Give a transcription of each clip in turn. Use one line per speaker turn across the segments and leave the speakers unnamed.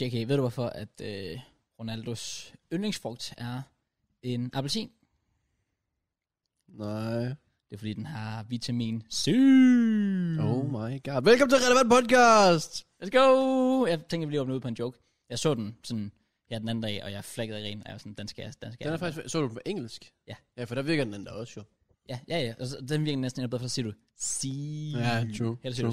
JK, ved du hvorfor, at øh, Ronaldos yndlingsfrugt er en appelsin?
Nej.
Det er fordi, den har vitamin C. Mm.
Oh my god. Velkommen til Relevant Podcast!
Let's go! Jeg tænker, vi lige åbner ud på en joke. Jeg så den sådan her den anden dag, og jeg flækkede i ren, og jeg var sådan, den skal jeg, den skal
Den er
jeg.
faktisk, så du den på engelsk?
Ja.
Ja, for der virker den endda også jo.
Ja, ja, ja. Og så, den virker næsten endnu bedre, for så siger du C.
Ja, true,
Her siger du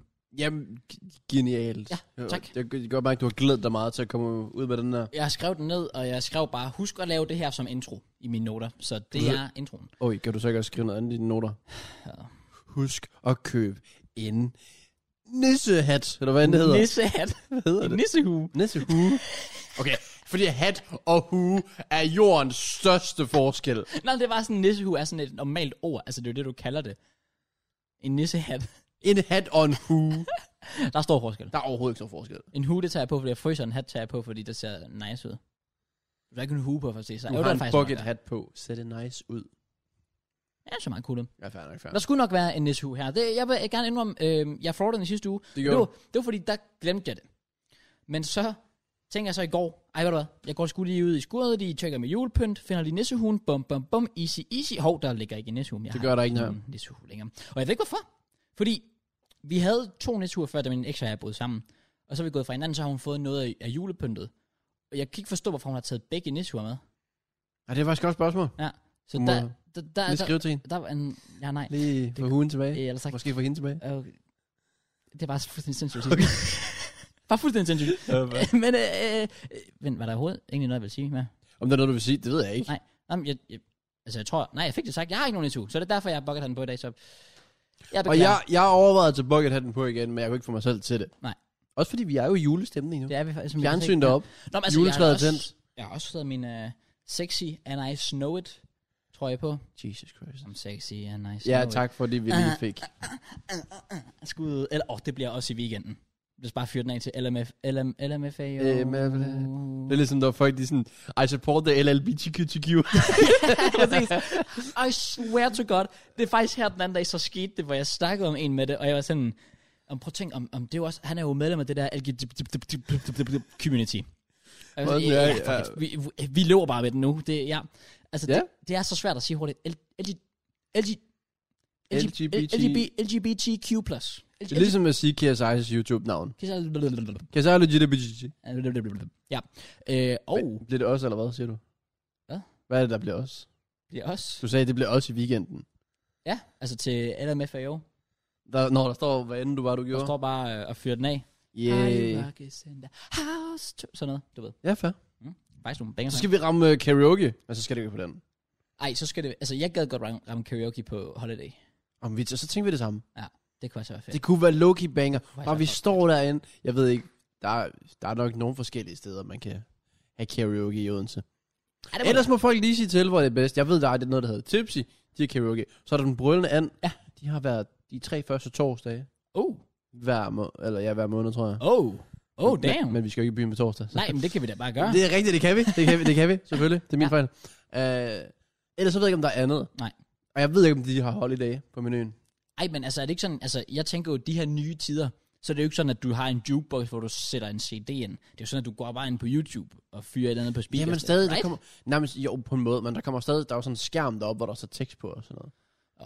C.
Jamen, g- genialt.
Ja, tak.
Jeg, jeg kan godt mærke, at du har glædet dig meget til at komme ud med den der.
Jeg skrev den ned, og jeg skrev bare, husk at lave det her som intro i mine noter. Så det
Mhm.
er introen.
Oj, kan du så ikke også skrive noget andet i dine noter?
Ja.
Husk at købe en nissehat, eller hvad end det hedder.
Nissehat.
Hvad hedder
En
det?
nissehue.
Nissehue. Okay, fordi hat og hue er jordens største forskel.
Nå, det var sådan, nissehue er sådan et normalt ord. Altså, det er jo det, du kalder det. En nissehat.
En hat og en hue.
Der er stor forskel.
Der er overhovedet ikke så forskel.
En hue, det tager jeg på, fordi jeg fryser en hat, tager jeg på, fordi det ser nice ud. Du har ikke en hue på, for at se sig.
Du
Jo,
har
det er
en
faktisk nok,
bucket
der.
hat på. Ser det nice ud.
Ja, så meget cool. ud.
Ja, fair nok, fair
Der skulle nok være en nissehue her. Det, jeg vil gerne indrømme, øh, jeg fraudede den i sidste uge.
Det
Det
gjorde
var, det var fordi, der glemte jeg det. Men så tænker jeg så i går, ej ved du hvad, jeg går sgu lige ud i skuret, de tjekker med julepynt, finder lige nissehuen, bum bum bum, easy easy. Hov, der ligger ikke en nissehuen. Jeg
Det
har
gør der ikke
ingen nissehue længere. Og jeg ved ikke hvorfor. Fordi vi havde to nissehuer før, da min eks og jeg boede sammen. Og så er vi gået fra hinanden, så har hun fået noget af- af julepyntet. Og jeg kan ikke forstå, hvorfor hun har taget begge nissehuer med.
Ja, det er faktisk et godt spørgsmål.
Så
Du må
der, der, der,
Lige
der,
skrive til hende.
der, var en, ja nej,
Lige få huden tilbage.
Øh, ellers sagt,
Måske få hende tilbage.
Øh, det er bare fuldstændig sindssygt. Okay. bare fuldstændig sindssygt. men, øh, øh, øh, men var der overhovedet egentlig noget, jeg ville sige med?
Om der er noget, du vil sige, det ved jeg ikke.
Nej. Jamen, jeg, jeg, altså, jeg tror... Nej, jeg fik det sagt. Jeg har ikke nogen SU, så det er derfor, jeg har bukket den på i dag. Så jeg
Og
beklager.
jeg, jeg overvejede til bucket hatten på igen, men jeg kunne ikke få mig selv til det.
Nej.
Også fordi vi er jo i julestemning nu.
Det er vi faktisk... som vi
Fjernsyn
kan se.
deroppe.
Nå, men, altså,
Juletræet
jeg har
er
også- Jeg har også taget min øh, sexy and I know it trøje på.
Jesus Christ.
Som sexy and I know
Ja,
it.
tak fordi vi lige fik.
Skud. Eller, åh, det bliver også i weekenden. Lad os bare fyre den af til LMF, LM, LMFAO.
Det er ligesom, der var folk, de sådan, I support the LLBTQ.
Præcis. I swear to God. Det er faktisk her den anden dag, så skete det, hvor jeg snakkede om en med det, og jeg var sådan, om, prøv at tænke, om, om det er jo også, han er jo medlem af det der LGBT-community.
Ja,
Ja,
ja.
fuck it. vi, vi- vi løber bare med den nu. Det, ja. altså,
Ja.
det, det er så svært at sige hurtigt. L, LG, LG,
LGBT.
LGBTQ+.
Det er ligesom at sige KSI's YouTube-navn. KSI er legit LGBT.
Ja. Øh, og
Oh. Bliver det også, eller hvad, siger du?
Hvad?
Hvad er det, der bliver også?
det er også...
Du sagde, det bliver også i weekenden.
Ja, altså til LMFAO.
Der, når der står, hvad end du var, du
Der
gjorde.
står bare øh, og fyrer den af. I
Yeah.
rock is in the house. to- Sådan noget, du ved.
Ja, fair.
Faktisk nogle banger.
Så skal vi ramme øh, karaoke, men så skal det jo på den.
Ej, så skal det... Altså, jeg gad godt ramme, ramme karaoke på Holiday.
Om vi, og så tænker vi det samme.
Det kunne også være fedt.
Det kunne være Loki banger.
kunne
Bare
være
vi
godt.
står derinde. Jeg ved ikke, der er, der er nok nogle forskellige steder, man kan have karaoke i Odense.
Ej, det var
Ellers må folk lige sige til, hvor det er bedst. Jeg ved, der er det noget, der hedder Tipsy. De har karaoke. Så er der den brølende and.
Ja.
De har været de tre første torsdage.
Oh,
Hver, må- eller ja, hver måned, tror jeg.
oh, oh,
Men-
damn.
Men, men vi skal jo ikke i byen på torsdag. så-
Nej, men det kan vi da bare gøre.
Det er rigtigt, det kan vi. Det kan vi, det kan vi selvfølgelig. Det er min
Ja.
ja. fejl. Uh, ellers så ved jeg ikke, om der er andet.
Nej.
Og jeg ved ikke, om de har holiday på menuen.
Ej, men altså, er det ikke sådan... Altså, jeg tænker jo, de her nye tider, så er det jo ikke sådan, at du har en jukebox, hvor du sætter en CD ind. Det er jo sådan, at du går bare ind på YouTube og fyrer et eller andet på speaker.
Jamen stadig, der
right?
kommer... Nej, men, jo, på en måde, men der kommer stadig... Der er jo sådan en skærm deroppe, hvor der er så tekst på og sådan noget.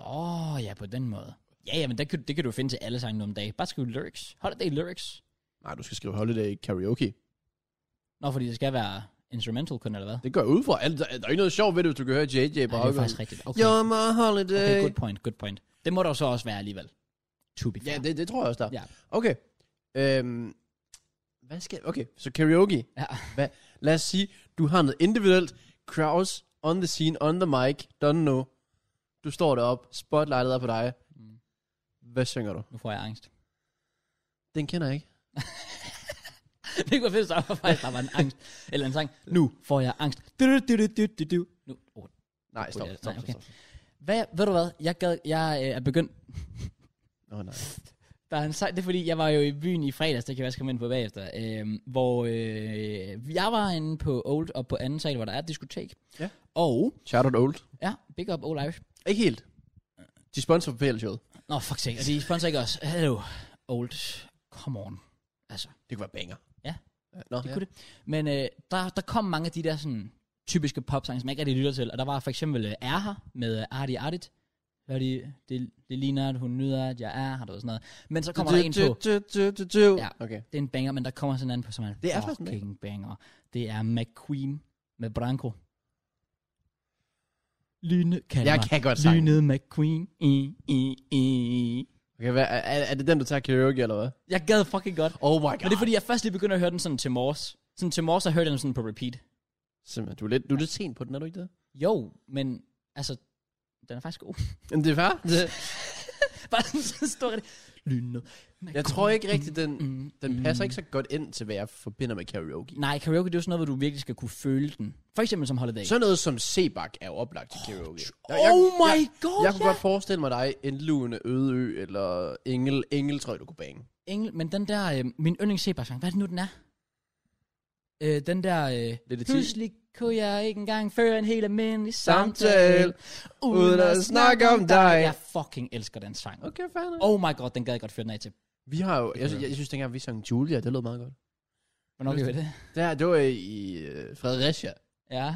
Åh, oh, ja, på den måde. Ja, ja, men der kan, det kan du jo finde til alle sange nu om dagen. Bare skriv lyrics. Holiday lyrics.
Nej, du skal skrive holiday karaoke.
Nå, fordi det skal være instrumental kun, eller hvad?
Det går jeg ud fra. Alt- Der, der er ikke noget sjovt ved det, hvis du kan høre JJ
Ej, det er
bare. øh.
faktisk rigtigt. Okay.
You're my holiday.
Okay, good point, good point. Det må der jo så også være alligevel. To be fair.
Ja, det, det tror jeg også, der er.
Ja.
Okay. Øhm, hvad skal... Okay, så karaoke.
Ja.
Hvad, lad os sige, du har noget individuelt. Crowds on the scene, on the mic, don't know. Du står derop, spotlightet er på dig.
Mm.
Hvad synger du?
Nu får jeg angst.
Den kender jeg ikke.
det kunne være fedt, så var faktisk, der var en angst. Eller en sang. Nu får jeg angst. Du, du, du, du, du, du. Nu. Oh.
Nej, stop,
ja, nej,
stop, stop,
okay.
stop.
Hvad, ved du hvad? Jeg, gad, jeg øh, er begyndt...
Åh, oh, nej.
Der er en sang, det er fordi, jeg var jo i byen i fredags, det kan jeg også komme ind på bagefter, øh, hvor øh, jeg var inde på Old og på anden sal, hvor der er et diskotek.
Ja.
Og,
Shout out old.
ja, big up Old Irish.
Ikke helt. De sponsor på PL-showet.
Nå, fuck sake. Og de sponsorer ikke os. Hello, Old. Come on. Altså,
Det kunne være banger.
Ja.
Nå,
det
ja.
kunne det. Men øh, der, der kom mange af de der sådan, typiske popsange, som jeg ikke rigtig lytter til. Og der var for eksempel øh, Er her med øh, Arti Artit. Hør de, det, det ligner, at hun nyder, at jeg er her, og sådan noget. Men så kommer der en på.
på.
Ja.
Okay.
Det er en banger, men der kommer sådan en anden på, som er
Det er
en
faktisk en
fucking banger. Det er McQueen med Branko. Lyne, kan
Jeg
mig.
kan godt sangen.
Lynet McQueen. I, i, i.
okay hvad, er, er- er, det den, du tager karaoke, eller hvad?
Jeg gad fucking godt.
Oh my god.
Men det er fordi, jeg først lige begynder at høre den sådan til morges. Sådan til morges, så hørte jeg den sådan på repeat.
Simpelthen, du er lidt, du er lidt sent på den, er du ikke det?
Jo, men altså, den er faktisk god.
Jamen, det er fair. Det,
Bare sådan så står det. Lynet.
jeg tror ikke rigtigt, den,
Mm,
den passer ikke så godt ind til, hvad jeg forbinder med karaoke.
Nej, karaoke, det er jo sådan noget, hvor du virkelig skal kunne føle den. For eksempel som Holiday.
Sådan noget som Sebak er jo oplagt til karaoke.
oh
Jeg- jeg-
my
jeg,
god,
Jeg kunne
ja.
godt forestille mig dig en lune øde ø, eller engel, engel tror jeg, du kunne bange.
Engel, men den der, øh, min yndlingssebak-sang, hvad er det nu, den er? Øh, den der, øh,
Lidt i tid.
pludselig kunne jeg ikke engang føre en helt almindelig
Samtale,
samtale,
uden at snakke om dig.
Jeg fucking elsker den sang. Okay.
Okay, fair oh.
Oh my god, den gad jeg godt føre den af til.
Vi har jo, jeg,
kan
jeg,
være.
jeg synes dengang, vi sang Julia, det lød meget godt.
Hvornår gjorde vi det?
Det, her, det var i øh, Fredericia.
Ja.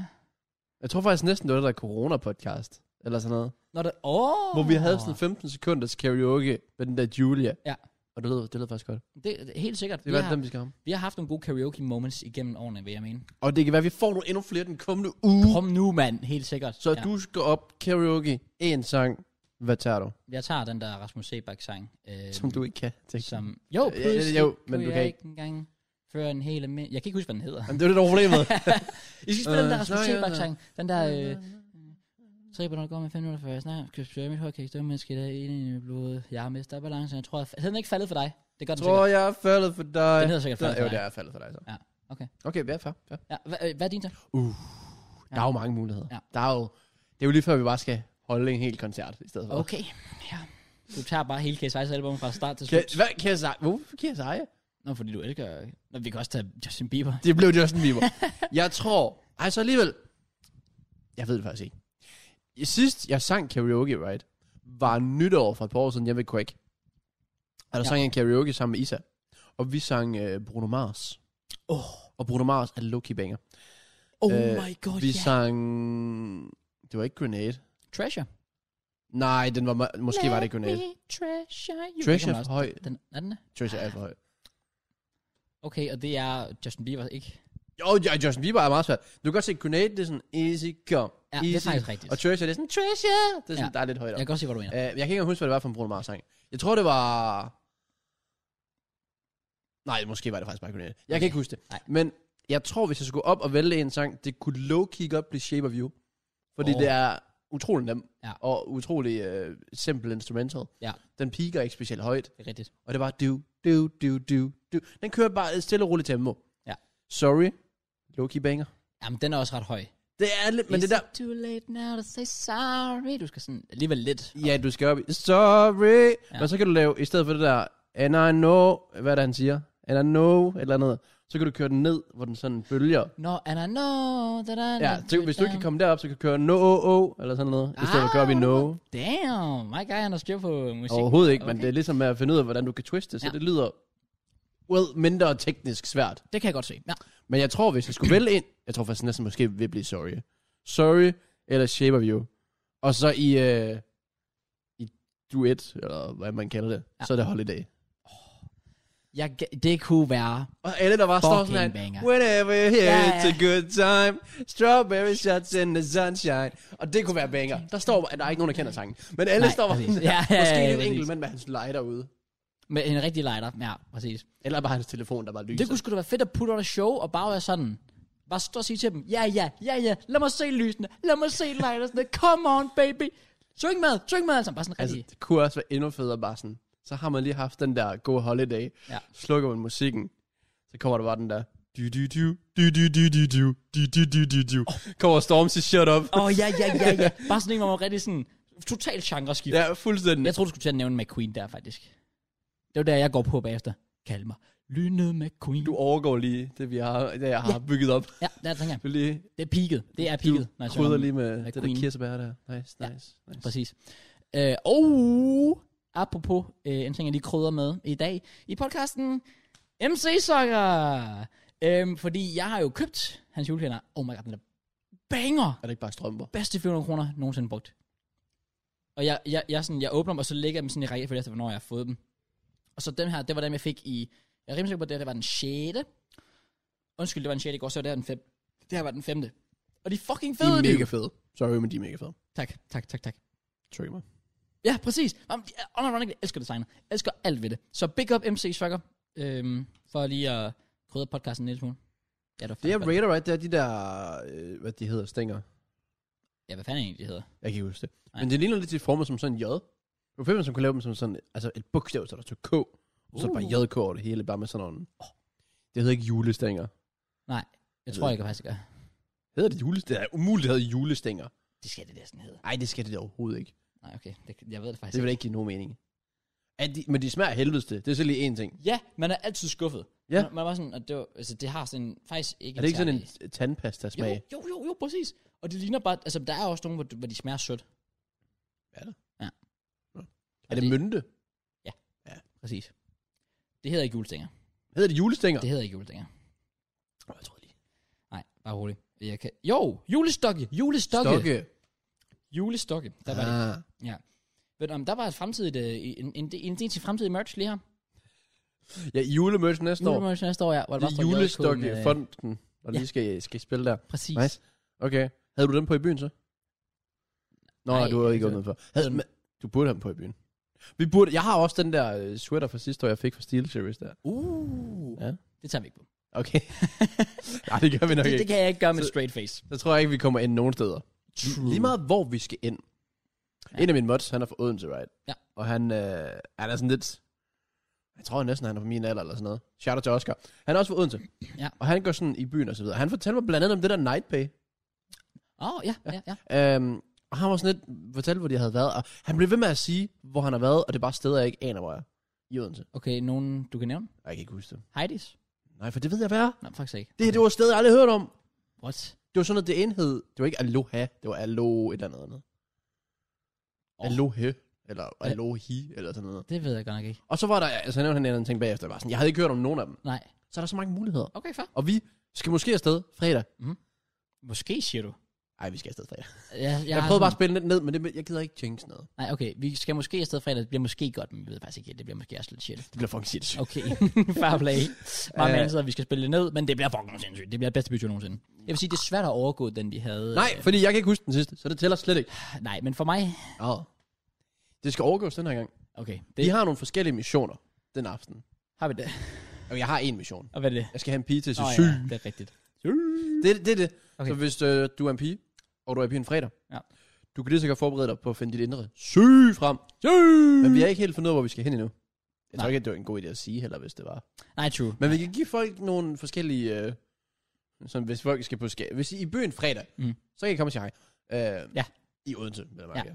Jeg tror faktisk næsten, det var det der corona-podcast, eller sådan noget.
Når det, oh.
Hvor vi havde sådan 15 sekunders karaoke med den der Julia.
Ja.
Og det lød, det lød faktisk godt.
Det, det, er helt sikkert.
Det
vi,
var
har,
dem, vi skal have.
vi har haft nogle gode karaoke moments igennem årene, vil jeg mene.
Og det kan være, at vi får nogle endnu flere den kommende uge.
Kom nu, mand. Helt sikkert.
Så ja. du skal op karaoke, en sang. Hvad tager du?
Jeg tager den der Rasmus Sebak-sang. Øh,
Som du ikke kan. tænke.
Som, jo,
Ja, ja, ja,
pludselig
Øh, jo,
jo,
men
men
du
jeg
kan
ikke engang føre en hel almindelig... Jeg kan ikke huske, hvad den hedder.
Jamen, det er det, der er problemet.
I skal spille den der
Øh,
Rasmus
nej, ja,
Sebak-sang. Den der... Øh, Tre på, når det går med 5 minutter før jeg snakker. Skal spørge mit højkæk, stemme menneske, der er inde i blodet. Jeg mister balancen. Jeg tror, jeg... Hed den ikke faldet for dig? Det gør den
Tror
sikkert.
jeg er faldet for dig.
Den hedder sikkert faldet
Jo,
for
det
dig.
er faldet for dig så.
Ja, okay.
Okay, ja, fair, fair.
Ja, hva, øh, hvad er din så?
Der er jo mange muligheder.
Ja.
Der er jo, det er jo lige før, vi bare skal holde en hel koncert i stedet for.
Okay, ja. Du tager bare hele Case Ice albumet fra start til
Kan,
slut.
hvad kan jeg sige? Hvorfor kan jeg sige?
Nå, fordi du elsker... Nå, vi kan også tage Justin Bieber.
Det blev Justin Bieber. jeg tror... Ej, så alligevel... Jeg ved det faktisk ikke. I- Sidst jeg sang karaoke, right? Var nytår for et par år siden hjemme ved Quake. Og der
Ja.
sang jeg en karaoke sammen med Isa. Og vi sang øh, Bruno Mars.
Åh.
Og Bruno Mars er low-key banger.
Oh
Øh,
my god,
vi
ja.
sang... Det var ikke Grenade.
Treasure.
Nej, den var, ma- måske var det ikke Grenade.
Treasure. You.
Treasure
Den
er
også-
for høj.
Den, er den det?
Treasure er for høj.
Okay, og det er Justin Bieber, ikke?
Jo, ja, Justin Bieber er meget svært. Du kan godt se, Grenade, det er sådan easy come.
Ja,
easy.
det er faktisk rigtigt.
Og Treasure, det er sådan Treasure. Det er sådan,
Ja.
der er lidt højt op.
Jeg kan godt se, hvad du mener.
Øh, jeg kan ikke engang huske, hvad det var for en Bruno Mars sang. Jeg tror, det var... Nej, måske var det faktisk bare Grenade. Jeg okay. kan ikke huske det.
Nej.
Men jeg tror, hvis jeg skulle op og vælge en sang, det kunne low-key godt blive Shape of You. Fordi
Åh.
oh. det er utrolig nem.
Ja.
Og utrolig øh, simple instrumental.
Ja.
Den piker ikke specielt højt.
Det er rigtigt.
Og det var du, du, du, du, du. Den kører bare et stille og roligt tempo.
Ja.
Sorry. Low-key banger.
Jamen, den er også ret høj.
Det er lidt, men det der...
too late now to say sorry? Du skal sådan alligevel lidt.
Ja, du skal op i, sorry.
Ja.
Ja. Men så kan du lave, i stedet for det der, and I know, hvad er det, han siger? And I know, et eller andet. Så kan du køre den ned, hvor den sådan bølger.
No, and I know that I
Ja, så hvis du ikke kan komme derop, så kan du køre no, oh, oh, eller sådan noget. I stedet for at køre op i no.
Damn, my guy, han har styr på musik.
Overhovedet ikke, men
Ah, Okay.
det er ligesom med at finde ud af, hvordan du kan twiste, så
Ja.
ja. det lyder, well, mindre teknisk svært.
Det kan jeg godt se. Ja.
Men jeg tror, hvis jeg skulle vælge ind, jeg tror faktisk næsten måske vil blive sorry. Sorry, eller Shape of You. Og så i, øh, i duet, eller hvad man kalder det,
Ja.
ja. så er det Holiday.
Jeg, ga- det kunne være...
Og alle, der var står
Fucking
sådan
banger.
her, whenever you're here,
Ja,
yeah.
ja.
it's a good time, strawberry shots in the sunshine. Og det kunne være banger. Der står, at der er ikke nogen, der kender sangen. Men alle
Nej,
Nej, står bare
præcis.
sådan,
Ja,
ja,
ja, ja,
måske
ja,
en
præcis.
enkelt mand med hans lighter ude.
Med en rigtig lighter. Ja, præcis.
Eller bare hans telefon, der bare lyser.
Det kunne sgu da være fedt at putte under show og bare være sådan... Bare stå og sige til dem, ja, ja, ja, ja, lad mig se lysene, lad mig se lightersne, come on, baby. Tryk med, tryk med, altså bare sådan
altså,
rigtig.
det kunne også være endnu federe bare sådan. Så har man lige haft den der go holiday.
Ja.
Slukker man musikken. Så kommer der bare den der. Du, du, du, du, du, du, du, du, du, du, du, du, du. Kommer Storm til shut up.
Åh, oh, ja, ja, ja, ja. Bare sådan en, hvor man rigtig sådan... Total genreskift. Ja.
Ja, fuldstændig.
Jeg tror, du skulle til at nævne McQueen der, faktisk. Det var der, jeg går på bagefter. Kald mig. Lynet McQueen.
Du
Du.
overgår lige det, vi har, det, jeg har bygget op.
Ja, der tænker jeg.
Du lige
Det er peaket. Det er peaket. når jeg synger
Du krydder
om-
lige med, det
Queen.
der kirsebær der. Nice,
Ja,
nice, nice.
Præcis. Øh, og apropos øh, en ting, jeg lige krydder med i dag i podcasten. MC Sokker! Øhm, fordi jeg har jo købt hans julekalender. Oh my god, den er banger!
Er det ikke bare strømper?
Bedste 400 kroner nogensinde brugt. Og jeg, jeg, jeg, sådan, jeg åbner dem, og så lægger jeg dem sådan i række, for efter, hvornår jeg har fået dem. Og så den her, det var dem, jeg fik i... Jeg er rimelig sikker på, at det, her, det var den 6. Undskyld, det var den 6. i går, så var det her den 5. Det her var den 5. Og de er fucking
De
fede,
er
dude.
mega fede. Sorry, men de er mega fede.
Tak, tak, tak, tak.
Tryk mig.
Ja, præcis. Jamen, de- Unironically, jeg elsker designet. Jeg elsker alt ved det. Så big up MC Swagger, øhm, for lige at krydre podcasten en lille smule. Ja, det var
Det
faktisk
jeg
godt.
rater right, det er de der, øh, hvad de hedder, stænger.
Ja, hvad fanden egentlig de hedder?
Jeg kan ikke huske det.
Nej.
Men det ligner lidt til formet som sådan en J. Du finder, som kan lave dem som sådan, altså et bogstav, så der står K. Og så
Uh.
bare JK over det hele, bare med sådan nogle... Oh, det hedder ikke julestænger.
Jeg
Jeg
tror
ved
ikke, jeg faktisk gør.
Hedder det julestænger? Det er umuligt, det hedder julestænger.
Det skal det næsten hedde.
Nej, det skal det da overhovedet ikke.
Nej, okay. Det, jeg ved det faktisk
Det vil
ikke.
ikke give nogen mening. At de, men de smager af helvedes til. Det er så lige én ting.
Ja, man er altid skuffet.
Ja.
Man, man var sådan, at det, var, altså, det har sådan faktisk ikke
Er det ikke sådan
særlig-
en tandpasta smag?
Jo, jo, jo, jo, præcis. Og det ligner bare, altså der er også nogle, hvor, du- hvor de smager sødt.
Er der?
Ja.
Nå. Er
Og
det mynte?
Præcis. Det hedder ikke julestænger.
Hedder det julestænger?
Det hedder ikke julestænger.
Åh, jeg tror lige.
Nej, bare rolig. Jeg kan... Jo, julestokke, julestokke, Stokke.
Stokke.
julestokke. Der var det.
Ah.
Ved du, om der var et fremtidigt, øh, en, en, en, en til fremtidig merch lige her.
Ja, julemerch næste år.
Julemerch næste år, ja. Hvor der
Det
bare
er
står
julestokke
JK med-
fonden,
øh,
og lige skal, skal spille der.
Præcis.
Nice. Okay. Havde du den på i byen så? Nå,
Nej,
nej, du har ikke
altså-
åbnet den for. Havde, men, du burde have den på i byen. Vi burde, jeg har også den der øh, sweater fra sidste år, jeg fik fra Steel Series der.
Uh.
Ja.
Det tager vi ikke på.
Okay. nej, det gør vi nok
Det, det
ikke.
kan jeg ikke gøre med
Så-
straight face.
Så tror jeg ikke, vi kommer ind nogen steder.
True.
Lige meget, hvor vi skal ind.
Mm. Ja.
Ja. En af mine mods, han er fra Odense, right?
Ja.
Og han, øh, han er sådan lidt... Jeg tror næsten, han er fra min alder eller sådan noget. Shout out til Oscar. Han er også fra Odense.
Ja.
Og han går sådan i byen og så videre. Han fortalte mig blandt andet om det der nightpay.
Åh, oh, ja, ja, ja.
Øhm, og han var sådan lidt... Fortalte, hvor de havde været. Og han blev ved med at sige, hvor han har været. Og det er bare steder, jeg ikke aner, hvor jeg er. I Odense.
Okay, nogen du kan nævne?
Og Jeg kan ikke huske det.
Heidi's?
Nej, for det ved jeg, hvad er.
Nej, faktisk ikke.
Det her, det var et sted, jeg aldrig hørt om.
What?
Det var sådan noget, det enhed. Det var ikke aloha. Det var alo et eller andet andet.
Åh.
Oh. Alohe. Eller alohi. Eller sådan noget.
Det ved jeg godt nok ikke.
Og så var der, altså han nævnte han en anden ting bagefter, jeg var sådan, jeg havde ikke hørt om nogen af dem.
Nej.
Så er der så mange muligheder.
Okay, fair.
Og vi skal måske afsted fredag.
Måske siger du.
Nej, vi skal afsted fredag.
Jeg, jeg,
Jeg, jeg
har
prøvede bare at
sådan-
spille lidt ned, men det, jeg gider ikke tænke sådan noget.
Nej, okay. Vi skal måske afsted fredag. Det bliver måske godt, men vi ved faktisk ikke. Det bliver måske også lidt shit.
Det bliver fucking sindssygt.
Okay, fair play. Mange
Øh.
uh, mennesker, vi skal spille det ned, men det bliver fucking sindssygt. Det bliver det bedste bytur nogensinde. Jeg vil sige, det er svært at overgå den, de havde.
Nej, fordi jeg kan ikke huske den sidste, så det tæller slet ikke.
Øh, Nej, men for mig...
Oh. Det skal overgås den her gang.
Okay, det
Det... Vi har nogle forskellige missioner den aften.
har vi det.
Og jeg har en mission.
Og hvad er det?
Jeg skal have en pige til
Nå,
sin
ja,
syg.
det er rigtigt.
Det, det er det.
Okay.
Okay. Så hvis øh, du er en pige, og du er en pige en fredag,
Ja.
du kan lige så godt forberede dig på at finde dit indre syg frem. Syg! Men vi har ikke helt fundet ud af, hvor vi skal hen endnu. Jeg
Nej.
tror ikke, at det var en god idé at sige heller, hvis det var.
Nej, true.
Men vi kan give folk nogle forskellige... Øh, sådan, hvis folk skal på skab. Hvis I er i byen fredag,
Mm.
mm. så kan I komme til mig. Øh,
Ja.
I Odense, vil jeg
Ja.
mærke. Ja.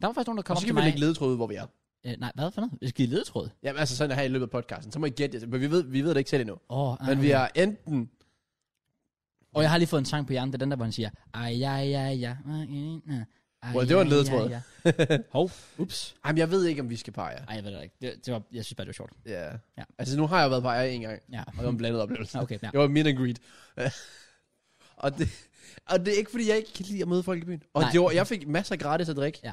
Der var faktisk nogen, der kom op
Og så
til
kan vi
mig.
lægge ledetråde ud, hvor vi er.
Øh, nej, hvad for noget? Vi skal i ledetråd.
Jamen altså sådan her i løbet af podcasten. Så må I gætte det. Men vi ved, vi ved det ikke selv endnu.
Åh, oh,
Men vi er enten...
Og jeg har lige fået en sang på hjernen, det er den der, hvor han siger, ej, ja, ja, ja, ej, ja, ej,
Well, det var en ledetråd.
ja, ja. Hov, ups.
Jamen jeg ved ikke, om vi skal pege.
Ej, jeg ved det ikke. Det, det var, jeg synes bare, det var sjovt.
Ja.
Ja.
ja. Altså nu har jeg været pege en gang.
Ja.
Og det var en blandet oplevelse.
Okay, ja.
Det var meet and greet. og, det, og det er ikke, fordi jeg ikke kan lide at møde folk i byen. Og
Nej.
det var, jeg fik masser af gratis at drikke.
Ja.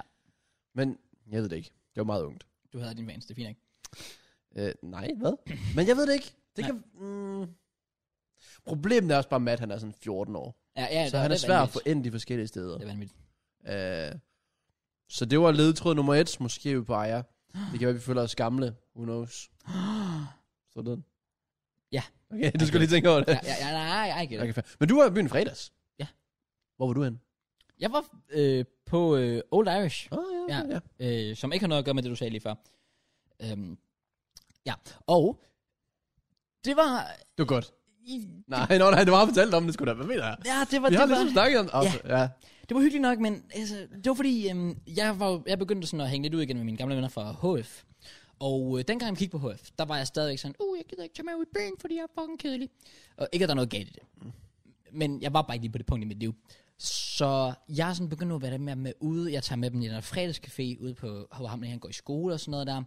Men jeg ved det ikke. Det var meget ungt.
Du havde din vans, det er fint, ikke?
Øh, nej, hvad? Men jeg ved det ikke. Det
Nej.
kan... Mm, problemet er også bare, at Matt han er sådan 14 år.
Ja, ja,
Ja,
det
så
var-
han er
det
svær at få
vanvittigt.
ind de forskellige steder.
Det er vanvittigt.
Øh, så det var ledetråd nummer et, måske vi på ejer. Det kan være, vi føler os gamle. Who knows? Så den.
Ja.
Okay, du skulle lige tænke over det.
Ja, ja, ja, nej, jeg ikke det.
Okay, fair. Men du var i byen i fredags.
Ja.
Hvor var du hen?
Jeg var øh, på øh, Old Irish,
Ah, ja,
Ja.
ja.
øh, som ikke har noget at gøre med det, du sagde lige før. Øhm, ja, og det var...
Det var godt.
I,
Nej, nå, nej, det var fortalt om det, skulle da. Hvad mener jeg?
ja, det var...
Vi
det
har
var,
ligesom snakket om altså, ja. ja.
Det var hyggeligt nok, men altså, det var fordi, øhm, jeg, var, jo- jeg begyndte sådan at hænge lidt ud igen med mine gamle venner fra HF. Og øh, dengang jeg kiggede på HF, der var jeg stadigvæk sådan, uh, jeg gider ikke tage med ud i byen, fordi jeg er fucking kedelig. Og ikke, at der er noget galt i det. Men jeg var bare ikke lige på det punkt i mit liv. Så jeg er sådan begyndt nu at være lidt mere med ude. Jeg tager med dem i den her fredagscafé ude på, hvor ham der, han går i skole og sådan noget der.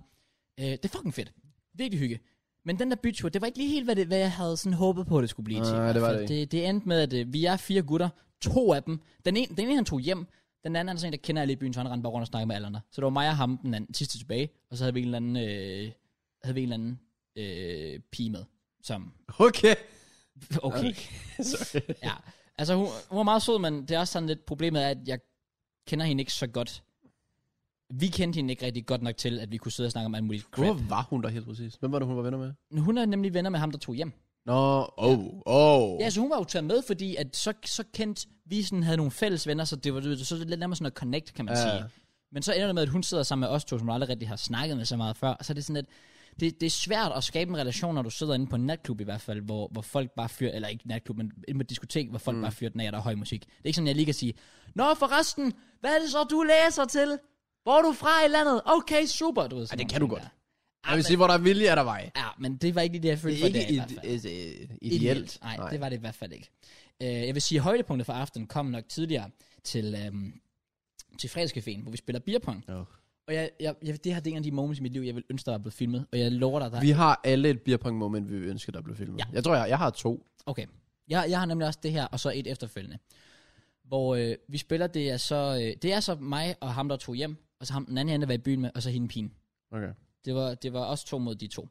Øh, det er fucking fedt. Virkelig hygge. Men den der bytur, det var ikke lige helt, hvad, det, hvad jeg havde sådan håbet på, det skulle blive til. i
Nej,
hvert
det var
fald.
det
det. Det endte med, at øh, vi er fire gutter. To af dem. Den ene, den ene han tog hjem. Den anden er sådan en, der kender alle i byen, så han rendte bare rundt og snakkede med alle andre. Så det var mig og ham, den anden, sidste tilbage. Og så havde vi en eller anden, øh, havde vi en eller anden øh, pige med, som...
Okay.
Okay.
Sorry.
ja. Altså, hun, hun var meget sød, men det er også sådan lidt problemet, er, at jeg kender hende ikke så godt. Vi kendte hende ikke rigtig godt nok til, at vi kunne sidde og snakke om alt muligt crap.
Hvor var hun der helt præcis? Hvem var det, hun var venner med?
Men Hun er nemlig venner med ham, der tog hjem.
Nå, oh, oh.
Ja, så hun var jo taget med, fordi at så, så kendt, vi sådan havde nogle fælles venner, så det var, du ved, så er det lidt nærmere sådan noget connect, kan man
Ja.
sige. Men så ender det med, at hun sidder sammen med os to, som aldrig rigtig har snakket med så meget før. Og så er det sådan, at det, det er svært at skabe en relation, når du sidder inde på en natklub i hvert fald, hvor, hvor folk bare fyrer, eller ikke natklub, men inde på et diskotek, hvor folk mm. bare fyrer den af, og der er høj musik. Det er ikke sådan, jeg lige kan sige, Nå forresten, hvad er det så, du læser til? Hvor er du fra i landet? Okay, super. Du ved, sådan
det
nogle
kan du
ting
godt.
der.
Jeg vil sige, hvor der er vilje, er der vej.
Ja, men det var ikke lige det, jeg følte
Det er ikke
for i dag, i hvert
ide-
fald.
øh, ideelt.
Nej, Nej, det var det i hvert fald ikke. Øh, jeg vil sige, at højdepunktet for aftenen kom nok tidligere til, øhm, til fredagscaféen, hvor vi spiller beerpong.
Åh.
Og jeg, jeg, jeg, det her det er en af de moments i mit liv, jeg vil ønske, der var blevet filmet. Og jeg lover dig, der...
Vi har alle et beer pong moment, vi ønsker, der blev filmet.
Ja.
Ja. Jeg tror, jeg, jeg har to.
Okay. Jeg, jeg har nemlig også det her, og så et efterfølgende. Hvor øh, vi spiller, det er, så, øh, det er så mig og ham, der tog hjem. Og så ham, den anden, han var i byen med, og så hende pigen.
Okay.
Det var, det var også to mod de to.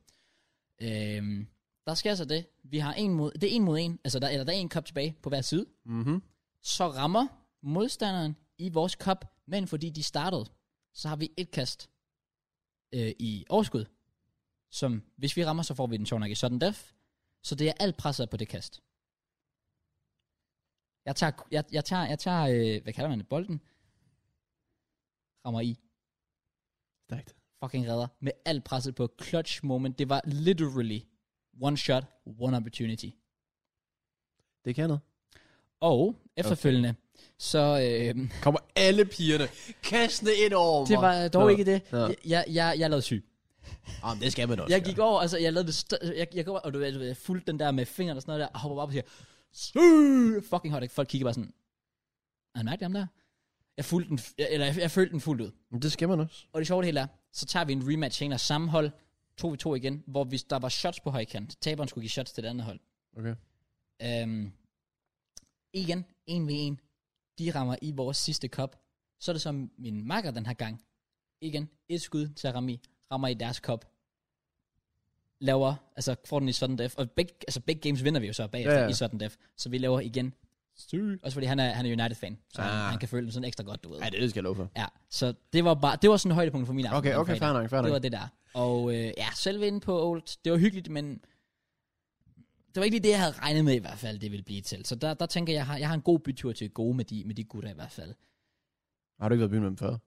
Øhm, der sker så det. Vi har en mod, det er en mod en. Altså, der, eller der er en kop tilbage på hver side.
Mm-hmm.
så rammer modstanderen i vores kop, men fordi de startede, så har vi et kast øh, i overskud, som hvis vi rammer, så får vi den sjov nok i sudden death, så det er alt presset på det kast. Jeg tager, jeg, jeg tager, jeg tager øh, hvad kalder man det, bolden, rammer i,
Stærkt.
fucking redder, med alt presset på, clutch moment, det var literally one shot, one opportunity.
Det kan noget.
Og efterfølgende, okay. så øh,
Kommer alle pigerne kastende ind over mig.
Det var dog
Nå.
ikke det.
Nå.
Jeg, jeg, jeg, jeg lavede syg.
Jamen, det skal man også
Jeg gik
gøre.
over, altså jeg lavede det stør- jeg, jeg, går over, og du ved, du ved, jeg fulgte den der med fingrene og sådan noget der, og hopper bare op og siger, syg! Fucking hot, ikke? Folk kigger bare sådan, er han mærkelig ham der? Jeg fulgte den, f- jeg, eller jeg, jeg følte den fuldt ud.
Men Det skal man også.
Og det sjove det hele er, så tager vi en rematch senere, samme hold, 2v2 igen, hvor hvis der var shots på højkant, taberen skulle give shots til det andet hold.
Okay.
Øhm, igen, en ved en. De rammer i vores sidste kop. Så er det som min makker den her gang. Igen, et skud til at ramme i. Rammer i deres kop. Laver, altså får den i sudden death. Og begge, altså begge games vinder vi jo så bagefter ja,
Ja,
ja.
ja.
i sudden death. Så vi laver igen.
Syg.
Også fordi han er, han er United-fan. Så ah. han,
Ah.
han, kan føle den sådan ekstra godt, du ved.
Ja, det skal jeg love for.
Ja, så det var bare, det var sådan et højdepunkt for min aften.
Okay,
på
okay,
fredag.
fair nok, fair
Det var
nok.
det der. Og øh, ja, selv inde på Old, det var hyggeligt, men det var ikke lige det, jeg havde regnet med i hvert fald, det ville blive til. Så der, der tænker jeg, jeg har, jeg har en god bytur til gode med de, med de gutter i hvert fald.
Har du ikke været i byen med dem før?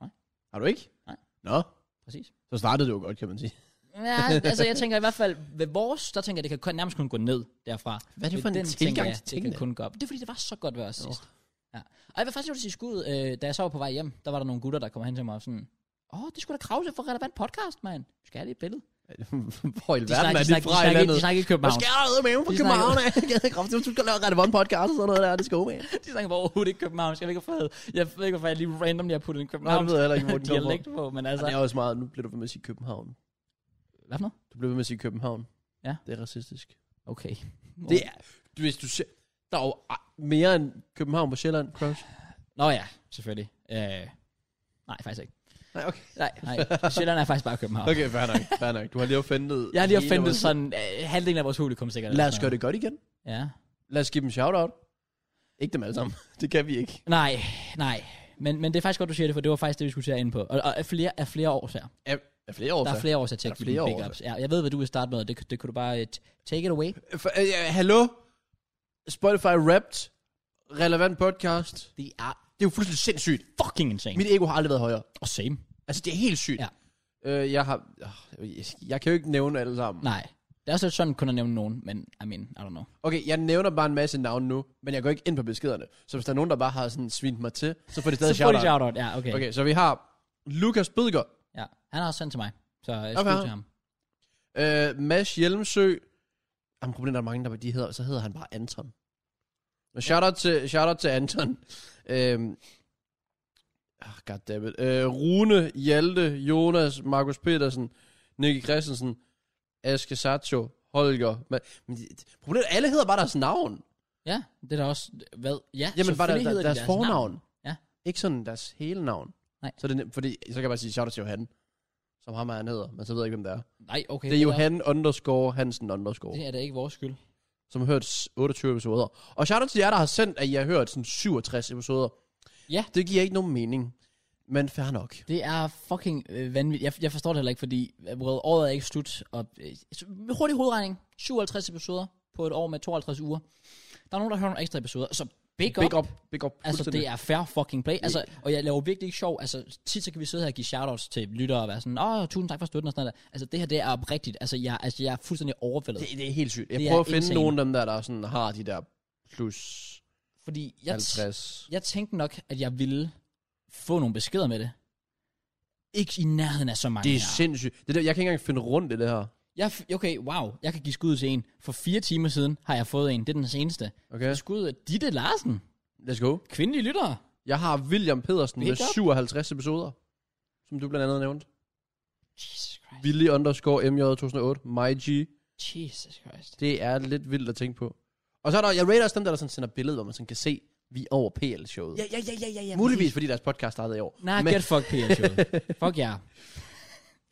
Nej.
Har du ikke?
Nej.
Nå,
Præcis.
så startede det jo godt, kan man sige.
Ja, altså jeg tænker i hvert fald, ved vores, der tænker jeg, det kan kun, nærmest kun gå ned derfra.
Hvad er det
Ved
for en
den
tilgang
jeg,
til
det kan
tingene?
kun gå op. Det er fordi, det var så godt ved os
Nå.
sidst. Ja. Og jeg vil faktisk jo sige skud, øh, da jeg så var på vej hjem, der var der nogle gutter, der kom hen til mig og sådan, åh, det skulle da Krause for relevant podcast, mand. Skal jeg lige et billede?
Hvor i
De snakker,
verden
de
er de
snakker, de
fra i
snakker,
landet?
de snakker ikke i
Hvad
København.
sker der med maven fra
De
København? Jeg ved ikke, du skal lave rette vond podcast og sådan noget der, det skal jo med.
De snakker bare overhovedet ikke København. Jeg ved ikke, hvorfor jeg, havde- jeg, ved ikke, hvorfor jeg lige randomly har puttet en
Nej,
København
det ved jeg heller ikke, hvor den kommer
dialekt på, men altså...
fra. Det er også meget, nu bliver du ved med at sige København.
Hvad for noget?
Du bliver ved med at sige København.
Ja.
Det er racistisk.
Okay.
Det er, du, hvis du ser, der er jo ah, mere end København på Sjælland, Cross.
Nå ja, selvfølgelig. Øh, nej, faktisk ikke.
Nej, okay.
Nej, nej. Sjælland er faktisk bare København. Okay.
Okay, fair nok, fair nok. Du Ah. har lige offentet.
Jeg har lige
hele
offentet
vores-
sådan øh, halvdelen af vores publikum sikkert.
Lad os gøre det godt igen.
Ja.
Lad os give dem shout-out. Ikke dem alle sammen. Det kan vi ikke.
Nej, nej. Men, men det er faktisk godt, du siger det, for det var faktisk det, vi skulle tage ind på. Og, og af flere, af flere årsager.
Af, af flere år,
Der er flere årsager til
Er
at
der
give dem
flere
big ups. Ja, jeg ved, hvad du vil starte med, og det, det kunne du bare uh, take it away.
For, øh, øh, hallo? Spotify Wrapped? Relevant podcast?
Det er
Det er jo fuldstændig sindssygt.
fucking insane.
Mit ego har aldrig været højere.
Og same.
Altså, det er helt sygt.
Ja.
Øh, jeg har... øh, Jeg, jeg kan jo ikke nævne alle sammen.
Nej. Det er også lidt sådan kun at nævne nogen, men I mean, I don't know.
Okay, jeg nævner bare en masse navne nu, men jeg går ikke ind på beskederne. Så hvis der er nogen, der bare har sådan svint mig til, så får det stadig
så får de
shout-out.
shout-out. Ja, okay. okay.
Okay, så vi har Lukas Bødger,
Ja. Han har også sendt til mig, så jeg
Okay.
okay. til ham.
øh, Mads Hjelmsø. Jamen, problemet er, der er mange, der de hedder, så hedder han bare Anton. Men shout-out til, shout til Anton. Øhm, oh, goddammit. Øh, Rune, Hjalte, Jonas, Markus Petersen, Nicky Christensen, Aske Sato, Holger. Men, men de- problemet er, at alle hedder bare deres navn.
Ja, det er da også... Hvad? Ja,
Jamen bare der,
selvfølgelig
der,
hedder
deres,
de
deres fornavn.
navn. Ja.
Ikke sådan deres hele navn.
Nej.
Så, er det, nem- fordi, så kan jeg bare sige, shout out til Johan. Som ham er han hedder, men så ved jeg ikke, hvem det er.
Nej, okay.
Det er Johan underscore Hansen underscore.
Det er da ikke vores skyld.
som har hørt 28 episoder. Og shout out til jer, der har sendt, at I har hørt sådan 67 episoder.
Ja.
Det giver ikke nogen mening. Men fair nok.
Det er fucking øh, vanvittigt. Jeg, jeg forstår det heller ikke, fordi øh, brød, året er ikke slut. Og, øh, så hurtig hovedregning. 57 episoder på et år med 52 uger. Der er nogen, der hører nogle ekstra episoder. Så big,
Big
up.
up. Big up.
Altså, det er fair fucking play. Altså, og jeg laver virkelig ikke sjov. Altså, tit så kan vi sidde her og give shoutouts til lyttere og være sådan, åh, tusind tak for støtten og sådan noget. der. Altså, det her, det er oprigtigt. Altså, jeg, altså, jeg er fuldstændig overvældet.
det, det er helt sygt. Jeg
Det er
prøver at finde
insane.
nogle af dem der, der sådan har de der plus
fordi jeg, t-
50.
jeg tænkte nok, at jeg ville få nogle beskeder med det. Ikke i nærheden af så mange
Det er
her.
sindssygt. Det der, jeg kan ikke engang finde rundt i det her.
Jeg, f- okay, wow, jeg kan give skud til en. For fire timer siden har jeg fået en. Det er den seneste.
Okay?
Skud af Ditte Larsen.
Let's go.
Kvindelige lyttere.
Jeg har William Pedersen
Big
med
up.
57 episoder. Som du blandt andet nævnte.
Jesus Christ.
Willy underscore MJ 2008. MyG.
Jesus Christ.
Det er lidt vildt at tænke på. Og så er der, jeg rater også dem der, der sådan sender billeder, hvor man sådan kan se, vi er over PL-showet.
Ja, ja, ja, ja, ja. ja
Muligvis fordi deres podcast startede i år.
Nej, nah,
Men-
get fuck PL showet. Fuck jer.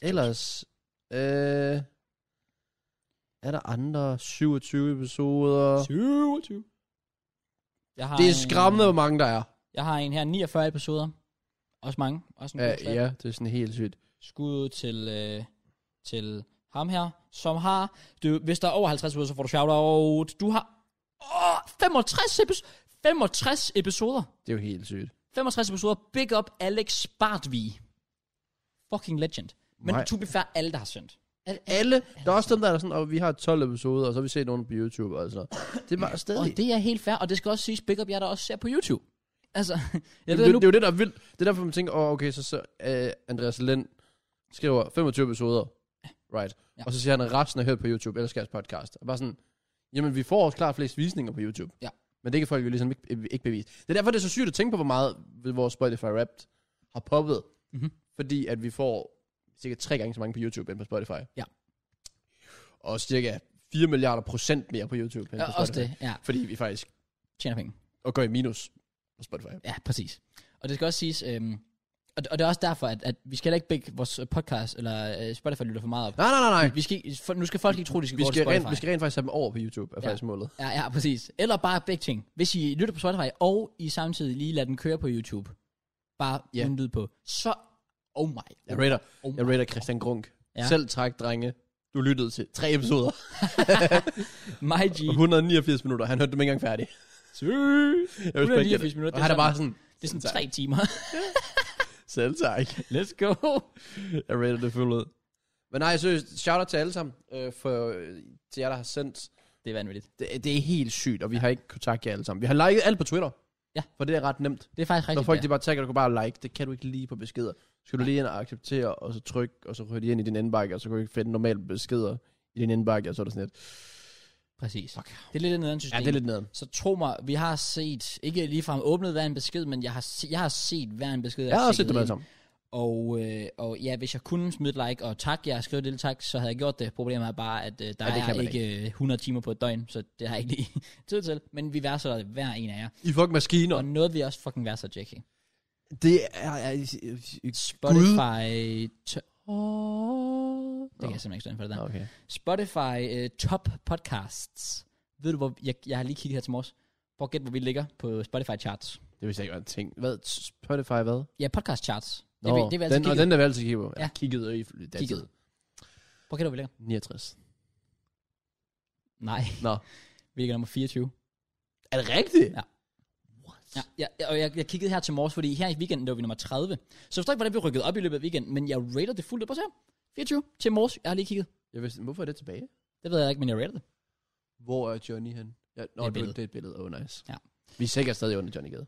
Ellers, øh, er der andre 27 episoder?
27. Jeg har
Det er
en-
skræmmende, hvor mange der er.
Jeg har en her, 49 episoder. Også mange. Også en
Ja,
god slat.
Øh, ja, det er sådan helt sygt.
Skud til, øh, til ham her, som har... Du, hvis der er over 50 episoder, så får du shoutout. Du har åh, 65, epis- 65 episoder.
Det er jo helt sygt.
65 episoder. Big up Alex Bartvi. Fucking legend. Men
Nej.
Nej. to be fair, alle der har sendt. Al- al-
Alle, der er også dem der, der er sådan, og vi har 12 episoder, og så har vi set nogle på YouTube og sådan noget. Det er bare
og
stadig. Det,
det er helt fair, og det skal også siges, big up jer, der også ser på YouTube. Altså, jeg
det,
ved,
det,
nu,
det, er jo det, der er vildt. Det er derfor, man tænker, åh, okay, så, så øh, Andreas Lind skriver 25 episoder. Right.
Ja.
Ja. Og så siger han, at resten er hørt på YouTube, ellers skal jeres podcast. Og bare sådan, jamen vi får også klart flest visninger på YouTube.
Ja.
Men det kan folk jo ligesom ikke, ikke bevise. Det er derfor, det er så sygt at tænke på, hvor meget vores Spotify Wrapped har poppet.
Mhm.
Fordi at vi får cirka tre gange så mange på YouTube end på Spotify.
Ja.
Og cirka 4 milliarder procent mere på YouTube end
ja,
på Spotify.
også det, ja,
Fordi vi faktisk
tjener penge.
og går i minus på Spotify.
Ja, præcis. Og det skal også siges, øhm, og, det- og det er også derfor, at, at vi skal heller ikke bække vores podcast, eller øh, Spotify lytter for meget op.
Nej, nej, nej, nej.
Vi skal, for, nu skal folk ikke tro, de skal
Vi
gå
skal,
til Spotify.
rent, vi skal rent faktisk have dem over på YouTube, er
Ja.
ja. faktisk målet.
Ja, ja, præcis. Eller bare begge ting. Hvis I lytter på Spotify, og I samtidig lige lader den køre på YouTube, bare
Ja.
yeah. uden lyd på, så, oh my.
Jeg rater,
Oh
jeg rater Christian Grunk.
Ja.
Ja. Selv tak, drenge. Du lyttede til tre episoder.
My G.
189 minutter. Han hørte dem ikke engang færdig. Jeg vil
189 minutter,
minutter.
det
Og
er
han er
sådan-
bare sådan,
Det er sådan
Tak.
tre timer.
selv tak.
Let's go.
Jeg rater det fuldt ud. Men nej, seriøst, shout out til alle sammen, øh, for, øh, til jer, der har sendt.
Det er vanvittigt.
Det, det er helt sygt, og vi har ikke kontaktet jer alle sammen. Vi har liket alt på Twitter.
Ja.
For det er ret nemt.
Det er faktisk
Når
rigtigt.
folk
Folk,
de bare tagger, du kan bare like, det kan du ikke lige på beskeder. Så Skal du lige ind og acceptere, og så tryk, og så ryger de ind i din indbakke, og så kan du ikke finde normale beskeder i din indbakke, og så er det sådan et.
Præcis. Det er lidt et andet
Ja,
system.
det er lidt nede.
Så tro mig, vi har set, ikke ligefrem åbnet hver en besked, men jeg har, se, jeg har set hver en besked.
Jeg har også set
tjekket
dem alle
ind.
sammen.
Og, øh, og ja, hvis jeg kunne smide et like og tak jer og skrive et lille tak, så havde jeg gjort det. Problemet er bare, at øh, der
Ja, det
ja,
kan
er
man
ikke øh, 100 timer på et døgn, så det har jeg ikke lige tid til. Men vi værdsætter hver en af jer.
I fucking maskiner.
Og noget vi også fucking værdsætter, Jackie.
Det er... er, er
Spotify... To- det kan
Nå.
jeg simpelthen ikke stå inden for det der.
Okay.
Spotify øh, top podcasts. Ved du, hvor... Jeg, jeg har lige kigget her til morges. Prøv at gætte, hvor vi ligger på Spotify charts.
Det vidste jeg ikke, hvad jeg tænkte. Hvad? Spotify hvad?
Ja, podcast charts.
Nå,
det, er vi- det, er vi altså
den, og
kigget.
den er vi altid kigget på.
Ja.
Ja. Kigget i det er
Kigget.
altid.
Prøv at gætte, hvor vi ligger.
69.
Nej.
Nå.
Vi ligger nummer 24.
Er det rigtigt?
Ja.
What?
Ja, ja og jeg, jeg kiggede her til morges, fordi her i weekenden lå vi nummer 30. Så jeg forstår ikke, hvordan vi rykkede op i løbet af weekenden, men jeg rater det fuldt op. Prøv at se her. 24 til morges. Jeg har lige kigget.
Jeg vidste, hvorfor er det tilbage?
Det ved jeg ikke, men jeg rater det.
Hvor er Johnny hen? Ja, nå,
er et
det er,
billede.
det er et billede. Oh, nice.
Ja.
Vi er sikkert stadig under Johnny Gade.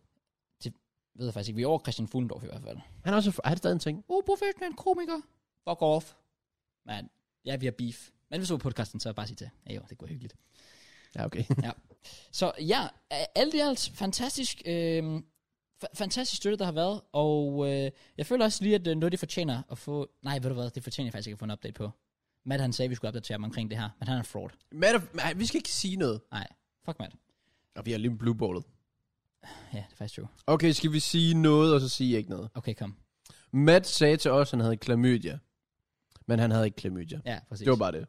Ved jeg faktisk ikke. Vi er over Christian Fuglendorf i hvert fald.
Han er også er det stadig en ting.
Uh, professionel komiker. Fuck off. Man, ja, vi har beef. Men hvis du er på podcasten, så bare sig til. Ja, jo, det går hyggeligt.
Ja, okay.
Så ja, alt i alt fantastisk, øh, fa- fantastisk støtte, der har været. Og øh, jeg føler også lige, at øh, noget, det fortjener at få... Nej, ved du hvad, det fortjener jeg faktisk ikke at få en update på. Matt han sagde, at vi skulle opdatere ham omkring det her, men han er en fraud.
Matter, nej, vi skal ikke sige noget.
Nej, fuck Matt.
Og vi har lige blueballet.
Ja, det er faktisk true.
Okay, skal vi sige noget, og så sige ikke noget?
Okay, kom.
Matt sagde til os, at han havde klamydia. Men han havde ikke klamydia.
Ja, præcis.
Det var bare det.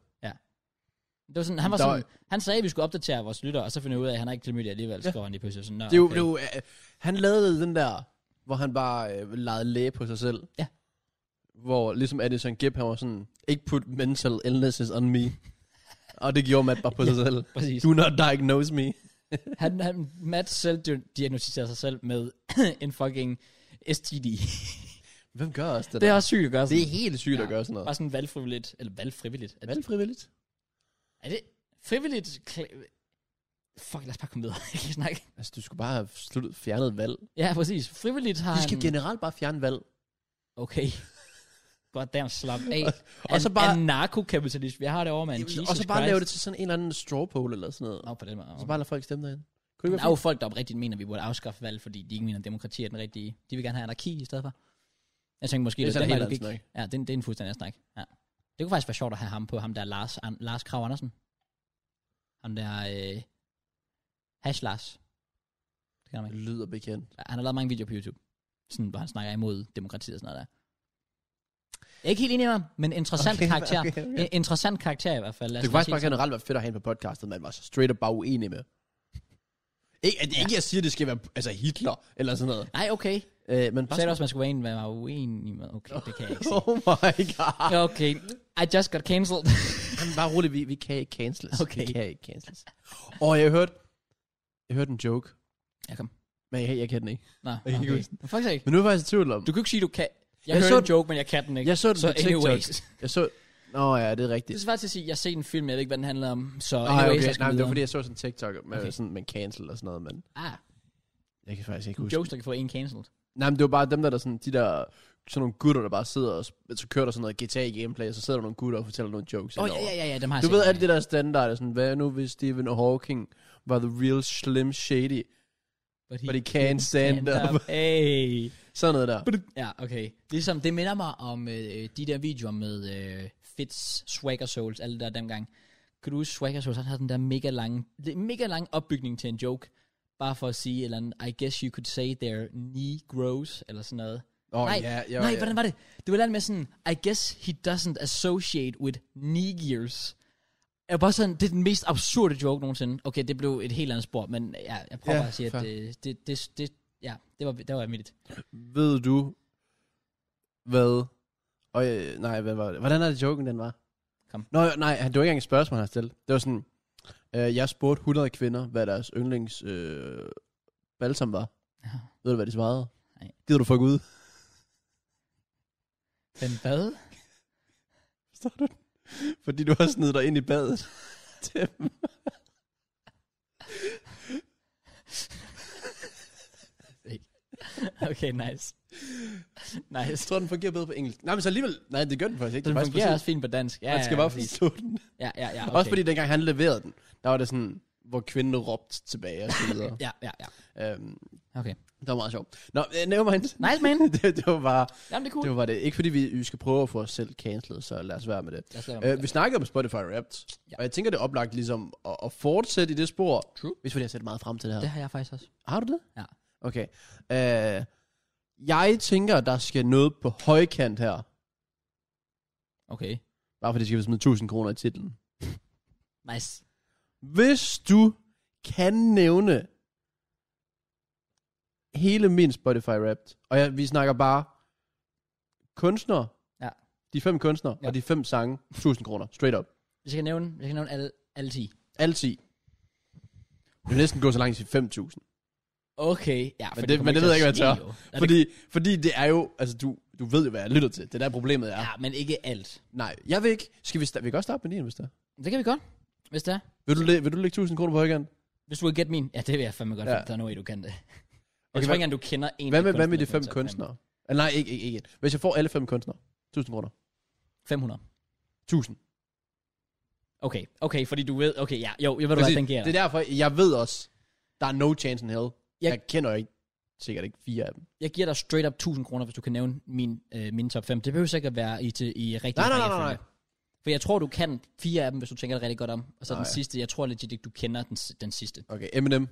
det var sådan, han, var
Der-
sådan, han sagde, at vi skulle opdatere vores lytter, og så finde ud af, at han har ikke klamydia alligevel, så
Ja.
ja. går han lige pludselig sådan, Nå,
Det er jo,
okay.
det er jo, øh, han lavede den der, hvor han bare øh, legede læge på sig selv.
Ja.
Hvor ligesom Addison Gibb, han var sådan, ikke put mental illnesses on me. og det gjorde Matt bare på sig selv.
Præcis.
Do not diagnose me.
Han, han, Matt selv di- diagnostiserer sig selv med en fucking STD.
Hvem gør også det,
det er
der?
også sygt at gøre
det
sådan.
er helt sygt
Ja.
at gøre sådan
Bare
noget.
sådan valgfrivilligt. Eller valgfrivilligt. Er det,
Valgfrivilligt.
er det frivilligt? Kla- Fuck, lad os bare komme videre. Jeg kan ikke snakke.
Altså, du skulle bare have sluttet, fjernet valg.
Ja, præcis. Frivilligt har
De skal
han...
generelt bare fjerne valg.
Okay. God damn, slap af.
Og så bare-
En narkokapitalist. Jeg har det over, mand. Jesus
og så bare
Christ.
lave det til sådan en eller anden straw poll eller sådan noget.
Nå, på den måde.
Og så bare lade folk stemme derinde. Kunne det
Der
ikke
er
være
jo folk, der oprigtigt mener, at vi burde afskaffe valg, fordi de ikke mener, at demokrati er den rigtige. De vil gerne have anarki i stedet for. Jeg tænker måske,
Det er
det,
så
er
en
den her
helt anden
logik. Ja, det, er en- det er en fuldstændig anden snak. Ja. Det kunne faktisk være sjovt at have ham på, ham der Lars, An, Lars Krav Andersen. Ham der øh, Hash Lars. Det kan man
fint?
ikke.
Det lyder bekendt.
Han har lavet mange videoer på YouTube, sådan, hvor han snakker imod demokrati og sådan noget der. Jeg er ikke helt enig med ham, men interessant okay, karakter. Okay, okay. En interessant karakter i hvert fald. Lad
Det
os
kunne faktisk
sige
bare generelt være fedt at have en på podcastet, man var så straight up bare uenig med. Ikke, at, ikke jeg siger, at det skal være altså Hitler eller sådan noget.
sådan. Nej, okay.
Øh, men
Du
bare
sagde også, man skulle være en, man var uenig med. Okay, det kan jeg ikke sige.
sådan, oh my god.
Okay, I just got cancelled.
Jamen, bare rolig, vi, vi kan ikke canceles.
Okay.
Vi kan ikke canceles. Og jeg hørte, jeg hørte en joke,
ja, kom.
men jeg, jeg kan den ikke.
Nå,
kan ikke
okay.
huske
Men faktisk ikke.
Men nu er jeg faktisk i tvivl om.
Du kan ikke sige, du kan. Jeg, jeg
Jeg
hørte
så
en joke, men jeg kan den ikke.
Jeg så den
så
på TikTok.
anyways.
Jeg så... Nå ja, det er
Det
rigtigt.
er svært til at sige, jeg har set en film, jeg ved ikke, hvad den handler om. Så
Ej,
anyways,
okay.
jeg skal
Nej, men det var
videre.
fordi, jeg så sådan en TikTok med,
Okay.
sådan, med cancel og sådan noget, men
Ah,
jeg kan faktisk ikke huske.
jokes, der kan få en cancelled.
Nej, men det var bare dem der, der sådan, de der, sådan nogle gutter, der bare sidder og, sp- så kører der sådan noget GTA gameplay, og så sidder der nogle gutter og fortæller nogle jokes.
Åh, oh, ja,
indover.
ja, ja, ja, dem har jeg
Du
set.
ved alt det der standard, er sådan, hvad nu hvis Stephen Hawking var the real slim shady,
But
but he can't stand up.
Hey.
Sådan noget der.
Ja, okay. Ligesom, det minder mig om øh, de der videoer med øh, Fitz, Swagger Souls, alle der dengang. Kan du huske Swagger Souls? Han havde den der mega lange, det- mega lang opbygning til en joke. Bare for at sige, et eller andet, I guess you could say their knee grows, eller sådan noget.
Åh, oh,
nej,
ja, ja,
nej,
ja.
hvordan var det? Det var et eller andet med sådan, I guess he doesn't associate with knee gears. Jeg var bare sådan, det er den mest absurde joke nogensinde. Okay, det blev et helt andet spor, men ja, jeg prøver
Ja,
bare at sige,
fair.
at det, det, det, det, ja, det var, det var almindeligt.
Ved du, hvad... Og, øh, nej, hvad var det? Hvordan er det joken, den var?
Kom.
Nå, nej, han- det var ikke engang et spørgsmål, han stillede. Det var sådan, øh, jeg spurgte 100 kvinder, hvad deres yndlings øh, balsam var.
Ja.
Ved du, hvad de svarede?
Nej.
Gider du fuck ud?
Men hvad?
Forstår du? Fordi du har snedet dig ind i badet. Til dem.
Okay, nice.
Jeg
nice.
tror, den fungerer bedre på engelsk. Nej, men så alligevel... Nej, det gør den faktisk ikke.
Den
det er faktisk
fungerer
præcis-
også fint på dansk. Ja,
Man skal
ja,
bare
præcis. Ah,
forstå den.
Ja, ja, ja.
Okay. Også fordi dengang han leverede den, der var det sådan, hvor kvinden råbte tilbage og så videre.
Ja, ja, ja.
øhm,
Okay.
det var meget sjovt. Nå, øh, nevermind.
Nice, man.
det, det, var bare,
Jamen, det er cool.
det var bare det. Ikke fordi vi, vi skal prøve at få os selv cancelled, så lad os være med det.
Lad os lade være med
Øh, vi snakkede om Spotify Wrapped,
Ja.
ja. og jeg tænker, det er oplagt ligesom at, at fortsætte i det spor.
True.
Hvis vi har set meget frem til det her.
Det har jeg faktisk også.
Har du det?
Ja.
Okay. Øh, jeg tænker, der skal noget på højkant her.
Okay.
Bare fordi det skal vi smide 1000 kroner i titlen.
Nice.
Hvis du kan nævne hele min Spotify Wrapped, og jeg, vi snakker bare kunstnere,
Ja.
de fem kunstnere
Ja.
og de fem sange, 1000 kroner, straight up.
Hvis jeg kan nævne, jeg kan nævne alle, alle 10.
Alle 10. Det vil næsten gå så langt til 5000.
Okay. Ja, for
det- men det ved jeg ikke, hvad jeg tør.
Fordi...
Fordi, fordi det er jo, altså du, du ved jo, hvad jeg lytter til. Det er der problemet er.
Ja, men ikke alt.
Nej, jeg vil ikke. Skal vi, sta- vi kan godt starte med din, hvis der.
Det kan vi godt. Hvis det er.
Vil du, læ- vil du lægge 1000 kroner på højkant?
Hvis du kan gætte min. Ja, det vil jeg fandme godt,
Ja.
ja. der er nogen, af jer, du kan det. Jeg
Okay,
tror
hvad-
ikke engang, du kender en
Hvad
af
med, hvad med de
kunstnerne,
fem
der er top
kunstnere? Ah, nej, ikke, ikke, ikke. Hvis jeg får alle fem kunstnere, 1000 kroner.
500.
1000.
Okay, okay, fordi du ved... Okay, ja, jo, jeg ved, hvad den giver.
Altså, det er derfor, jeg ved også, der er no chance in hell.
Jeg-
Jeg, jeg kender jo ikke, sikkert ikke fire af dem.
jeg giver dig straight up 1000 kroner, hvis du kan nævne min, øh, min top 5. Det behøver sikkert være i, til, i rigtig
Nej, nej, nej, nej.
For jeg tror, du kan fire af dem, hvis du tænker dig rigtig godt om. Og så
Nå,
den
ja.
sidste, jeg tror legit ikke, du kender den, si- den sidste.
Okay, Eminem.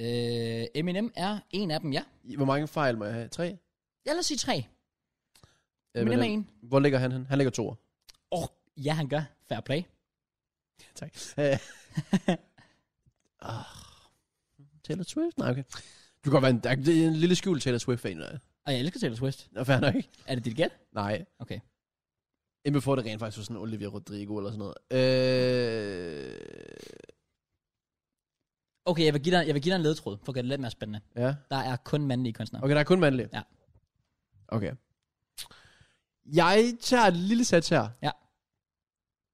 Øh, Eminem er en af dem, ja.
Hvor mange fejl må jeg have? Tre?
Jeg lad os sige tre. Eminem er en.
Hvor ligger han hen? Han ligger to.
Åh, oh, ja, han gør. Fair play.
Tak. oh. Taylor Swift? Nej, okay. Du kan godt være en, der- det er en lille skjult Taylor Swift-fan. der er.
Og jeg elsker Taylor Swift.
Nå, fair nok.
Er det dit gæt?
Nej.
Okay.
Inden before det rent faktisk var sådan Olivia Rodrigo eller sådan noget. Øh...
Okay, jeg vil give dig, jeg vil give dig en ledtråd, for at gøre det lidt mere spændende.
Ja.
Der er kun mandlige kunstnere. Okay.
Okay, der er kun mandlige.
Ja.
Okay. Jeg tager et lille sats her.
Ja.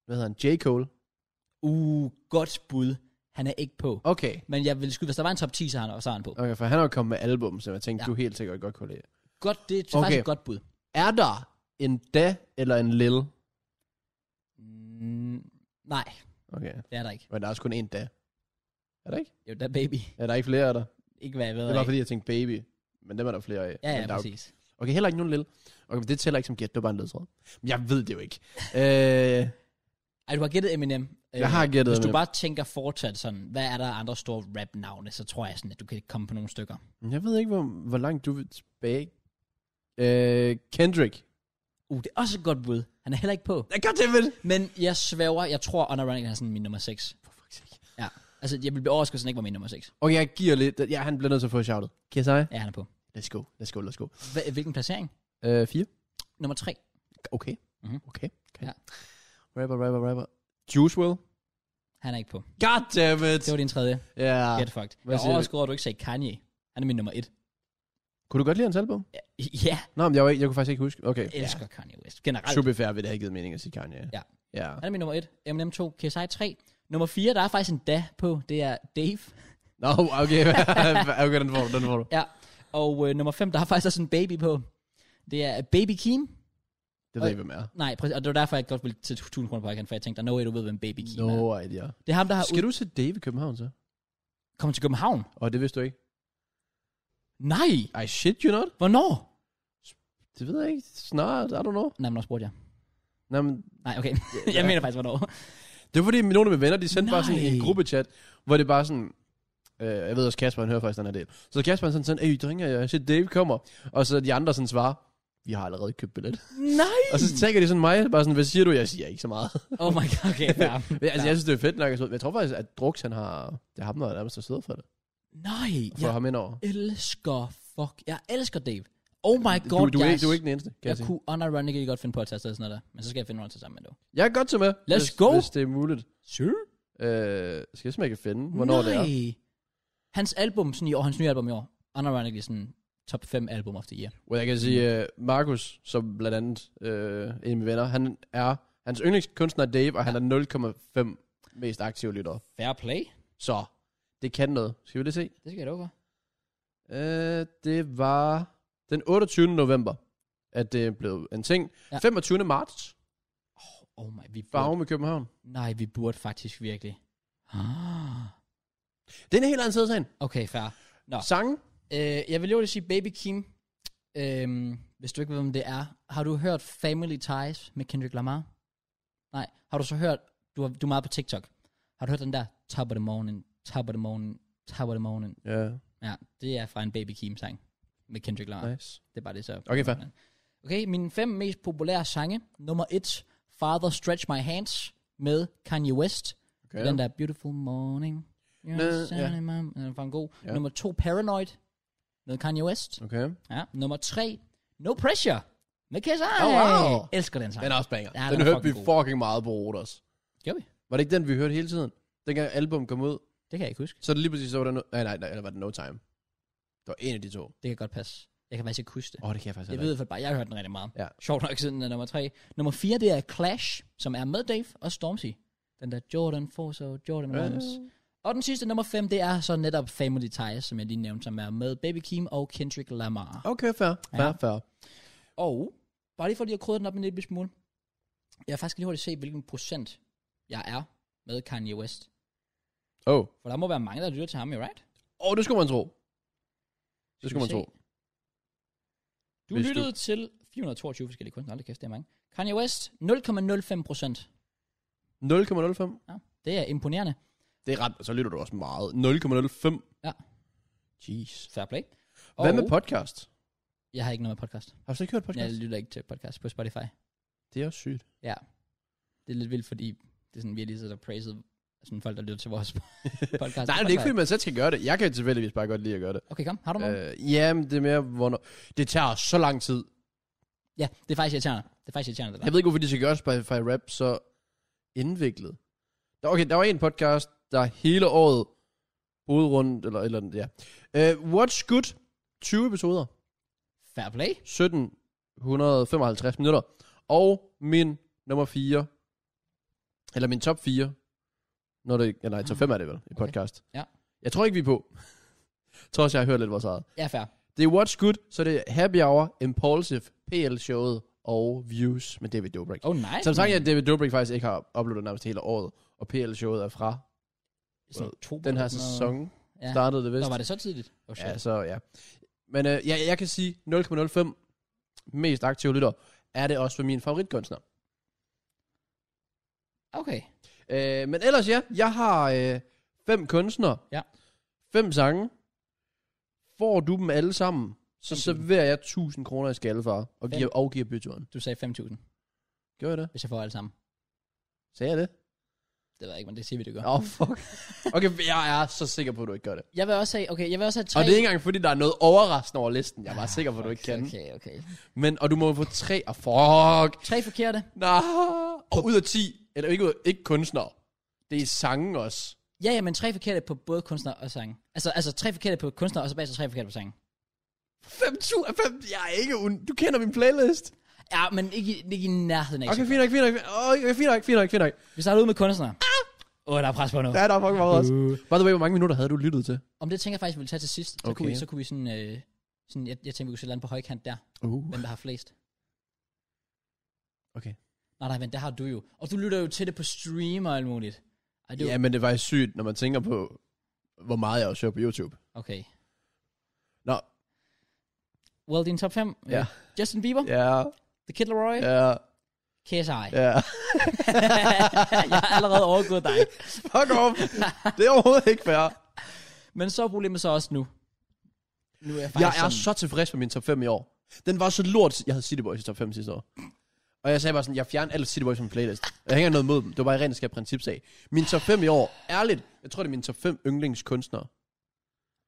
Hvad hedder han? J. Cole.
Uh, godt bud. Han er ikke på.
Okay.
Men jeg vil skyde, hvis der var en top 10, så er han, så er han på.
Okay, for han har jo kommet med album, som jeg tænkte,
Ja.
ja. du helt sikkert godt kunne lide.
Godt, det er faktisk
Okay.
et godt bud.
Er der en da eller en lil?
Mm, nej,
Okay.
det er der ikke.
Men der er også kun en da. Er der ikke?
Jo, der er baby.
Ja, der er ikke flere af der.
Ikke hvad jeg ved
Det er
af.
bare fordi, jeg tænkte baby. Men dem er der flere af.
Ja,
Men
ja,
der er jo-
præcis.
Okay, heller ikke nogen lille. Okay, men det tæller ikke som gæt. Det var bare en ledtråd. Men jeg ved det jo ikke. øh,
Ej, du har gættet Eminem. Øh,
jeg har gættet.
Hvis du
men-
bare tænker fortsat sådan, hvad er der af andre store rap-navne, så tror jeg sådan, at du kan komme på nogle stykker.
Jeg ved ikke, hvor, hvor langt du vil tilbage. Øh, Kendrick.
Uh, det er også et godt bud. Han er heller ikke på.
Ja, godt det vel.
Men jeg svæver, jeg tror, Honor Running er sådan min nummer 6.
For fuck's sake.
Ja. Altså, jeg ville blive overrasket, hvis han ikke var min nummer 6.
Okay, jeg giver lidt. Ja, han bliver nødt til at få shoutet. Kiss I.
Ja, han er på.
Let's go. Let's go, let's go.
Hva- Hvilken placering?
Øh, fire.
Nummer 3.
Okay.
Mhm.
Okay. okay.
Ja.
Ja. Rapper, rapper, rapper. Juice WRLD.
Han er ikke på.
God damn it.
Det var din tredje.
Ja.
Ah, Get fucked.
Hvad
Jeg
siger
er
du?
overrasket over, at du ikke sagde Kanye. Han er min nummer 1.
Kunne du godt lide hans album?
Ja,
Nå, men jeg, var, ikke- jeg kunne faktisk ikke huske. Okay.
jeg elsker Kanye West. Generelt.
To be fair, ville det have givet mening at sige Kanye.
Ja.
Ja.
Han er min nummer 1. Eminem 2. KSI 3. Nummer 4, der er faktisk en da på. Det er Dave.
Nå, okay. okay, den får du, den får du.
Ja. Og øh, nummer 5, der er faktisk også en baby på. Det er Baby Keem.
Det ved jeg, hvem er.
Nej, præcis. Og det var derfor, jeg godt ville til 1000 kroner på Icon, for jeg tænkte, der er no way, du ved, hvem Baby Keem er.
No idea.
Det er ham, der har
Skal du se Dave i København så?
ud- kommet til København.
Og det vidste du ikke.
Nej!
I shit you not.
Hvornår?
Det ved jeg ikke. Snart, I don't know.
Nej, men også spurgte jeg.
Nej, men,
Nej, okay. jeg mener faktisk, hvornår.
det var fordi, nogle af mine venner, de sendte bare sådan en
Nej.
gruppechat, hvor det bare sådan, øh, jeg ved også, Kasper, han hører faktisk den her del. Så Kasper, han sådan sådan, øh, dringer, jeg har set Dave kommer. Og så de andre sådan svarer, vi har allerede købt billet.
Nej!
Og så tænker de sådan mig, bare sådan, hvad siger du? Jeg siger ikke så meget.
Oh my god, okay, fair.
Men, altså, jeg synes, det er fedt nok. og sådan noget. Men jeg tror faktisk, at Drux, han har, det er ham, der er nærmest har siddet for det.
Nej,
For ja.
jeg
ham ind over.
elsker, fuck, jeg elsker Dave. Oh my
Du,
god,
du, er,
guys.
ikke- du er ikke den eneste, kan jeg,
jeg
sige.
kunne under run ikke godt finde på at tage afsted og sådan noget der. Men så skal jeg finde rundt til sammen med dig.
Jeg er godt til med.
Let's
hvis,
go.
Hvis det er muligt.
Sure.
Øh, skal jeg simpelthen ikke finde, hvornår
Nej.
det er?
Hans album sådan i år, hans nye album i år, under run er sådan top 5 album of the year.
Well, jeg kan sige, uh, Markus, som blandt andet uh, en af mine venner, han er, hans yndlingskunstner er Dave, og han er 0,5 mest aktive lyttere.
Fair play.
Så det kan noget. Skal vi lige se?
Det skal jeg love for.
Uh, det var den 28. november, at det blev en ting.
Ja.
Ja. 25. marts
Oh my, vi
var
burde,
med København.
nej, vi burde faktisk virkelig. Ah.
Det er en helt anden side af sagen.
Okay, fair. Nå.
Sange?
Øh, jeg vil jo lige sige Baby Kim. Øhm, hvis du ikke ved, hvem det er. Har du hørt Family Ties med Kendrick Lamar? Nej. Har du så hørt, du, har, du er meget på TikTok. Har du hørt den der Top of the Morning, Top of the Morning, Top of the Morning?
Ja,
Ja, det er fra en Baby Kim sang med Kendrick Lamar. Nej.
nice.
Det er bare det så.
Okay, fair.
Okay, mine fem mest populære sange. Nummer et, Father Stretch My Hands med Kanye West.
Okay.
Den der Beautiful Morning. You're
Nå,
Nå,
ja.
ja. mom. Den er fra en god.
Ja.
Nummer to, Paranoid med Kanye West.
Okay.
Ja. Nummer tre, No Pressure med Kiss I.
Oh, wow.
Elsker den sang.
Den er også banger.
Ja,
Ja,
den
den,
er
den hørte vi
fucking
fucking meget på Rodos.
Gjorde vi?
Var det ikke den, vi hørte hele tiden? Dengang album kom ud,
Det kan jeg ikke huske.
så er det lige præcis, så var der no, nej, nej, nej, eller var det No Time? Det var en af de to. Åh,
Det kan godt passe. Jeg kan faktisk ikke huske det.
oh, det kan jeg faktisk
Jeg ved for bare, jeg har hørt den rigtig meget.
Ja.
Sjovt nok siden den er nummer tre. Nummer fire, det er Clash, som er med Dave og Stormzy. Den der Jordan Forso, Jordan
Ja.
Rhymes. Og den sidste, nummer 5, det er så netop Family Ties, som jeg lige nævnte, som er med Baby Kim og Kendrick Lamar.
Okay, fair. Fair,
Ja.
ja. fair.
Og bare lige for lige at krydre den op en lille smule. Jeg har faktisk lige hurtigt se, hvilken procent jeg er med Kanye West.
Åh, oh.
For der må være mange, der lytter til ham, jo, right?
oh, det skulle man tro. Det
Skal
skulle
vi
man tro.
se. Du
Hvis du-
lyttede til 422 forskellige kunstnere, aldrig kæft, det er mange. Kanye West, 0,05 procent.
0,05.
Ja, det er imponerende.
Det er ret, så lytter du også meget. 0,05.
Ja.
Jeez.
Fair play.
Hvad med podcast?
Jeg har ikke noget med podcast.
Har du slet ikke hørt
podcast.
podcast?
Jeg lytter ikke til podcast på Spotify.
Det er også sygt.
Ja. Det er lidt vildt, fordi det er sådan, vi har lige siddet og praised sådan folk, der lytter til vores Altså, podcast.
Nej, det er ikke, fordi man selv skal gøre det. Jeg kan tilfældigvis bare godt lide at gøre det.
Okay, kom. Har du noget? Øh.
Øh, jamen, det er mere, hvornår... Det tager så lang tid.
Ja, det er faktisk irriterende. Det er faktisk irriterende, det der.
Jeg ved ikke, hvorfor de skal gøre Spotify Rap så indviklet. Der, okay, der var en podcast, der hele året boede rundt, eller eller andet, ja. Uh, What's Good, 20 episoder,
Fair play.
1755 minutter. Og min nummer 4, eller min top 4, når det, ja, nej, top 5 er det vel, i podcast.
Ja.
Jeg tror ikke, vi er på. jeg tror også, jeg har hørt lidt vores eget.
Ja, fair.
Det er What's Good, så det er Happy Hour, Impulsive, PL-showet og Views med David Dobrik.
Oh, nej.
Som sagt, at David Dobrik faktisk ikke har uploadet nærmest hele året, og PL-showet er fra
Sådan oktober
den her
eller sådan noget.
sæson,
Ja.
ja. startede det vist.
Nå, var det så tidligt? Oh, shit.
ja, så ja. Men øh, ja, jeg kan sige 0,05 mest aktive lytter, er det også for min favoritkunstner.
Okay.
Øh, men ellers ja, jeg har øh, fem kunstnere,
Ja.
fem sange. Får du dem alle sammen, så
Fem
serverer jeg 1000 kroner i skaldefar, og
Fem.
giver, og giver byturen.
Du sagde 5.000,
Gør jeg det?
hvis jeg får alle sammen.
Sagde jeg det?
Det ved jeg ikke, men det siger vi, det gør.
Åh, oh, fuck. Okay, jeg er så sikker på, at du ikke gør det.
Jeg vil også have, okay, jeg vil også have tre.
Og det er ikke engang, fordi der er noget overraskende over listen. Jeg er bare sikker på, at du ikke kan.
Okay, okay.
Men, og du må jo få tre. Og fuck.
Tre forkerte.
Nah. Og ud af ti. Eller ikke, ud af- ikke kunstnere. Det er sangen også.
Ja, ja, men tre forkerte på både kunstner og sang. Altså, altså tre forkerte på kunstner, og så bag så tre forkerte på sang.
5.000. fem- Jeg er ikke un... Du kender min playlist.
Ja, men ikke, i- ikke i nærheden af.
Okay, fint nok, fint nok. fint- Okay, fint nok, fint nok, fint nok.
Vi starter ud med kunstner. Åh, ah! oh, der er pres på nu.
Ja, der er fucking meget også.
Uh.
By the way, hvor mange minutter havde du lyttet til?
Om det tænker jeg faktisk, vi vil tage til sidst. Så, okay. kunne,
Okay.
vi, så kunne vi sådan... Øh, sådan jeg, jeg tænkte, vi kunne sætte land på højkant der.
Uh.
Hvem der har flest.
Okay.
Nej, nej, men der har du jo. Og du lytter jo til det på stream og alt muligt. Ej, det er
Ja,
jo...
men det var faktisk sygt, når man tænker på, hvor meget jeg også hører på YouTube.
Okay.
Nå,
Well, din top 5.
Ja.
Justin Bieber,
ja,
The Kid Laroi,
ja,
KSI.
ja.
jeg har allerede overgået dig.
Fuck off. Det er overhovedet ikke fair.
Men så er problemet så også nu. Nu er jeg
Jeg
faktisk
er
sådan,
så tilfreds med min top 5 i år. Den var så lort. Jeg havde City Boys i top 5 sidste år. Og jeg sagde bare sådan, jeg fjerner alle City Boys fra min playlist. Jeg hænger noget mod dem. Det var bare i rent skab principsag. Min top 5 i år, ærligt, jeg tror, det er min top 5 yndlingskunstnere.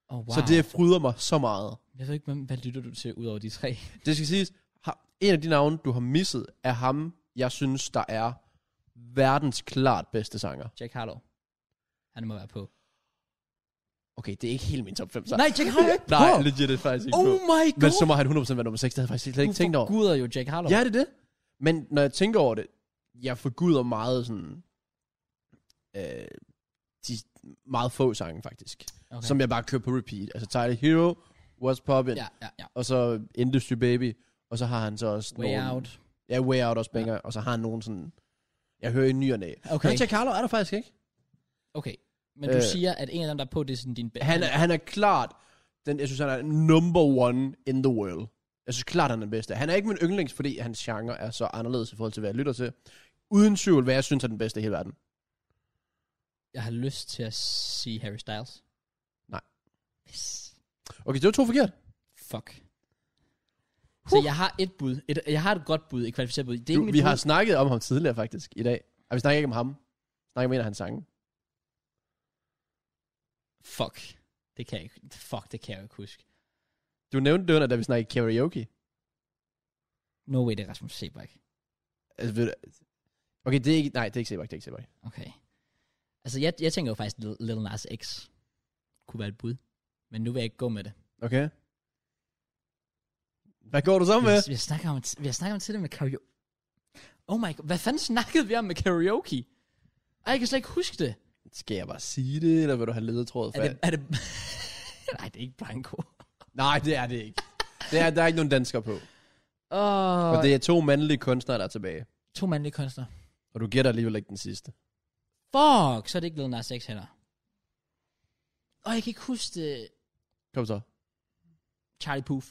oh, wow.
Wow. Så det fryder mig så meget.
Jeg ved ikke, hvem, hvad lytter du til ud over de tre?
Det skal siges, har- en af de navne, du har misset, er ham, jeg synes, der er verdens klart bedste sanger.
Jack Harlow. Han må være på.
Okay, det er ikke helt min top 5 sang.
Nej, Jack Harlow er ikke på!
Nej, legit det er faktisk ikke
oh
på.
my god!
Men så må han 100% være nummer 6, det havde jeg faktisk slet
du
ikke tænkt over.
forguder jo Jack Harlow.
Ja, det er det. Men når jeg tænker over det, jeg forguder meget sådan... Øh, de meget få sange, faktisk. Okay.
okay.
Som jeg bare kører på repeat. Altså Tyler Hero, What's Poppin',
ja, ja, ja.
og så Industry Baby, og så har han så også
Way
nogle...
out.
Ja, Way Out også banger, ja. og så har han nogen sådan... Jeg hører i ny og næ.
Okay.
Men Jack Harlow er der faktisk ikke.
Okay. Men du
Øh.
siger, at en af dem, der er på, det er sådan din... be-
Han er, han er klart... Den, jeg synes, han er number one in the world. Jeg synes klart, han er den bedste. Han er ikke min yndlings, fordi hans genre er så anderledes i forhold til, hvad jeg lytter til. Uden tvivl, hvad jeg synes er den bedste i hele verden.
Jeg har lyst til at sige Harry Styles.
Nej.
Yes.
Okay, det var to forkert.
Fuck. Så jeg har et bud. Et, jeg har et godt bud, et kvalificeret bud. Det er
Du,
ikke mit
vi
bud.
har snakket om ham tidligere faktisk i dag. Og vi snakker ikke om ham. Vi snakker om en af hans sange.
Fuck. Det kan jeg ikke. Fuck, det kan jeg jo ikke huske.
Du nævnte det under, da vi snakkede karaoke.
No way, det er Rasmus Sebak.
Altså, ved du, okay, det er ikke... Nej, det er ikke Sebak, det er ikke Sebak.
Okay. Altså, jeg, jeg tænker jo faktisk, Lil Lil Nas X kunne være et bud. Men nu vil jeg ikke gå med det.
Okay. Hvad går du så
Vi,
med?
vi, har snakket om, vi har snakket om til det med karaoke. Oh my god, hvad fanden snakkede vi om med karaoke? Ej, jeg kan slet ikke huske det.
Skal jeg bare sige det, eller vil du have ledetrådet?
Er det, er det... Nej, det er ikke Blanco.
Nej, det er det ikke. Det er, der er ikke nogen danskere på.
Åh,
Og
det...
det er to mandlige kunstnere, der er tilbage.
to mandlige kunstnere.
Og du gætter alligevel ikke den sidste.
Fuck, så er det ikke Lil Nas X heller. Og jeg kan ikke huske det.
Kom så.
Charlie Puth.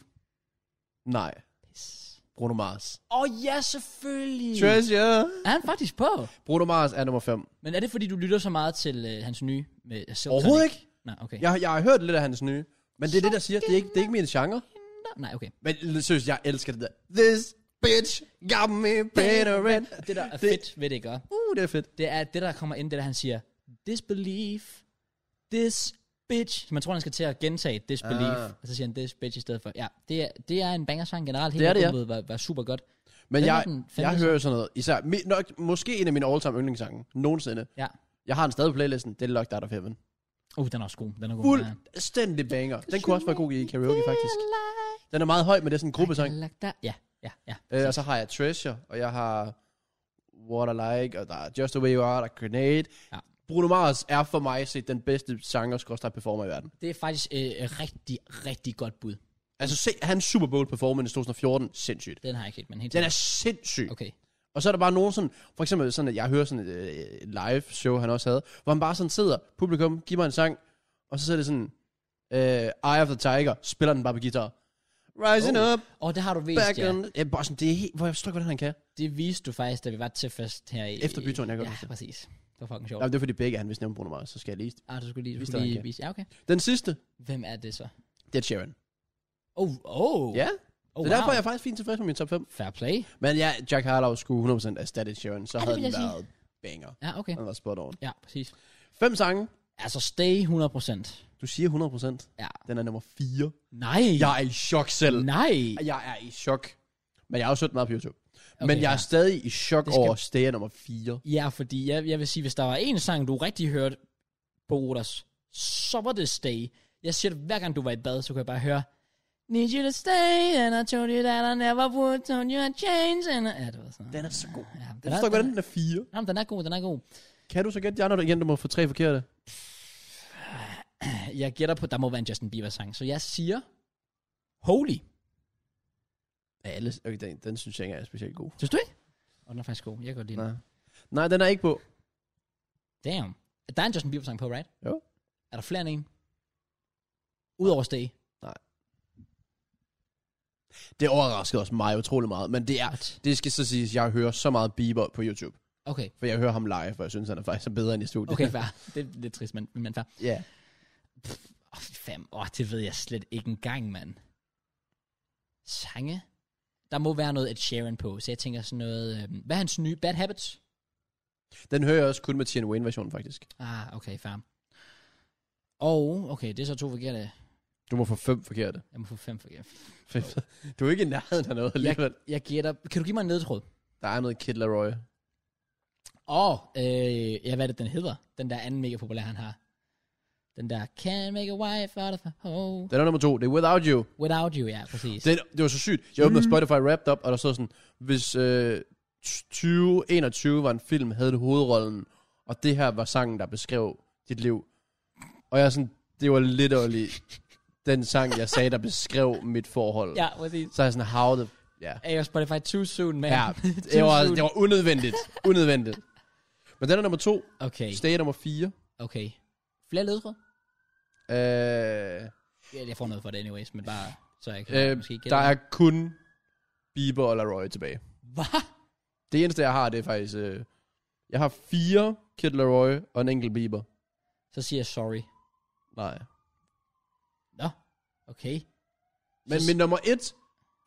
Nej.
Pis.
Bruno Mars.
Åh oh, ja, selvfølgelig.
Treasure.
Er han faktisk på?
Bruno Mars er nummer 5.
Men er det fordi, du lytter så meget til øh, hans nye med Silk Sonic?
Overhovedet ikke.
Nej, okay.
Jeg, jeg har hørt lidt af hans nye. Men det er det, der siger, det er ikke, det er ikke min genre.
Nej, okay.
Men seriøst, jeg elsker det der. This bitch got me better in.
Det, der er
Det-
fedt ved det, ikke?
Uh, det er fedt.
Det er det, der kommer ind, det der han siger, disbelief, this bitch. Så man tror, han skal til at gentage disbelief,
Ah.
ah. og så siger han this bitch i stedet for. Ja, det er, det er en bangersang generelt. Hele
Det er det, ja.
albumet var, var super godt.
Men
Den er
jeg,
den femte
jeg
sang.
hører jo sådan noget. Især, mi, nok, måske en af mine all-time yndlingssange. Nogensinde.
Ja.
Jeg har den stadig på playlisten. Det er Locked Out of Heaven.
Uh, den er også god. Den er god. den her.
Fuldstændig banger. Den kunne også være god i karaoke, faktisk. Den er meget høj, men det er sådan en gruppesang.
Lagt der. Ja, ja, ja.
Øh, og så har jeg Treasure, og jeg har What I Like, og der er Just The Way You Are, der er Grenade.
Ja.
Bruno Mars er for mig set den bedste sanger, skorstræk performer i verden.
Det er faktisk øh, et rigtig, rigtig godt bud.
Altså se, hans Super Bowl performance i 2014, sindssygt.
Den har jeg ikke helt, men helt
Den er sindssyg. Okay.
Okay.
Og så er der bare nogen sådan, for eksempel sådan, at jeg hører sådan et øh, live show, han også havde, hvor han bare sådan sidder, publikum, giver mig en sang, og så sidder det sådan, øh, Eye of the Tiger, spiller den bare på guitar. Rising
Oh,
up,
Og det har du vist,
back
ja.
on. Ja, bare sådan, det er helt, hvor jeg forstår ikke, hvordan han kan.
Det viste du faktisk, da vi var til fest her i...
Efter byturen, jeg kan godt
Ja,
huske det.
præcis. Det var fucking sjovt.
Nej, det er fordi begge, han vidste nævne Bruno Mars, så skal jeg lige
Ah, du skulle lige, du
Viste
skulle
dig,
lige
han kan.
vise. Ja, okay.
Den sidste,
Hvem er det så?
det er Sharon.
Oh, oh.
Ja,
oh
det er derfor, jeg er faktisk fint tilfreds med min top 5.
Fair play.
Men ja, Jack Harlow skulle 100% erstatte Sharon, så
Ja, det
havde
vil
den
jeg sige.
været banger.
Ja, okay.
Den var spot on.
Ja, præcis.
Fem sange.
Altså, stay 100%.
Du siger 100%.
Ja.
Den er nummer 4.
Nej.
Jeg er i chok selv.
Nej.
Jeg er i chok. Men jeg har også hørt den meget på YouTube. Okay,
Okay,
Men jeg er
ja.
stadig i chok
Det
skal...
skal-
over Stæger nummer 4.
Ja, fordi jeg, jeg vil sige, hvis der var en sang, du rigtig hørte på Rodas, så var det Stay. Jeg siger det, hver gang du var i bad, så kunne jeg bare høre, Need you to stay, and I told you that I never would, told you I'd change, and I... Ja, det var sådan
Den er så god.
Ja,
Jeg forstår ikke, hvordan den er 4.
Jamen, den er god, den er god.
Kan du så gætte de andre igen, du må få tre forkerte?
Jeg gætter på, der må være en Justin Bieber-sang, så jeg siger, Holy.
Ja, alle, okay, den, den synes jeg ikke er specielt god.
Synes du ikke? Og den er faktisk god, jeg kan godt lide den.
Nej. Nej, den er ikke på.
Damn. Der er en Justin Bieber-sang på, right?
Jo.
Er der flere end en? Udover Stay.
Det overraskede også mig utrolig meget, men det er,
What?
det skal så siges, jeg hører så meget Bieber på YouTube,
Okay,
for jeg hører ham live, og jeg synes, han er faktisk bedre end i studiet.
okay, fair. Det er lidt trist, men, men fair.
ja.
Åh, oh, fam. Åh, oh, det ved jeg slet ikke engang, mand. Sange? Der må være noget Ed Sheeran på, så jeg tænker sådan noget... Øh, hvad er hans nye? Bad Habits?
Den hører jeg også kun med Tien Wayne-versionen, faktisk.
Ah, okay, fair. Og, okay, det er så to forkerte.
Du må få fem forkerte.
Jeg må få fem forkerte.
Fem. Du er ikke i nærheden af noget alligevel.
Jeg gætter... Kan du give mig en ledtråd?
Der er noget Kid Laroi.
Og, øh, ja, hvad er det, den hedder? Den der anden mega populær, han har. Den der, can't make a wife out of a hoe.
Den er nummer to. Det er Without You.
Without you, ja, præcis.
Den, det var så sygt. Jeg åbnede
Mm.
Spotify Wrapped Up, og der stod sådan, hvis øh, 2021 var en film, havde det hovedrollen, og det her var sangen, der beskrev dit liv. Og jeg er sådan, det var literally den sang, jeg sagde, der beskrev mit forhold.
Ja, præcis.
Så er jeg sådan, how the... Ja,
Er jeg Spotify too soon, man?
ja
Too
det, var,
soon.
det var unødvendigt. unødvendigt. Men den er nummer to.
Okay,
Stay er nummer fire.
okay. Flere ledtråd?
Øh,
Ja, jeg får noget for det anyways, men bare så jeg kan
øh,
måske gætte.
der er kun Bieber og Leroy tilbage.
Hvad?
Det eneste, jeg har, det er faktisk... Øh, jeg har fire Kid Leroy og en enkelt Bieber.
Så siger jeg sorry.
Nej.
Nå, okay.
Men
Så-
min nummer et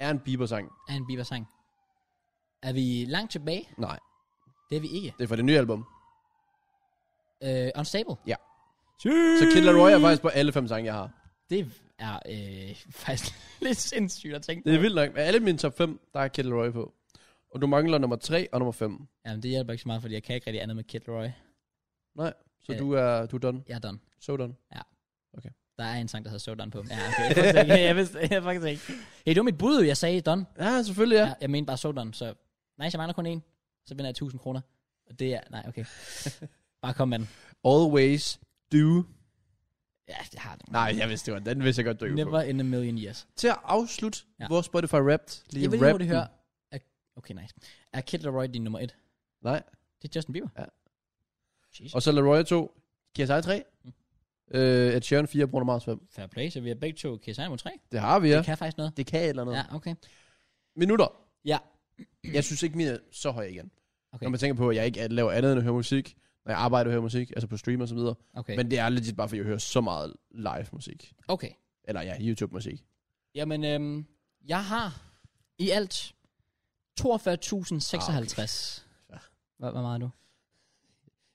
er en Bieber-sang.
Er en Bieber-sang. Er vi langt tilbage?
Nej,
Det er vi ikke.
det er fra det nye album.
Øh, unstable?
Ja. Så Kid Leroy er faktisk på alle fem sange, jeg har.
Det er øh, faktisk lidt sindssygt at tænke
Det er vildt nok. Men alle mine top 5, der er Kid Leroy på. Og du mangler nummer 3 og nummer 5.
Jamen, det hjælper ikke så meget, fordi jeg kan ikke rigtig andet med Kid Leroy.
Nej, så
Ja.
du er du er done.
Jeg er done.
So done.
Der er en sang, der hedder So Done på. Ja, okay. Jeg vidste ikke. Jeg vidste, jeg faktisk ikke. Hey, det var mit bud, jeg sagde Done.
Ja, selvfølgelig ja.
Ja. Jeg mente bare So Done, så... Nej, jeg mangler kun en. Så vinder jeg 1000 kroner. Og det er... Nej, okay. bare kom med den.
Always do.
Ja, det har den.
Nej, jeg vidste det var den. vidste jeg godt, du ikke var på.
Never in a million years.
Til at afslutte
Ja.
vores Spotify Wrapped.
Lige jeg vil lige
wrap
hurtigt
den.
høre. Er, okay, nice. Er Kid Leroy din nummer et?
Nej.
Det er Justin Bieber.
Ja.
Jesus.
Og så Leroy 2. KSI 3.
Mm.
Øh, Ed Sheeran 4, Bruno Mars 5.
Fair play, så vi har begge to KSI mod tre.
Det har vi,
Ja.
ja.
Det kan faktisk noget.
Det kan eller noget.
Ja,
Ja.
okay.
Minutter.
Ja.
Jeg synes ikke, min er så høj igen.
Okay.
Okay. Når man tænker på, at jeg ikke laver andet end at høre musik, når jeg arbejder og hører musik, altså på stream og så videre.
Okay.
Okay.
Men,
Men det er legit bare, fordi jeg hører så meget live musik.
okay.
Eller ja, YouTube-musik.
Jamen, øhm, jeg har i alt 42.056.
Ja.
Hvad, hvad meget er du?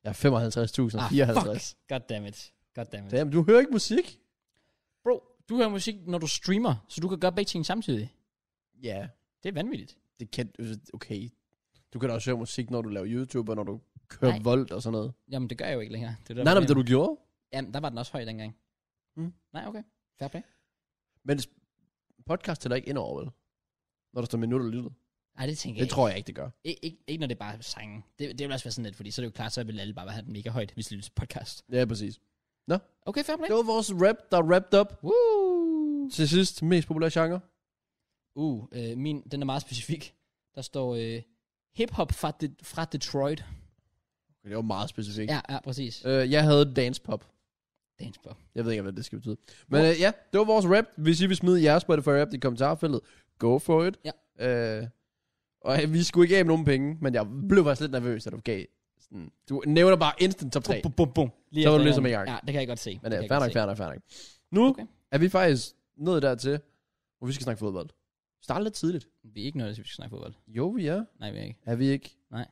Jeg er 55.000
Ah,
ah, 54.
fuck. Goddammit. Goddammit.
Damn, du hører ikke musik?
Bro, du hører musik, når du streamer, så du kan gøre begge ting samtidig.
Ja,
Det er vanvittigt.
det kan... Okay. Du kan da også høre musik, når du laver YouTube, og når du kører
Nej.
Nej. Volt og sådan noget.
Jamen, det gør jeg jo ikke længere. Det er der,
Nej, nej, men det du gjorde.
Jamen, der var den også høj dengang.
Mm.
Nej, okay. Fair play.
Men s- podcast tæller ikke ind over, vel? Når der står minutter lyttet.
Nej, det tænker jeg
Det tror jeg ikke, det gør.
ikke. Ik- ikke. Ikke når det er bare sange. Det, det vil også være sådan lidt, fordi så er det jo klart, så vil alle bare have den mega højt, hvis de lytter til podcast.
Ja, præcis.
Okay, fair play.
Det var vores rap, der er wrapped up.
Woo!
Til sidst, mest populære genre.
Uh, øh, min, den er meget specifik. Der står øh, hip-hop fra, de, fra Detroit.
Okay, Det var meget specifikt. Ja.
Ja, ja, præcis.
Øh, jeg havde dance pop.
Dance pop.
Jeg ved ikke, hvad det skal betyde. Men øh, ja, det var vores rap. Hvis I vil smide jeres Spotify-rap i kommentarfeltet, go for it.
Ja.
Øh, og øh, vi skulle ikke af med nogen penge, men jeg blev faktisk lidt nervøs, da du gav sådan, Du nævner bare instant top 3.
Bum, bum, bum. Lige
Så var
efter
du ligesom
hinanden.
i gang.
Ja, det kan jeg godt se.
Men
det
ja,
kan
fair
jeg
nok,
godt se.
fair nok, fair nok. Nu
Okay.
okay. er vi faktisk nået dertil, hvor vi skal snakke fodbold. Start lidt tidligt.
Vi er ikke nødt til, at vi skal snakke fodbold.
Jo, vi er.
Nej, vi er ikke.
Er vi ikke?
Nej.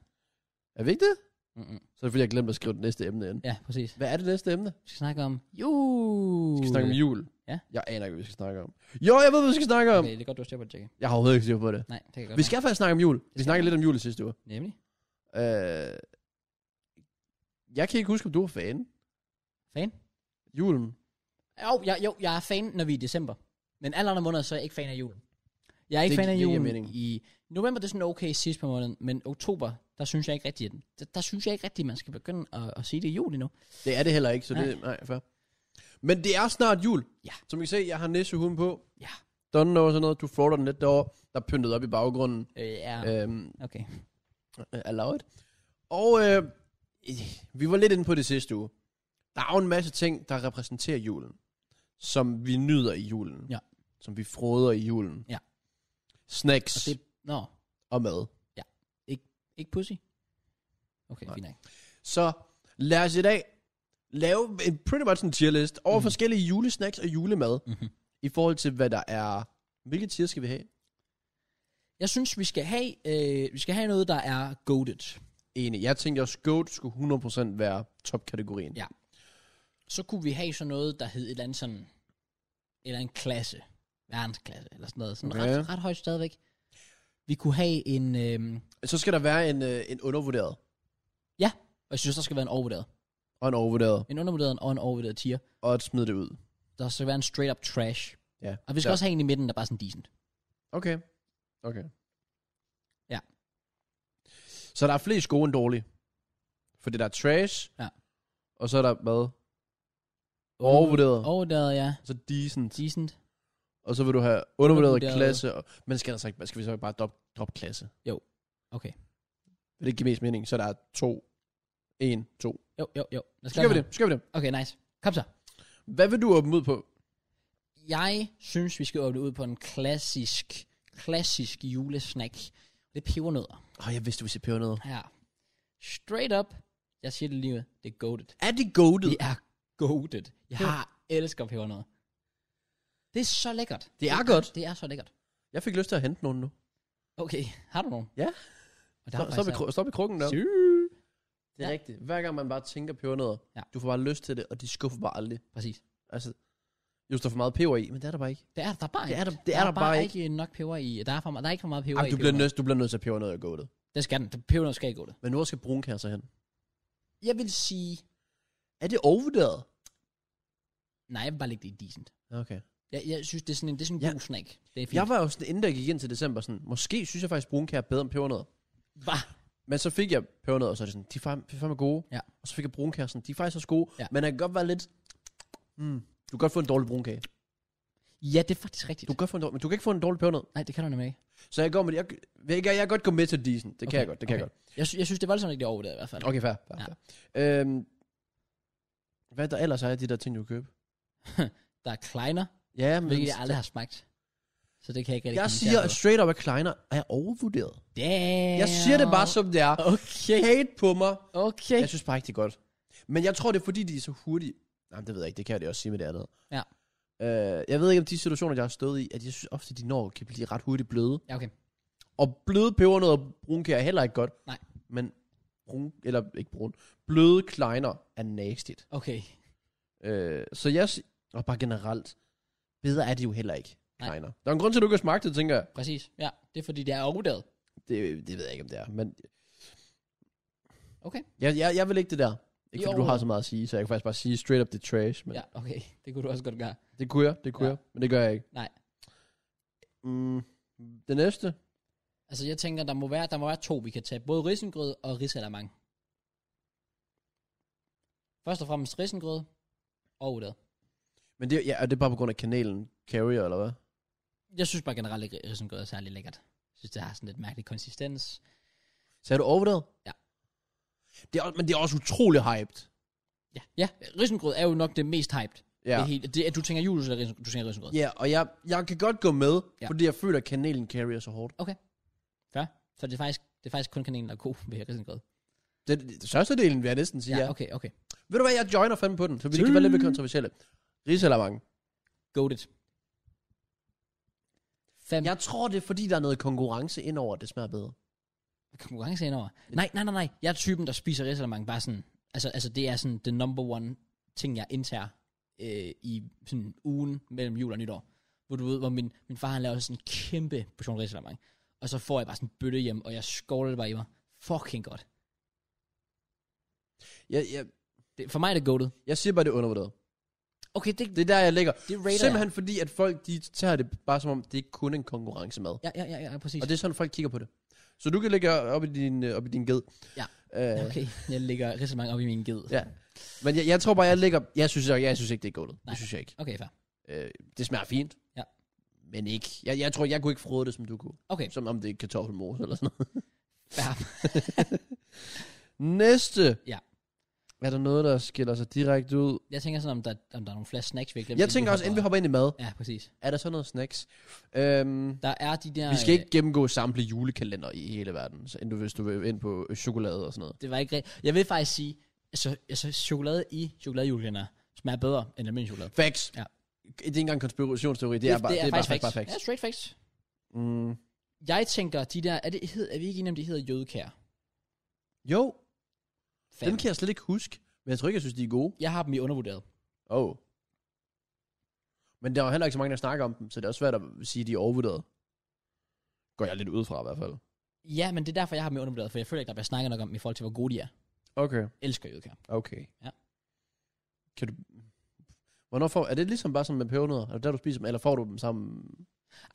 Er vi ikke det?
Mm-mm.
Så er det fordi, jeg glemte at skrive det næste emne ind.
Ja, præcis.
Hvad er det næste emne?
Vi skal snakke om jul.
Vi skal snakke om jul.
Uh, Ja.
Jeg aner ikke, hvad vi skal snakke om. Jo, jeg ved, hvad vi skal snakke om.
Okay, det er godt, du har styr på det, Jackie.
Jeg har overhovedet ikke styr på det.
Nej, det kan jeg godt
Vi skal faktisk snakke om jul. Vi
skal
snakkede
vi.
lidt om jul i sidste uge.
mærke. Nemlig.
Øh, jeg kan ikke huske, om du var fan.
Fan?
Julen.
Jo, jeg, jo, jeg er fan, når vi er i december. Men alle andre måneder, så er jeg ikke fan af julen. Jeg er ikke
Det
fan af
giver
julen
mening.
i... November, det er sådan okay sidst på måneden, men oktober, der synes jeg ikke rigtigt, at- der, der synes jeg ikke rigtigt, man skal begynde at, at sige, det er jul endnu.
Det er det heller ikke, så det nej, fair. Men det er snart jul.
Ja.
Som I kan se, jeg har nissehuen på.
Ja.
Donnen og sådan noget. Du flår den lidt derovre. Der er pyntet op i baggrunden.
Øh, ja,
Ja. Øhm, uh,
okay.
allowed. Og øh, vi var lidt inde på det sidste uge. Der er jo en masse ting, der repræsenterer julen. Som vi nyder i julen.
Ja.
Som vi froder i julen.
Ja. Og
Snacks og,
det, nå,
og mad.
ikke pussy? Okay,
Nej.
fint nok.
Så lad os i dag lave en pretty much en tier list over mm. forskellige julesnacks og julemad,
Mhm.
mm-hmm. i forhold til hvad der er. Hvilke tier skal vi have?
Jeg synes, vi skal have, øh, vi skal have noget, der er goated.
Enig. Jeg tænkte også, goat skulle 100% være topkategorien.
Ja. Så kunne vi have sådan noget, der hed et eller andet sådan, eller en klasse, verdensklasse, eller sådan noget. Sådan
Okay.
ret, ret højt stadigvæk. Vi kunne have en, øh,
Så skal der være en, øh, en undervurderet
og jeg synes, der skal være en overvurderet.
og en overvurderet,
En undervurderet og en overvurderet tier.
og et smid det ud.
Der skal være en straight up trash.
Ja.
Og vi skal
Ja.
også have en i midten, der bare er sådan decent.
Okay. Okay.
Ja.
Så der er flest gode end dårlige. Fordi der er trash,
Ja.
og så er der hvad? Overvurderet,
Overvurderet, ja.
og så decent.
Decent.
Og så vil du have undervurderet
Undervurderet.
klasse. Og, men skal, der så ikke, skal vi så ikke bare drop, drop klasse?
Okay.
Vil det ikke give mest mening? Så der er to. En, to.
Jo, jo, jo. Lad os
Så gør vi
gøre
det, så gør vi det.
Okay, nice. Kom så.
Hvad vil du åbne ud på?
Jeg synes, vi skal åbne ud på en klassisk, klassisk julesnack. Det er pebernødder.
Åh, oh, jeg vidste, du ville sige pebernødder.
Ja. Straight up. Jeg siger det lige med. Det er goated.
Er det goated?
Det er goated. Jeg
Ja.
har elsker pebernødder. Det er så lækkert.
Det er godt.
Det er så lækkert.
Jeg fik lyst til at hente nogen nu.
Okay, har du nogen?
Ja.
Og der
Stop,
er
stop, i,
faktisk-
kru- stop i krukken der.
Syg.
Det er
Ja.
rigtigt. Hver gang man bare tænker pebernødder,
Ja.
du får bare lyst til det, og de skuffer bare aldrig.
Præcis.
Altså, just der er for meget peber i, men det er der bare ikke.
Det er der bare
Det
ikke.
er der- det er der bare
ikke. nok peber i. Der er, for, meget- der er ikke for meget peber
Jamen,
i.
du, bliver
pebernødder.
nødt, du bliver nødt til at pebernødder og goated.
Det skal den. Pebernødder skal ikke gå det.
Men hvor skal brunkær så hen?
Jeg vil sige...
Er det overvurderet?
Nej, jeg vil bare lægge det i decent.
Okay.
Jeg, jeg synes, det er sådan en, det er sådan en
Ja.
god snack. Det er fint.
Jeg var jo sådan, inden der gik ind til december, sådan, måske synes jeg faktisk, brunkær er bedre end pebernødder.
Hva?
Men så fik jeg pebernødder, og så er det sådan, de er fandme- de er fandme gode.
Ja.
Og så fik jeg brunkær, sådan, de er faktisk også gode.
Ja.
Men jeg kan godt være lidt... Mm, du kan godt få en dårlig brunkage.
Ja, det er faktisk rigtigt.
Du kan godt få en dårlig, men du kan ikke få en dårlig pebernød.
Nej, det kan du nemlig ikke.
Så jeg går med det. Jeg, jeg, jeg, jeg kan godt gå med til decent. Det kan
Okay,
jeg godt, det kan jeg
okay. Jeg, sy- jeg synes, det er voldsomt ikke det overvurderet i hvert fald.
godt. Okay, fair. fair, fair. Øhm, hvad der ellers er af de der ting, du kan købe?
Der er kleiner,
Ja, men...
hvilket jeg aldrig har smagt. Så det kan jeg ikke rigtig
Jeg
kommentere
siger
på.
straight up, at Kleiner er overvurderet.
Damn.
Jeg siger det bare, som det er.
Okay.
Hate på mig.
Okay.
Jeg synes bare ikke, det er godt. Men jeg tror, det er fordi, de er så hurtige. Nej, det ved jeg ikke. Det kan jeg det også sige med det andet.
Ja.
Øh, jeg ved ikke, om de situationer, jeg har stået i, at jeg synes ofte, de når kan blive ret hurtigt bløde.
Ja, okay.
Og bløde pebernødder og brunkær er heller ikke godt.
Nej.
Men brun, eller ikke brun, bløde kleiner er nasty.
Okay.
Øh, så jeg si- og bare generelt, bedre er de jo heller ikke,
Nej.
kleiner. Der er en grund til, at du ikke har smagt det, tænker jeg.
Præcis. Ja, det er fordi, det er overdaget.
Det, det ved jeg ikke, om det er, men...
Okay.
Jeg, jeg, jeg vil ikke det der. Ikke fordi
Jo.
du har så meget at sige, så jeg kan faktisk bare sige straight up the trash. Men
Ja, okay. Det kunne du også godt gøre.
Det kunne jeg, det kunne
Ja.
ja. jeg, men det gør jeg ikke.
Nej.
Mm, det næste?
Altså, jeg tænker, der må være, der må være to, vi kan tage. Både risengrød og risalamang. Først og fremmest risengrød og udad.
Men det, ja, og det er bare på grund af kanalen Carrier, eller hvad?
Jeg synes bare generelt ikke, risengrød er særlig lækkert. Jeg synes, det har sådan lidt mærkelig konsistens.
Så er du overvurderet?
Ja.
Det er, også- men det er også utrolig hyped.
Ja, ja. risengrød er jo nok det mest hyped. Ja.
Ja,
Det hele, det, er- du tænker julus eller risengrød? Du tænker risengrød.
ja og jeg, jeg kan godt gå med,
Ja.
ja. fordi jeg føler, at kanalen Carrier så hårdt.
Ja. Så det er faktisk, det er faktisk kun kanelen, der er god ved risengrød.
Det, det, største delen vil jeg næsten sige, ja.
okay, okay.
Ved du hvad, jeg joiner fandme på den, så vi kan være lidt mere kontroversielle. Rigsalermange.
Goated. Fem
Jeg tror, det er fordi, der er noget konkurrence indover, at det smager bedre.
konkurrence indover. Nej, nej, nej, nej. Jeg er typen, der spiser risalamang bare sådan... Altså, altså det er sådan the number one ting, jeg indtager øh, i sådan ugen mellem jul og nytår. Hvor du ved, hvor min, min far han laver sådan en kæmpe portion risalamang. Og så får jeg bare sådan en bøtte hjem, og jeg skovler det bare i mig. Fucking godt.
Jeg, jeg,
Det, for mig er det goated.
jeg siger bare, det er undervurderet.
Okay, det,
Det er der, jeg ligger.
det rater
Simpelthen fordi, at folk de tager det bare som om, det er kun en konkurrence med.
jeg. Ja, ja, ja, ja, præcis.
Og det er sådan, folk kigger på det. Så du kan ligge op i din, øh, op i din ged.
Ja.
Øh,
Okay, jeg lægger risalamang op i min ged.
ja. Men jeg, jeg, tror bare, jeg ligger... Jeg synes, jeg, jeg synes ikke, det er gulvet.
Nej.
Det synes jeg ikke.
Okay, fair.
Øh, det smager fint.
Ja.
Men ikke... Jeg, jeg tror, jeg kunne ikke frode det, som du kunne.
Okay,
Som om det er kartoffelmos eller sådan
fair.
noget. Næste.
Ja.
Er der noget, der skiller sig direkte ud?
Jeg tænker sådan, om der, om der er nogle flere snacks, vi har glemt.
jeg tænker også, inden vi hopper ind i mad,
Ja, præcis.
er der så noget snacks? Øhm,
Der er de der...
vi skal
øh,
ikke gennemgå samtlige julekalender i hele verden, så inden du, hvis du vil ind på øh, chokolade og sådan noget.
Det var ikke rigtigt. Jeg vil faktisk sige, altså, altså chokolade i chokoladejulekalender smager bedre end almindelig chokolade.
Facts.
Ja.
Det er ikke engang konspirationsteori, det, det er bare, det er bare, facts. bare facts.
Ja, straight facts.
Mm.
Jeg tænker, de der, er, det, hed, er vi ikke enige om, de hedder jødekær?
Jo,
Fam.
dem kan jeg slet ikke huske, men jeg tror ikke, jeg synes, de er gode.
Jeg har dem i undervurderet.
Oh. Men der er jo heller ikke så mange, der snakker om dem, så det er også svært at sige, at de er overvurderet. Går jeg lidt ud fra i hvert fald.
Ja, men det er derfor, jeg har dem i undervurderet, for jeg føler ikke, der bliver snakket nok om dem i forhold til, hvor gode de er.
Okay,
Jeg elsker jødekær.
okay.
Ja.
Kan du... Hvornår får... Er det ligesom bare sådan med pebernødder? Er det der, du spiser dem, eller får du dem sammen?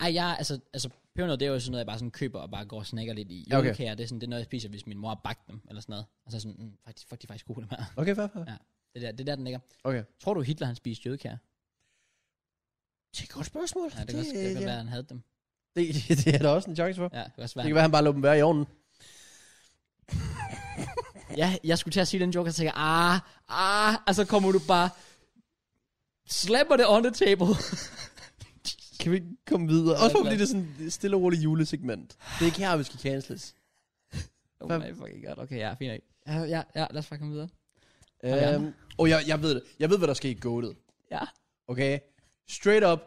Ej, jeg, altså, altså pebernød, det er jo sådan noget, jeg bare sådan køber og bare går og snakker lidt i.
Ja, okay.
Jødekær, okay. det er sådan, det er noget, jeg spiser, hvis min mor har bagt dem, eller sådan noget. Og så er jeg sådan, mm, faktisk, fuck, de er faktisk gode, dem her.
Okay, fair, fair.
Ja. Det er der, det er der, den ligger.
Okay.
Tror du, Hitler, han spiste jødekær?
Det er et godt spørgsmål.
Ja, det kan også det kan godt være, han havde dem.
det, det, er der også en chance for.
Ja, det kan også være,
Det kan være, han bare lå dem være i ovnen.
Ja, jeg skulle til at sige den joke, og så tænker jeg, ah, ah, og så kommer du bare, slapper det on the table.
Kan vi ikke komme videre? Også
Ja,
fordi det er sådan et stille og roligt julesegment. Det er ikke her, vi skal canceles.
oh
Hvad-
my fucking god, okay, ja, fint nok. Ja, ja, ja, lad os bare komme videre. vi
Øhm,
andre?
oh, jeg, jeg ved det. Jeg ved, hvad der sker i goatet.
Ja.
Okay? Straight up.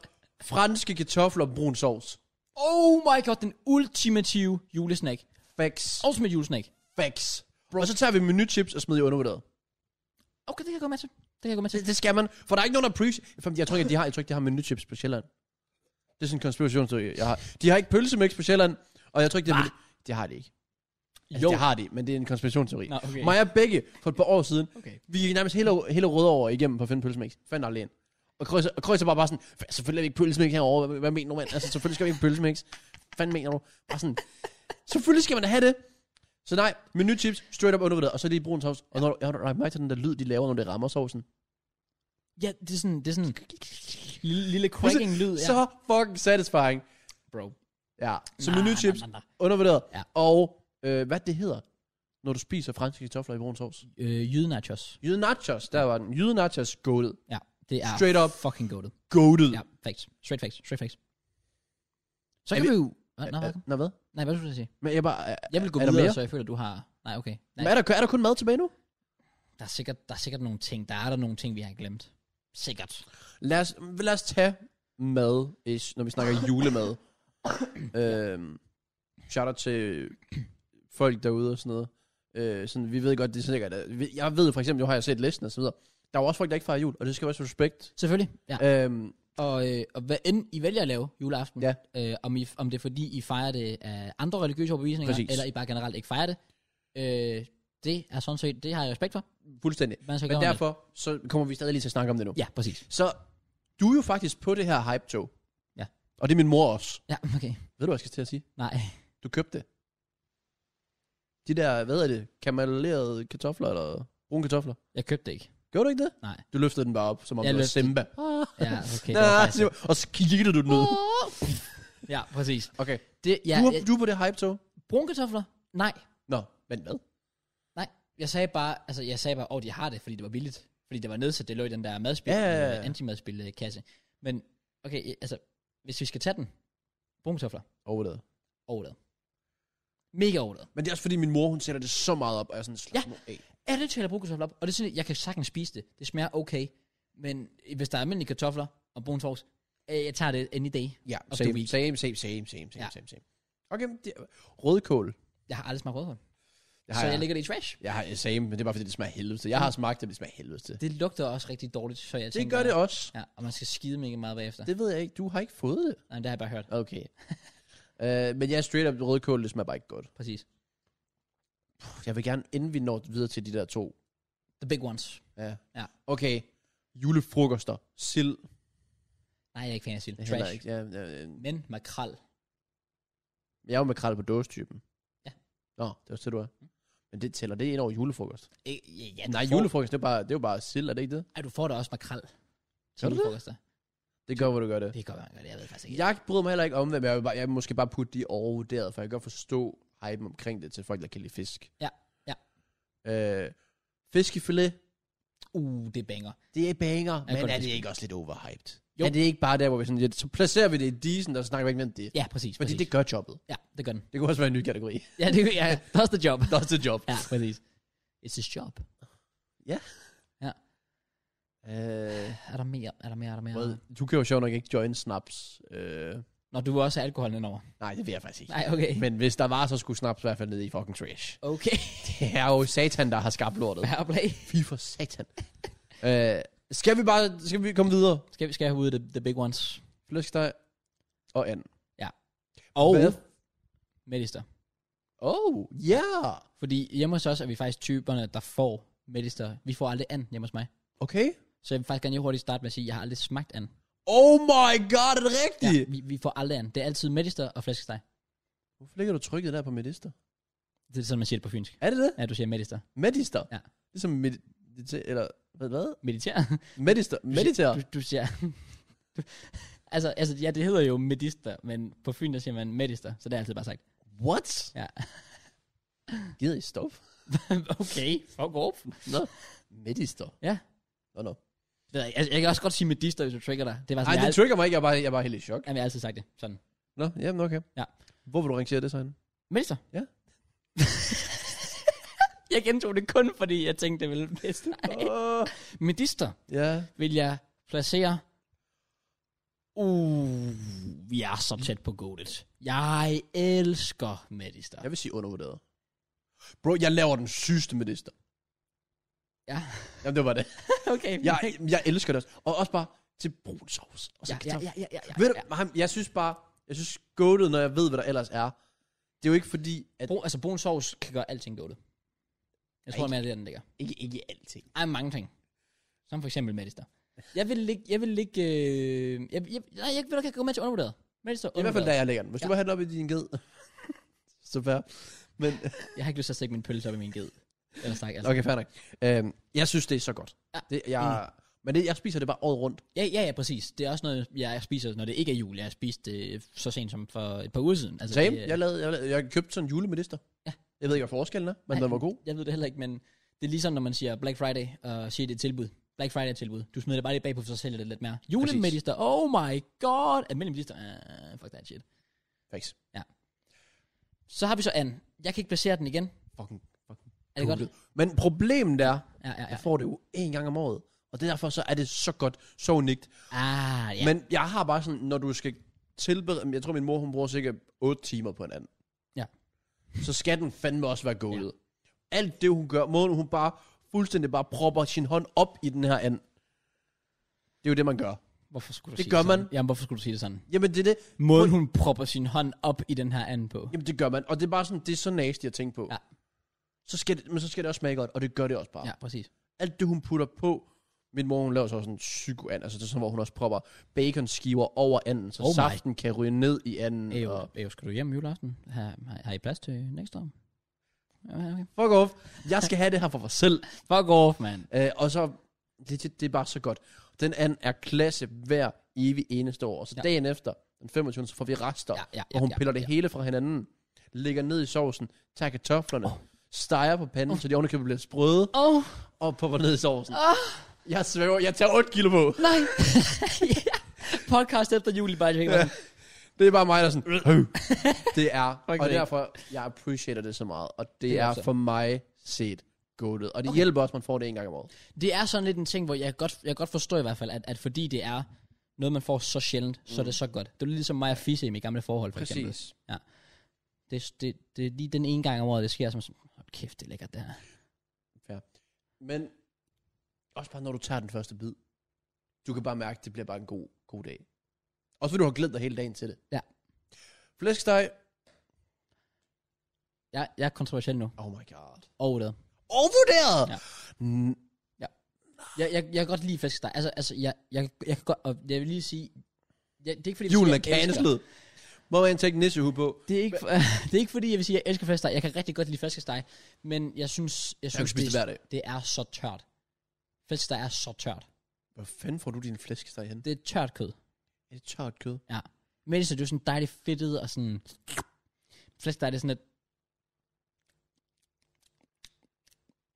Franske kartofler og brun sovs.
Oh my god, den ultimative julesnack.
Facts. Oh.
Ultimate julesnack.
Facts. Bro. Og så tager vi menuchips og smider i undervurderet.
Okay, det kan jeg gå med til. Det kan jeg gå med til.
Det, det skal man. For der er ikke nogen, der appreciate. For Jeg tror ikke, at de har, jeg tror ikke, de har menuchips på Sjælland. Det er sådan en konspirationsteori, jeg har. De har ikke pølsemix på Sjælland. Og jeg tror ikke, de har... Det har de ikke. Altså,
Jo.
det har de, men det er en konspirationsteori.
Nå, okay.
Maja Begge, for et par år siden,
Okay.
Vi gik nærmest hele, hele Rødovre igennem på at finde pølsemix. Fandt aldrig ind. Og Krøjs, og Krøjs var bare sådan, "F- selvfølgelig er vi ikke pølsemix herovre. Hvad, hvad mener du, mand? Altså, selvfølgelig skal vi ikke pølsemix. Fanden mener du? Bare sådan, selvfølgelig skal man da have det. Så nej, menuchips, straight up undervurderet, og så lige brun sovs. Og når, jeg har lagt mærke til den der lyd, de laver, når det rammer sovsen.
Ja, det er sådan, det er sådan lille, lille cracking lyd. Ja.
Så fucking satisfying.
bro.
Ja, så
Nej,
menuchips,
nej, nej, nej.
undervurderet.
Ja.
Og øh, hvad det hedder, når du spiser franske kartofler i brun sovs.
Øh, jydenachos.
Jyde nachos, der var den. Jyde nachos, goated.
Ja, det er
Straight up.
fucking goated.
Goated.
Ja, facts. Straight facts. Straight facts. Mm. Så
Er
kan vi,
vi-
jo... Nej, nej, hvad,
Nå, hvad?
nej, hvad skulle jeg sige?
Men jeg bare... øh, Er,
Jeg vil gå
er der
videre,
mere?
så jeg føler, du har... Nej, okay. Nej,
Men er, der, er der kun mad tilbage nu?
der, er sikkert, der er sikkert nogle ting. Der er der nogle ting, vi har glemt. Sikkert.
Lad os, lad os tage mad, ish, når vi snakker julemad. øhm, shout out til folk derude og sådan noget. Øh, sådan, vi ved godt, det er sikkert. at- øh, vi- Jeg ved for eksempel, nu har jeg set listen og så videre. Der er jo også folk, der ikke fejrer jul, og det skal også respekt.
Selvfølgelig, ja.
Øhm,
Og, øh, og hvad end I vælger at lave juleaften,
Ja.
øh, om, I, om det er fordi, I fejrer det af andre religiøse overbevisninger,
Præcis.
eller I bare generelt ikke fejrer det, øh, det er sådan set, det har jeg respekt for.
fuldstændig.
Man skal
Men
gøre derfor...
derfor, så kommer vi stadig lige til at snakke om det nu.
Ja, præcis.
Så du er jo faktisk på det her hype-tog.
Ja.
Og det er min mor også.
Ja, okay.
Ved du, hvad jeg skal til at sige?
Nej.
Du købte det. De der, hvad er det, kamalerede kartofler, eller brune kartofler.
Jeg købte det ikke.
Gjorde du ikke det?
Nej.
Du løftede den bare op, som om
Jeg
det var
løftede-
Simba.
Ja, okay. det var
Nej,
faktisk...
og så kiggede du den ud.
Ja, præcis.
Okay.
Det, ja,
du, er,
jeg,
du er på det hype-tog.
brune kartofler? Nej.
Nå, men hvad?
Nej. Jeg sagde bare, altså jeg sagde bare, åh, oh, de har det, fordi det var billigt. Fordi det var nedsat, det lå i den der madspil,
Ja, ja, ja.
øh, antimadspil-kasse. Men, okay, altså, hvis vi skal tage den, brune kartofler,
Overvurderet.
overladet. Mega overladet.
Men det er også fordi, min mor, hun sætter det så meget op, og jeg er sådan, slap
Ja.
nu af.
alle taler brune kartofler op, og det er sådan, jeg kan sagtens spise det. Det smager okay, men hvis der er almindelige kartofler og brun sovs, øh, jeg tager det any day.
Ja,
the
same,
week.
same, same, same, same, same,
Ja.
same, same. Okay, men det, rødkål.
Jeg har aldrig smagt rødkål,
Det
så jeg lægger det i trash.
jeg har same, men det er bare fordi, det smager helvede. til. Jeg har smagt det, men det smager helvede. til.
Det lugter også rigtig dårligt, så jeg
Det
tænker...
gør det også.
Ja, og man skal skide mega meget bagefter. Det...
Det ved jeg ikke. Du har ikke fået det.
Nej, det har jeg bare hørt.
Okay. uh, men jeg er straight up rødkål, det smager bare ikke godt.
Præcis.
Puh, Jeg vil gerne, inden vi når videre til de der to.
The big ones.
Ja.
Ja.
Okay. Julefrokoster. Sild.
Nej, jeg er ikke fan af sild.
Det er heller
Trash.
ikke- Ja, ja, ja.
Men makrel.
Jeg er jo makrel på dåsetypen.
Ja.
Nå, det var det, du er. Men det tæller det ind over julefrokost.
Øh, ja, ja,
Nej,
du
julefrokost, det er bare, det er jo bare sild, er det ikke det?
Får... Ej, du får da også makrel. Til
Gør du det?
julefrokoster.
Det gør, hvor du gør det.
Det kan godt være, det jeg ved faktisk ikke.
Jeg bryder mig heller ikke om det, men jeg vil, bare, jeg vil måske bare putte de overvurderet, for jeg kan godt forstå hypen omkring det til folk, der kan lide fisk.
Ja, ja.
Øh, fiskefilet,
Uh, det banger.
det er banger,
kan godt
men er det
lide
ikke også lidt overhyped?
Jo.
Jo. Er det ikke bare der, hvor vi sådan, lidt- så placerer vi det i decent, og så snakker vi ikke mere om det?
Ja, præcis.
Fordi
præcis.
det gør jobbet.
Ja, det gør den.
Det kunne også være en ny kategori.
Ja, det ja, does the job.
Does the job.
ja, præcis. It's his job.
Øh,
Er der mere? Er der mere? Er der mere?
Rød. Du kan jo sjovt nok ikke join snaps. Øh,
Når du også er alkoholen indover.
nej, det vil jeg faktisk ikke.
Nej, okay.
Men hvis der var, så skulle snaps i hvert fald ned i fucking trash.
Okay.
Det er jo satan, der har skabt lortet.
Fair play.
Fy for satan. øh, skal vi bare, skal vi komme videre?
Skal vi skal have ud the, the big ones?
Flæskesteg og and.
Ja.
Og,
Hvad? Medister.
oh, ja. Yeah.
Fordi hjemme hos os er vi faktisk typerne, der får medister. Vi får aldrig an hjemme hos mig.
Okay.
Så jeg vil faktisk gerne lige hurtigt starte med at sige, at jeg har aldrig smagt an.
Oh my god, er det
Ja,
rigtigt?
vi, vi får aldrig an. Det er altid medister og flæskesteg.
Hvorfor ligger du trykket der på medister?
Det er sådan, man siger det på fynsk.
Er det det?
Ja, du siger medister.
Medister?
Ja.
Ligesom med, eller hvad? hvad?
Mediter.
Medister. Mediter.
Du, du siger... Du, altså, altså, ja, det hedder jo medister, men på Fyn, der siger man medister, så det er altid bare sagt.
What?
Ja.
Gider I stop?
okay, fuck off.
Nå. Medister.
Ja.
Nå, nå.
Det ved jeg, ikke. altså, jeg kan også godt sige medister, hvis du trigger dig. Det var
Ej,
sådan, Ej,
det
Altså, jeg, har
trigger mig ikke. Jeg er bare, jeg er bare helt i chok.
al- Jamen, jeg har altid sagt det. Sådan.
Nå, jamen okay.
Ja.
Hvor vil du rangere det så henne?
Minister?
Ja.
jeg gentog det kun, fordi jeg tænkte, det ville bedst. Nej.
Uh,
Medister
ja.
vil jeg placere... Uh, vi er så tæt på godet. Jeg elsker medister.
Jeg vil sige undervurderet. Bro, jeg laver den sygeste medister.
Ja,
Jamen, det var det.
okay.
Jeg, jeg elsker det også. Og også bare til brun sovs. Og så
ja, ja, ja, ja, ja, ja.
Ved du, ham- jeg synes bare, jeg synes goated, når jeg ved, hvad der ellers er. Det er jo ikke fordi, at...
Brun, altså, brun sovs kan gøre alting godet. Jeg tror,
Ej.
mere, det er den ligger.
Ikke, ikke alting.
Ej, mange ting. Som for eksempel Medister. Jeg vil ligge... Jeg vil ligge øh, jeg, jeg, nej, jeg vil ikke gå med til undervurderet. Medister
I hvert fald,
undervurderet.
der jeg lægger den. Hvis du
Ja.
var helt oppe i din ged, så fair. Men,
Jeg har ikke lyst til at stikke min pølse op i min ged. Eller snakke altså.
okay, fair nok. Øhm, jeg synes, det er så godt.
Ja. Mm.
Det, jeg, men det, jeg spiser det bare året rundt.
Ja, ja, ja, præcis. Det er også noget, jeg spiser, når det ikke er jul. Jeg har spist det så sent som for et par uger siden. Altså,
Same.
det,
Jeg, lavede, jeg, lavede, jeg købte sådan en julemedister.
Ja.
Jeg ved ikke, hvad forskellen er, men
Nej.
den var god.
Jeg ved det heller ikke, men det er ligesom, når man siger Black Friday og siger, det er et tilbud. Black Friday er et tilbud. Du smider det bare lige bagpå, så sælger det lidt mere. Julemedister, oh my god. Almindelig medister, uh, Ah, fuck that shit.
Facts.
Så har vi så Anne. Jeg kan ikke placere den igen.
Fucking, fucking
Er det godt?
dårligt. Men problemet er,
Ja, ja, ja.
jeg får det jo én gang om året. Og det er derfor så er det så godt, så unikt.
Ah, ja.
Ja. Men jeg har bare sådan, når du skal tilberede... Jeg tror, min mor, hun bruger cirka 8 timer på en anden.
Ja.
Så skal den fandme også være gået. Ja. Alt det, hun gør, måden hun bare fuldstændig bare propper sin hånd op i den her anden. Det er jo det, man gør.
hvorfor skulle du
det
sige
gør
det sådan?
man.
Jamen, hvorfor skulle du sige det sådan?
Jamen, det er det.
Måden hun propper sin hånd op i den her anden på.
Jamen, det gør man. Og det er bare sådan, det er så nasty at tænke på.
Ja.
Så skal det, men så skal det også smage godt, og det gør det også bare.
Ja, præcis.
alt det, hun putter på. Min mor, hun laver så også en psyko and, altså det er sådan, hvor hun også propper baconskiver over anden, så
Oh my.
oh saften kan ryge ned i anden.
Ejo,
Og
Ejo, skal du hjem juleaften? Har, har, har I plads til næste år? Ja, okay.
fuck off, jeg skal have det her for mig selv.
Fuck off, mand.
Øh, og så, det, det, det er bare så godt. Den anden er klasse hver evig eneste år, og så
Ja.
ja. dagen efter, den 25. så får vi rester,
Ja,
ja,
ja, ja,
og hun
ja,
piller det
ja.
hele fra hinanden, lægger ned i sovsen, tager kartoflerne, oh. steger på panden, oh. så de ovenikøbet bliver sprøde,
Åh, oh,
og popper ned i sovsen. Oh. Jeg svæver, jeg tager 8 kilo på.
nej. Ja. Podcast efter jul i bare ja.
Det er bare mig, der er sådan, "Høv." det er,
Øh. Fuck
og
det.
derfor, jeg appreciater det så meget, og det,
Det
det
er
er,
også.
for mig set goated. Og det okay. hjælper også, man får det en gang om året.
Det er sådan lidt en ting, hvor jeg godt, jeg godt forstår i hvert fald, at, at fordi det er noget, man får så sjældent, mm. så er det så godt. Det er lidt ligesom mig og Fisse i mit gamle forhold, for eksempel.
Præcis.
Det, det, det er lige den ene gang om året, det sker, som er sådan, hold kæft, det er lækkert, det her.
Men også bare, når du tager den første bid, du kan bare mærke, at det bliver bare en god, god dag. Også fordi du har glædet dig hele dagen til det.
Ja.
Flæskesteg.
Jeg, jeg er kontroversiel nu.
Oh my god.
Overvurderet.
Overvurderet!
Ja.
Ja. Mm,
Jeg, jeg, jeg kan godt lide flæskesteg. Altså, altså jeg, jeg, jeg kan godt, og jeg vil lige sige, jeg, det er ikke fordi, jeg vil
julen
sige,
er
jeg elsker-
cancelled. Må man tage en nissehue på?
Det er, ikke, det er ikke fordi, jeg vil sige, at jeg elsker flæskesteg. Jeg kan rigtig godt lide flæskesteg, men jeg synes, jeg
Jeg kan
synes
spise det hver dag.
det er så tørt. Flæskesteg er så tørt.
Hvor fanden får du din flæskesteg hen?
Det er tørt kød.
Er det tørt kød?
Men det er jo sådan dejligt fedtet og sådan... Flæskesteg det er sådan lidt...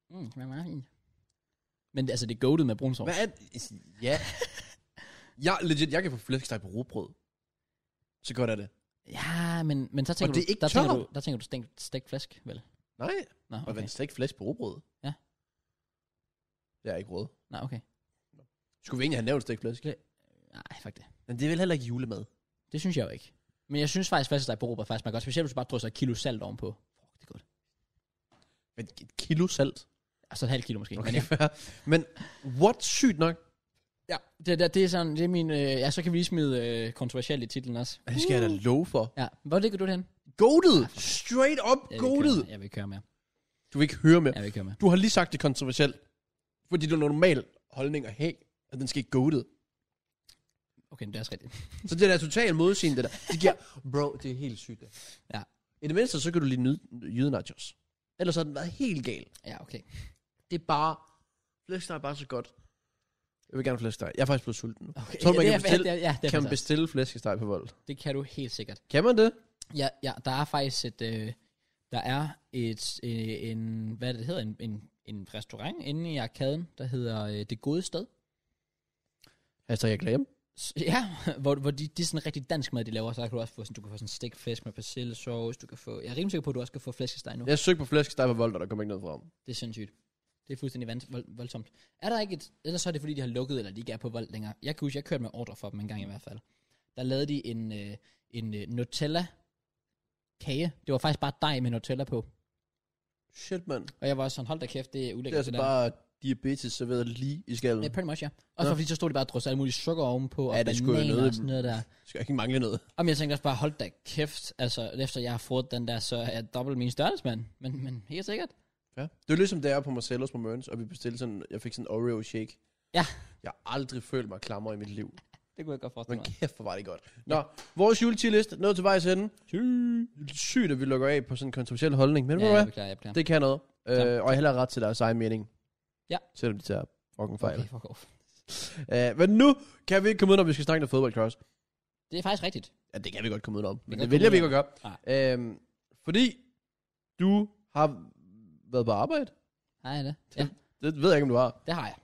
Mm, det er meget fint. Men det- altså, det er goated med brun sovs.
Hvad er det? Ja. jeg, legit, jeg kan få flæskesteg på rugbrød. Så godt er det.
Ja, men, men så tænker
det er
du,
ikke
der, tænker du,
tørt.
der tænker du stænk, stegt flæsk, vel?
Nej.
Nå,
Og
okay.
vent, stik flæsk på rugbrød.
Ja.
Det er ikke råd.
Nå, okay.
Skulle vi egentlig have nævnt stik flæsk?
Nej, fuck det.
Men det er vel heller ikke julemad.
Det synes jeg jo ikke. Men jeg synes faktisk, flæskesteg på Robert faktisk man godt. Specielt hvis du bare drysser et kilo salt ovenpå. Fuck, det er godt.
Men et kilo salt.
Altså et halvt kilo måske. Okay. Men
Okay,
ja,
fair. Men what? Sygt nok.
ja det, det, det, er sådan, det er min... Øh, ja, så kan vi lige smide øh, kontroversielt i titlen også.
Det skal jeg da love for.
Ja, hvor ligger du det hen?
Goated! Straight up
Jeg vil ikke køre
goated!
med. Jeg vil ikke køre med.
Du vil ikke høre med.
Jeg vil ikke køre med.
Du har lige sagt det kontroversielt. Fordi det er en normal holdning at have, at den skal ikke goated.
Okay, det er også rigtigt.
Så det er da totalt modsigende, det der. Det giver, bro, det er helt sygt. Det.
Ja.
I det mindste, så kan du lige nyde jydenachos. Ellers har den været helt gal.
Ja, okay.
Det er bare, flæskesteg er bare så godt. Jeg vil gerne have flæskesteg. Jeg er faktisk blevet sulten nu.
okay.
Tror du, man
ja,
kan
det er-
bestille-
Ja, ja, det, er
Kan man
faktisk
bestille flæskesteg på vold?
også. det kan du helt sikkert.
Kan man det?
Ja, ja der er faktisk et... Øh, der er et, øh, en, hvad er det, det hedder, en, en, en restaurant inde i arkaden, der hedder øh, Det Gode Sted.
Altså, jeg glemmer.
S- Ja, hvor, hvor de, de er sådan rigtig dansk mad, de laver, så der kan du også få sådan, du kan få sådan stik flæsk med persillesauce, du kan få, jeg er rimelig sikker på, at du også kan få flæskesteg nu. Ja.
Jeg søgte på flæskesteg på vold, og der kom ikke noget frem.
Det er sindssygt. Det er fuldstændig vans- vold, voldsomt. Er der ikke et, ellers så er det fordi, de har lukket, eller de ikke er på vold længere. Jeg kan huske, jeg kørte med ordre for dem en gang i hvert fald. Der lavede de en, øh, en øh, Nutella kage. Det var faktisk bare dej med Nutella på.
Shit, mand.
Og jeg var også sådan, hold da kæft, det er ulækkert.
Det er altså
der.
bare diabetes serveret lige i skallen.
Ja, pretty much, ja. Også
Nå.
fordi, så stod de bare og drøste alle mulige sukker ovenpå, og
Ja,
ja,
det skulle jo
bananer
noget-
og sådan noget der.
Det skal ikke mangle noget.
Jamen, jeg tænkte også bare, hold da kæft. Altså, efter jeg har fået den der, så er jeg dobbelt min størrelse, mand. Men, men helt sikkert.
Ja. Det var ligesom, da jeg var på Marcellos på Mørns, og vi bestilte sådan, jeg fik sådan en Oreo shake.
Ja.
Jeg har aldrig følt mig klammer i mit liv.
Det kunne jeg godt forestille
Men
mig.
kæft, hvor var det godt. Nå, vores juletiliste nåede til vejs ende. Sygt, at vi lukker af på sådan en kontroversiel holdning. Men
Ja,
ja,
jeg
hvad?
beklager, jeg beklager.
Det kan noget. Øh,
Ja.
og jeg heller ret til deres egen mening.
Ja.
Selvom de tager fucking fejl.
Okay, fuck off.
Okay. Øh, men nu kan vi ikke komme ud, når vi skal snakke om fodbold, Cross.
Det er faktisk rigtigt.
Ja, det kan vi godt komme ud om.
kan
Men
godt
det vælger vi
komme
ikke at gøre. Øhm, fordi du har været på arbejde.
Nej, det. Ja,
Det ved jeg ikke, om du har.
det har jeg.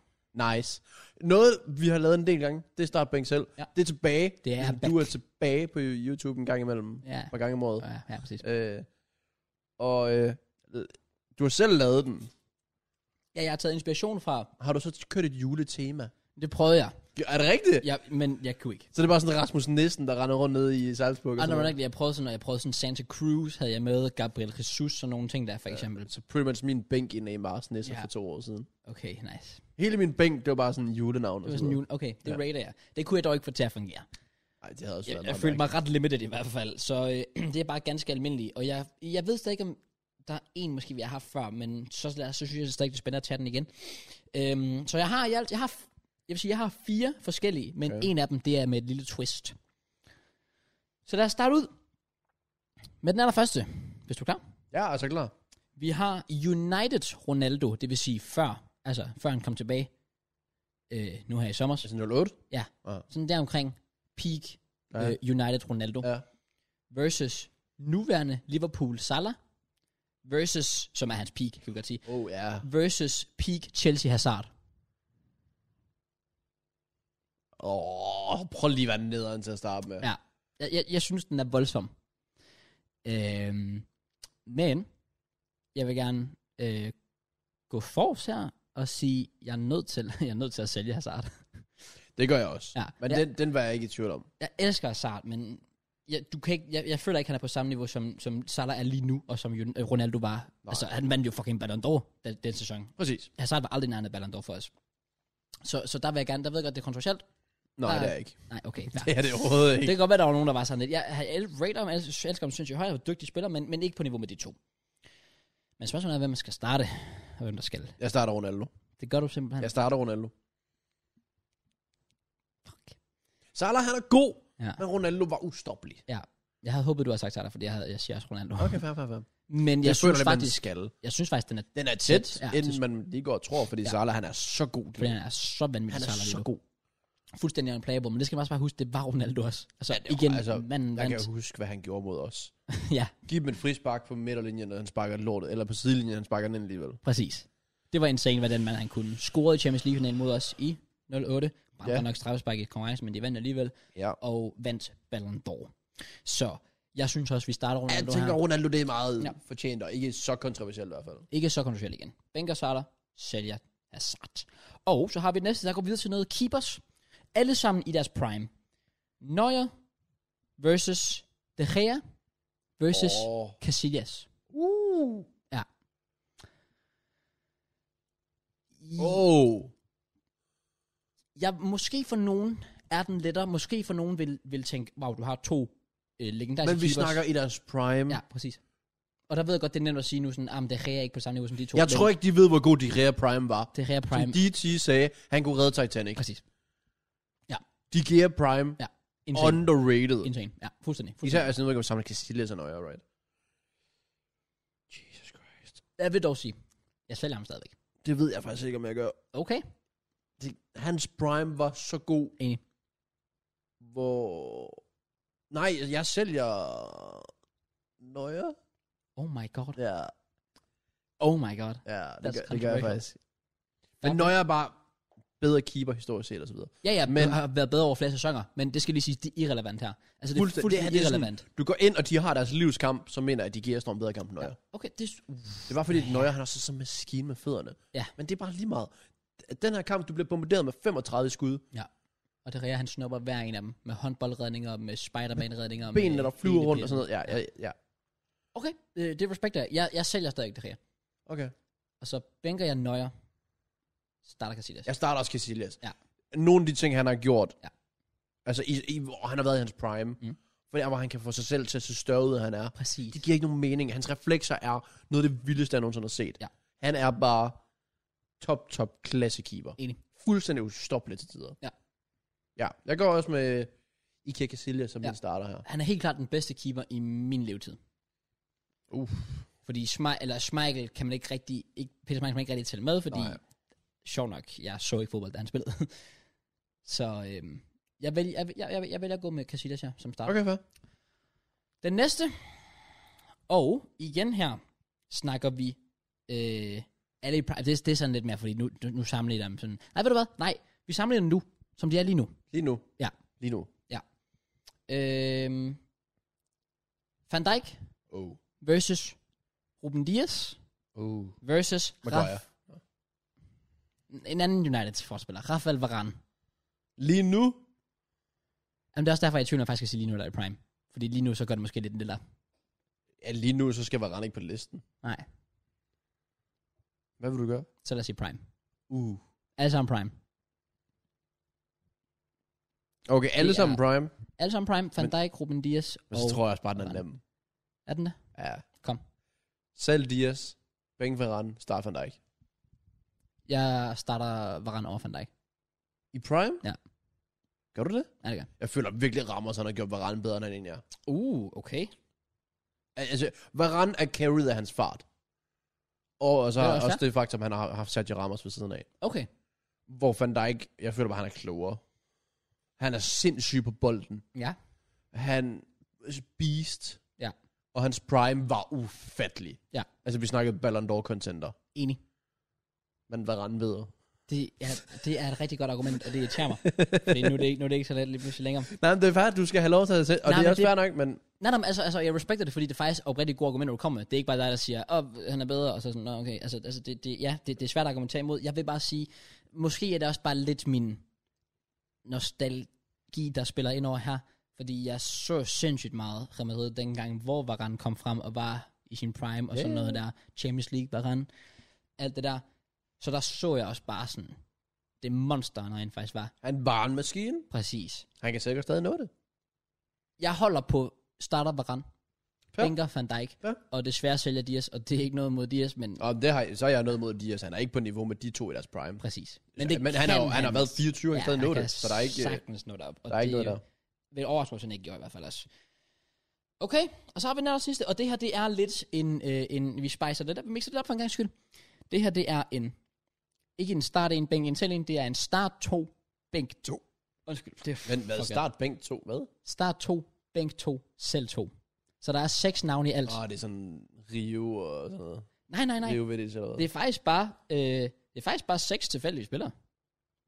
Nice. Noget, vi har lavet en del gange, det er Startbank selv.
Ja.
Det er tilbage.
Det er
Ligesom
back.
Du er tilbage på YouTube en gang imellem.
Ja.
Et par gange om året.
Ja, ja, præcis.
Øh, og øh, du har selv lavet den.
Ja, jeg har taget inspiration fra,
Har du så kørt et juletema?
det prøvede jeg.
Er det rigtigt?
Ja, men jeg kunne ikke.
Så det er bare sådan Rasmus Nissen, der render rundt nede i Salzburg. og
Ej,
sådan
nej,
noget.
nej, jeg prøvede sådan, og jeg prøvede sådan Santa Cruz, havde jeg med, Gabriel Jesus og nogle ting der, for eksempel.
Så pretty much min bænk i Neymars næste
Ja.
for to år siden.
Okay, nice.
Hele min bænk, det var bare sådan julenavn.
Det var sådan, jul- okay, det
Ja.
rater jeg. Det kunne jeg dog ikke få til at fungere.
Nej, det havde også
Jeg,
været
jeg
meget
følte mig ret limited i hvert fald, så øh, det er bare ganske almindeligt. Og jeg, jeg ved stadig ikke, om der er en måske, vi har haft før, men så, lad os- så synes jeg stadig, det er spændende at tage den igen. Øhm, så jeg har i alt, jeg har, f- jeg vil sige, jeg har fire forskellige, men
Okay.
okay. en af dem, det er med et lille twist. Så lad os starte ud med den allerførste, hvis du er klar.
mærkeligt. Ja, altså klar.
Vi har United Ronaldo, det vil sige før, altså før han kom tilbage, øh, nu her i sommer.
Altså 08?
Sådan der omkring peak
Ja.
øh, United Ronaldo
Ja.
versus nuværende Liverpool Salah versus, som er hans peak, kan vi godt sige,
Oh, ja.
versus peak Chelsea Hazard.
Åh, oh, prøv lige at være nederen til at starte med.
Ja. Jeg, jeg, jeg synes, den er voldsom. Øhm, men jeg vil gerne øh, gå forrest her og sige, jeg er nødt til, jeg er nødt til at sælge Hazard.
Det gør jeg også.
Ja.
Men
Ja.
Den, den var jeg ikke i tvivl om.
Jeg elsker Hazard, men jeg, du kan ikke, jeg, jeg føler ikke, han er på samme niveau, som, som Salah er lige nu, og som Jon- øh, Ronaldo var. Nej. Altså, han vandt jo fucking Ballon d'Or den, den sæson.
Præcis.
Hazard var aldrig nærmere Ballon d'Or for os. Så, så der vil jeg gerne, der ved jeg godt, det er kontroversielt.
Nej,
Nej.
det er jeg ikke.
Nej, okay. Ja.
Det er det overhovedet
Det
ikke.
kan godt være, der var nogen, der var sådan lidt. Jeg, jeg el- rater ham, jeg elsker ham, synes jeg, han er en dygtig spiller, men, men ikke på niveau med de to. Men spørgsmålet er, hvem man skal starte, og hvem der skal.
Jeg starter Ronaldo.
Det gør du simpelthen.
Jeg starter Ronaldo.
Fuck.
Salah, han er god,
Ja.
men Ronaldo var ustoppelig.
Jeg havde håbet, du havde sagt Salah, fordi jeg, havde, jeg siger også Ronaldo.
Okay, fair, fair, fair.
Men Ah. jeg, jeg synes
føler,
faktisk,
man skal.
jeg synes faktisk, den er,
Den er tæt,
Ja,
ja, inden man lige går og tror, fordi ja. Salah, han er så god.
fordi han er så vanvittig
han er
Salah lige
så
nu.
god.
Fuldstændig unplayable, men det skal man også bare huske, det var Ronaldo også. Altså,
Ja,
ja,
det var-
igen,
altså,
altså, manden
Jeg kan
vandt.
jo huske, hvad han gjorde mod os.
ja,
Giv dem en frispark på midterlinjen, når han sparker lortet, eller på sidelinjen, han sparker den ind alligevel.
Præcis. Det var insane, hvad den mand han kunne. Scorede i Champions League-finalen mod os i 08. Brændte
Ja.
yeah. nok straffespark i konkurrence, men de vandt alligevel.
Ja.
Og vandt Ballon d'Or. Så jeg synes også, vi starter
Jeg
Ronaldo
tænker,
her.
Ronaldo, det er
Ja.
meget ja. fortjent, og ikke så kontroversielt i hvert fald.
Ikke så kontroversielt igen. Bænker Salah, sælger Hazard. Og så har vi det næste, der går vi videre til noget keepers. Alle sammen i deres prime. Neuer versus De Gea versus oh.
Åh.
Casillas.
Uh.
Ja.
Oh.
jeg, måske for nogen er den lettere, måske for nogen vil, vil tænke, wow, du har to øh, legendariske
Men vi
keepers.
snakker i deres prime.
Ja, præcis. Og der ved jeg godt, det er nemt at sige nu sådan, ah, men det er ikke på samme niveau som de to.
Jeg tror ikke, de ved, hvor god de Gea prime var.
Det er
Prime.
prime. De...
DT sagde, han kunne redde Titanic.
Præcis.
De Gea prime.
Ja. Insane. On...
Underrated.
Insane. Ja, fuldstændig.
Især,
fuldstændig.
altså, nu ved jeg ikke, om samlet Casillas er nøjere, right? Jesus Christ.
Jeg vil dog sige, jeg sælger ham stadigvæk.
Det ved jeg faktisk ikke, om jeg gør.
Okay.
Det, hans prime var så god.
Enig.
Hvor... Nej, jeg sælger... Nøjer?
Oh my god.
Ja,
Oh my god.
ja
That's
det, gør, det gør jeg
controversial.
faktisk. Men Nøjer er bare bedre keeper historisk set og så videre.
Ja, ja, men
Men-
har været bedre over flere sæsoner, men det skal lige sige, det er irrelevant her. Altså, det er
Fuldstændig.
fuldstændig,
Det er- det er sådan-
irrelevant.
Du går ind, og de har deres livskamp, så mener jeg, at de giver står en bedre kamp end Nøjer.
Ja.
Ja.
Okay, det er...
Det var fordi, at Nøjer han er så sådan en maskine med fødderne.
Ja.
Men det er bare lige meget. Den her kamp, du bliver bombarderet med 35 skud.
Og det Rea, han snupper hver en af dem. Med håndboldredninger, med Spider-Man-redninger.
Benene,
med
der flyver rundt
pilepinde.
og sådan noget. Ja, ja, ja.
Okay, øh, det respekterer jeg. jeg. Jeg sælger stadig det her.
Okay.
Og så bænker jeg nøjer. Starter Casillas.
Jeg starter også Casillas.
Ja.
Nogle af de ting, han har gjort.
Ja.
Altså, i, i, hvor han har været i hans prime.
Mm.
For der, hvor han kan få sig selv til at se større ud, end han er.
Præcis.
Det giver ikke nogen mening. Hans reflekser er noget af det vildeste, jeg nogensinde har set.
Ja.
Han er bare top, top klassekeeper.
Enig.
Fuldstændig ustoppelig til tider.
Ja.
Ja, jeg går også med Ikea Casillas som
Ja.
ja. min starter her.
Han er helt klart den bedste keeper i min levetid.
Uff.
Fordi Schme- eller Schmeichel kan man ikke rigtig, ikke, Peter Schmeichel kan man ikke rigtig tælle med, fordi,
Nej.
Nej. sjov nok, jeg så ikke fodbold, da han spillede. så øhm, jeg, vælger, jeg, jeg, jeg, jeg vælger at gå med Casillas her, som starter. Okay.
Okay, fair.
Den næste, og igen her, snakker vi øh, alle i Prime, det, er- det er sådan lidt mere, fordi nu, nu- nu sammenligner jeg dem sådan. Nej, ved du hvad? Nej, vi sammenligner dem nu, som de er lige nu.
Lige nu.
Ja.
Lige nu.
Øhm, Van Dijk
Oh.
versus Ruben Dias
Oh.
versus
Maguire.
Raf, en anden United-forspiller, Rafael Varane.
Lige nu?
Jamen, det er også derfor, jeg tvivler faktisk at sige lige nu, eller i Prime. Fordi lige nu, så gør det måske lidt en lille.
Ja, lige nu, så skal Varane ikke på listen.
Nej,
Hvad vil du gøre?
så lad os sige Prime.
Uh.
Alle sammen Prime.
Okay, alle
Det
sammen
er-
prime.
Alle sammen Prime, Van
Men-
Dijk, Ruben Dias
Men så
og...
tror jeg også bare, den er
Varane.
nem.
Er den det?
Ja.
Kom.
Selv Dias, Bænk Varane, Start Van Dijk.
Jeg starter Varane over Van Dijk.
I prime?
Ja.
Gør du det?
Er det godt?
Jeg føler virkelig, Ramos han har gjort Varane bedre, end han egentlig er.
Uh, okay.
Al- Altså, Varane er carried af hans fart. Og så
Det er
det
også
også, også det faktum, han har haft Sergio Ramos ved siden af.
Okay.
Hvor Van Dijk, jeg føler bare, han er klogere. Han er sindssyg på bolden.
Ja.
Han altså, beast.
Ja.
Og hans prime var ufattelig.
Ja.
Altså, vi snakkede Ballon d'Or contender.
Enig.
Men Varane ved.
Det er, det er et rigtig godt argument, og det irriterer mig. Fordi nu er det ikke, nu er det ikke så let lige pludselig længere.
Nej, men det er faktisk, du skal have lov til at sætte.
Nej,
Og Nej, det
men
er også
det-
fair nok, men
Nej, nej, men altså, altså, jeg respekter det, fordi det er faktisk oprigtigt gode argumenter, du kommer med. Det er ikke bare dig, der siger, åh, oh, han er bedre, og så sådan, Nå, okay. Altså, altså det, det, ja, det, det er svært at argumentere imod. Jeg vil bare sige, måske er det også bare lidt min nostalgi, der spiller ind over her. Fordi jeg så sindssygt meget Real Madrid dengang, hvor Varane kom frem og var i sin prime og sådan
Ja.
noget der. Champions League, Varane, alt det der. Så der så jeg også bare sådan, det monster, han rent faktisk var.
han var en maskine.
Præcis.
Han kan sikkert stadig nå det.
Jeg holder på starter Varane,
Fair.
Bænker Van Dijk,
Fair.
og desværre sælger Dias, og det er ikke noget mod Dias, men
Og det har, så er jeg noget mod Dias. Han er ikke på niveau med de to i deres prime.
præcis.
Men, det men han,
kan
er jo, han har været 24, og han kan stadig nå
kan
det. Så der er ikke, øh,
sagtens nå det op. Og
der er ikke
det
noget der.
Vil overraskelse han ikke gjorde i hvert fald også. Okay, og så har vi den aller sidste, og det her det er lidt en, øh, en vi spejser det der, vi mixer det op for en gang skyld. Det her det er en, ikke en start en bænk en selv en, det er en start 2, bænk 2. Undskyld, det er
Men hvad,
fuck, ja.
start bænk 2, hvad?
Start 2, bænk 2, selv 2. Så der er seks navne i alt.
Åh, oh, det er sådan Rio og sådan noget.
nej, nej, nej.
Rio ved det, eller
Det
hvad?
er faktisk bare, øh, det er faktisk bare seks tilfældige spillere.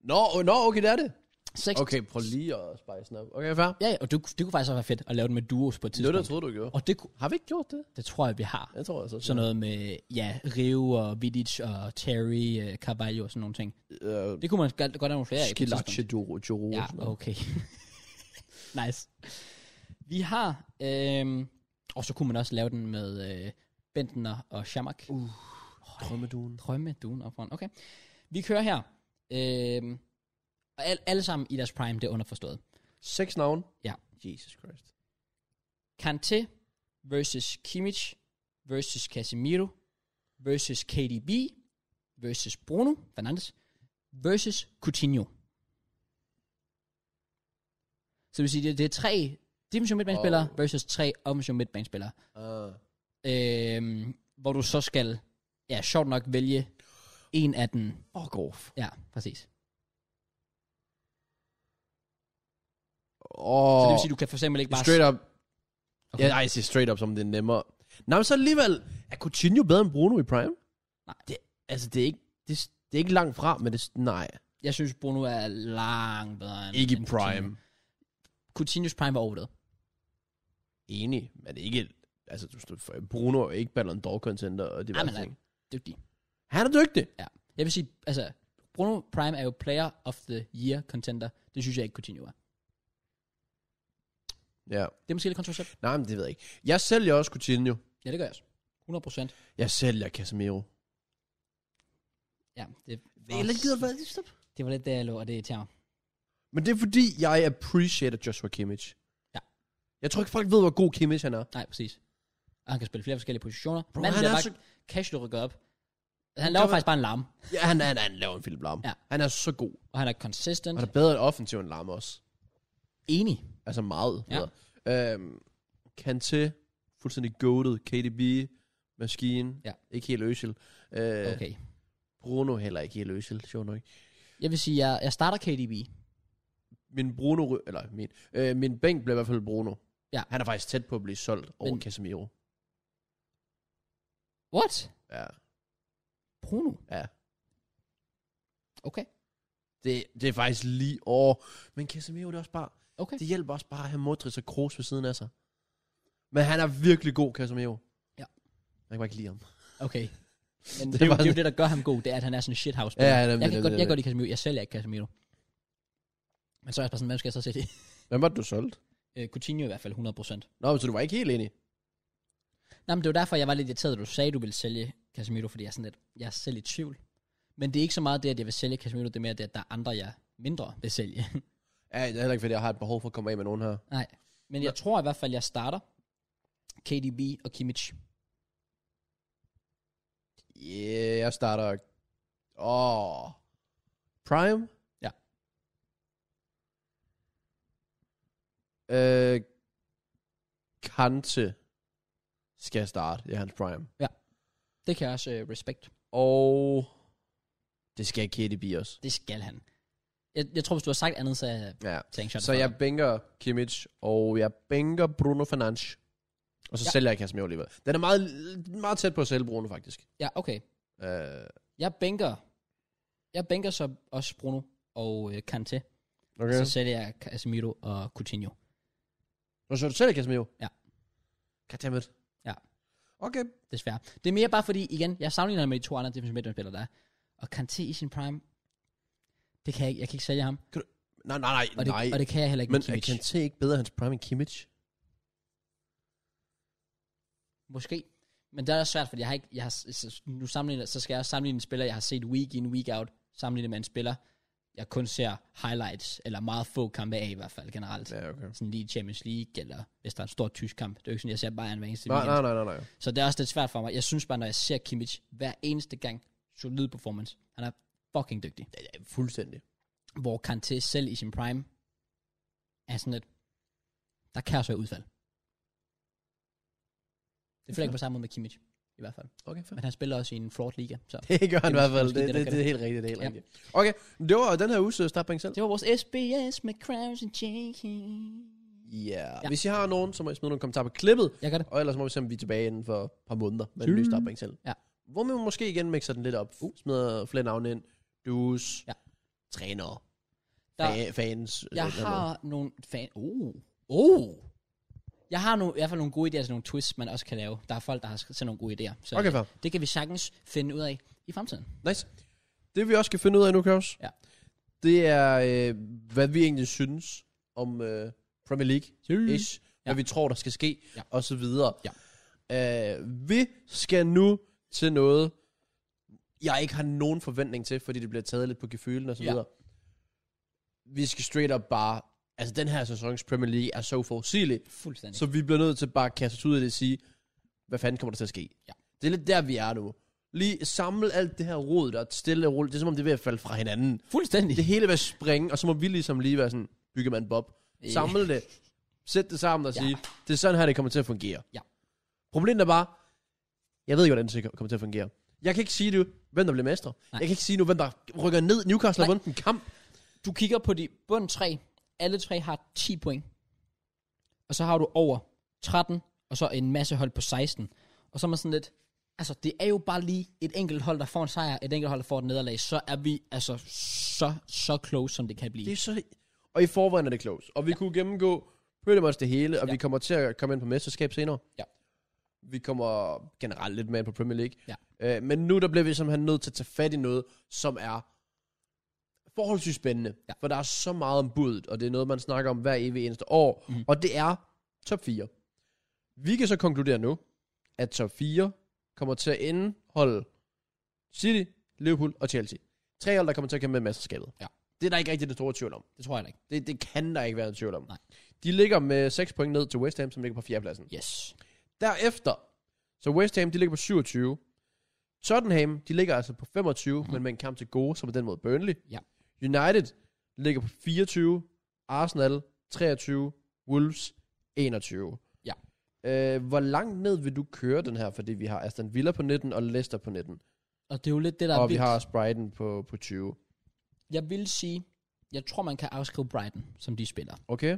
Nå, oh, nå, okay, det er det.
Seks.
Okay, prøv lige at spice den op. Okay, fair.
Ja, ja, og du, det kunne faktisk også være fedt at lave den med duos på et
Det var det, jeg
tidspunkt.
troede, du gjorde.
Og det, ku-
Har vi ikke gjort det?
det tror jeg, vi har.
Jeg tror altså.
Sådan noget med, ja, Rio og Vidic og Terry, øh, Carvalho og sådan nogle ting.
Øh,
Det kunne man godt, godt have nogle flere af på et tidspunkt.
Skilacce, Joro, Joro.
Ja, okay. nice. Vi har, øh, og så kunne man også lave den med øh, Bentner og Shamak.
Uh, drømmeduen.
Drømme, duen og foran. Okay. Vi kører her. Øh, og al, alle sammen i deres prime, det er underforstået.
Seks navn.
Ja.
Jesus Christ.
Kanté versus Kimmich versus Casemiro versus KDB versus Bruno Fernandes versus Coutinho. Så det vil sige, det, det er tre defensive midtbanespillere
Og-
oh. versus tre offensive midtbanespillere.
Uh,
Øhm, hvor du så skal, ja, sjovt nok vælge en af den.
fuck off.
Ja, præcis.
Oh.
Så det vil sige, du kan for eksempel ikke bare...
Straight up.
Okay.
Okay. Ja, ej, jeg siger straight up, som det er nemmere. Nå, men så alligevel, er Coutinho bedre end Bruno i Prime?
Nej.
Det, altså, det er ikke, det, er- det er ikke langt fra, men det, er- nej. Altså,
Jeg synes, Bruno er langt bedre end...
Ikke i
end
Prime.
Coutinho. Coutinho's prime var overvurderet.
Enig, men ikke... Altså, du, du, for- Bruno er ikke Ballon d'Or contender, og det
Ej,
var
men nej.
ting.
Dygtig.
Han er dygtig.
Ja. Jeg vil sige, altså, Bruno Prime er jo player of the year contender. Det synes jeg ikke Coutinho er.
Ja.
Det er måske lidt kontroversielt.
Nej, men det ved jeg ikke. Jeg sælger også Coutinho.
Ja, det gør jeg også. 100 procent.
Jeg sælger Casemiro.
Ja, det var,
Jeg lidt gider, hvad det stop.
det var lidt der, jeg lå, og det irriterer mig.
Men det er fordi, jeg appreciater Joshua Kimmich.
Ja.
Jeg tror ikke, folk ved, hvor god Kimmich han er.
Nej, præcis. Og han kan spille flere forskellige positioner. Bro,
han
Manden er
er
bare så...
så-
casual rykket op. Han laver
gør-
faktisk bare en larm,
Ja, han, han, han laver en Philip Lahm.
Ja.
Han er så god.
og han er consistent.
Og han er bedre end offensiv end Lahm også.
Enig.
Altså meget
Ja.
bedre. Ja. Øhm, Kanté, fuldstændig goated. KDB, Maskine,
Ja.
ikke helt Øsel. Øh,
Okay.
Bruno heller ikke helt Øsel, sjovt nok.
Jeg vil sige, jeg, jeg starter KDB.
min Bruno, ry- eller min, øh, min bænk blev i hvert fald Bruno.
Ja.
Han er faktisk tæt på at blive solgt over
Men-
Casemiro.
What?
Ja.
homo.
Ja.
Okay,
Det, det er faktisk lige over. Men Casemiro, det er også bare...
okay.
Det hjælper også bare at have Modric og Kroos ved siden af sig. Men han er virkelig god, Casemiro.
Ja.
Jeg kan bare ikke lide ham.
Okay. Men det,
Det
det, er jo,
var
det er jo
det.
det, der gør ham god, det er, at han er sådan en shithouse
Ja, ja, det er
jeg,
det,
kan
det er
godt, jeg
det, det
kan
er
godt lide Casemiro. Jeg sælger ikke Casemiro. Men så er jeg bare sådan, hvem skal jeg så sætte i?
Hvem var det, du solgte?
Øh, Coutinho i hvert fald 100%.
Nå, men så du var ikke helt enig.
Nej, men det var derfor, jeg var lidt irriteret, da du sagde, at du ville sælge Casemiro, fordi jeg er sådan lidt, jeg er selv i tvivl. Men det er ikke så meget det, at jeg vil sælge Casemiro, det er mere det, at der er andre, jeg mindre vil sælge.
Ja, det er heller ikke, fordi jeg har et behov for at komme af med nogen her.
Nej. Men jeg tror i hvert fald, jeg starter KDB og Kimmich.
Yeah, jeg starter... Åh... Oh. Prime?
Ja.
Øh, Kante skal jeg starte. Det er hans prime.
Det kan jeg også øh, respekt.
Og... Det skal KDB også.
Det skal han. Jeg, jeg tror, hvis du har sagt andet, så er jeg
Ja.
tænkt
Så jeg bænker Kimmich, og jeg bænker Bruno Fernandes. Og så
Ja.
ja. sælger jeg Casemiro alligevel. Den er meget, meget tæt på at sælge Bruno, faktisk.
Ja, okay.
Øh,
Jeg bænker, jeg bænker så også Bruno og øh, Kanté. Okay.
okay.
Så sætter jeg Casemiro og Coutinho.
Og altså, så du sælger Casemiro?
Ja.
Goddammit.
Ja.
Okay.
Desværre. Det er mere bare fordi, igen, jeg sammenligner ham med de to andre defensive midtbanespillere, der er. Og Kanté i sin prime, det kan jeg ikke. Jeg kan ikke sælge ham.
Nej, nej, nej.
Og det,
nej.
og det kan jeg heller ikke
Men
med Kimmich.
er Kanté ikke bedre end hans prime end Kimmich?
Måske. Men der er det svært, fordi jeg har ikke, jeg har, s- nu sammenligner, så skal jeg også sammenligne en spiller, jeg har set week in, week out, sammenligne med en spiller, jeg kun ser highlights, eller meget få kampe af i hvert fald generelt. Ja.
okay.
Sådan lige Champions League, eller hvis der er en stor tysk kamp. Det er jo ikke sådan, jeg ser Bayern hver eneste
Nej,
weekend.
nej, nej, nej, nej.
Så det er også lidt svært for mig. Jeg synes bare, når jeg ser Kimmich hver eneste gang, solid performance. Han er fucking dygtig.
Ja, fuldstændig.
Hvor Kanté selv i sin prime er sådan lidt, der kan også være udfald. Det føler jeg ikke på samme måde med Kimmich, i hvert fald.
Okay, fair.
Men han spiller også i en fraud liga, så
Det gør han i
Det er
hvert fald.
måske
Det,
det,
det,
der
det,
gør
det, er helt rigtigt, det er helt
Ja.
rigtigt. Okay, det var den her uges øh, startbænk selv.
det var vores SBS med Kraus og JK.
Yeah.
Ja.
Ja. Hvis I har nogen, så må I smide nogle kommentarer på klippet.
Jeg gør det.
Og ellers må vi se, om vi er tilbage inden for et par måneder med en ny
Mm.
startbænk selv.
Ja.
Hvor man måske igen mixer den lidt op. Uh. Smider flere navne ind. Dus.
Ja.
Trænere.
Der,
Fa- fans.
jeg
øh, sådan noget.
har nogle fan... Oh. Oh. Jeg har nogle, i hvert fald nogle gode idéer til nogle twists, man også kan lave. Der er folk, der har sendt nogle gode idéer. Så
Okay, fair.
Det kan vi sagtens finde ud af i fremtiden.
Nice. Det vi også skal finde ud af nu, Klaus.
Ja.
Det er, øh, hvad vi egentlig synes om øh, Premier League. Ish, hvad
Mm. Ja.
vi tror, der skal ske,
Ja.
og så videre. Ja. Øh, vi skal nu til noget, jeg ikke har nogen forventning til, fordi det bliver taget lidt på gefühlen og så
Ja.
ja. videre. Vi skal straight up bare, altså den her sæsons Premier League er så forudsigelig,
Fuldstændig.
så vi bliver nødt til bare at kaste os ud af det og sige, hvad fanden kommer der til at ske?
Ja.
Det er lidt der, vi er nu. Lige samle alt det her rod, der er stille og roligt. Det er som om, det er ved at falde fra hinanden.
Fuldstændig.
Det hele er ved at springe, og så må vi ligesom lige være sådan, byggemand Bob.
Øh.
Samle det, sætte det sammen og
Ja.
sige, det er sådan her, det kommer til at fungere.
Ja.
Problemet er bare, jeg ved ikke, hvordan det kommer til at fungere. Jeg kan ikke sige nu, hvem der bliver mestre.
Nej.
Jeg kan ikke sige nu, hvem der rykker ned. Newcastle har
Nej.
vundet en kamp.
Du kigger på de bund tre. Alle tre har 10 point. Og så har du over 13, og så en masse hold på 16. Og så er man sådan lidt... Altså, det er jo bare lige et enkelt hold, der får en sejr, et enkelt hold, der får et nederlag. Så er vi altså så, så close, som det kan blive.
Det er så... Og i forvejen er det close. Og vi ja. kunne gennemgå pretty much det hele, og
Ja.
ja. vi kommer til at komme ind på mesterskab senere.
Ja.
Vi kommer generelt lidt mere ind på Premier League.
Ja.
Øh, men nu der bliver vi simpelthen nødt til at tage fat i noget, som er forholdsvis spændende.
Ja.
For der er så meget om budet, og det er noget, man snakker om hver evig eneste år.
Mhm.
Mm. Og det er top 4. Vi kan så konkludere nu, at top 4 kommer til at indeholde City, Liverpool og Chelsea. Tre hold, der kommer til at kæmpe med mesterskabet.
Ja.
Det er der ikke rigtig den store tvivl om.
Det tror jeg da ikke.
Det, det kan der ikke være en tvivl om.
Nej.
De ligger med 6 point ned til West Ham, som ligger på 4. pladsen.
Yes.
Derefter, så West Ham, de ligger på 27. Tottenham, de ligger altså på 25, mm. men med en kamp til gode, som er den mod Burnley.
Mhm. Ja.
United ligger på 24, Arsenal 23, Wolves 21.
Ja.
Øh, hvor langt ned vil du køre den her, fordi vi har Aston Villa på 19 og Leicester på 19,
Og det er jo lidt det, der er
og vi
vildt.
har også Brighton på, på 20.
Jeg vil sige, jeg tror, man kan afskrive Brighton, som de spiller.
Okay?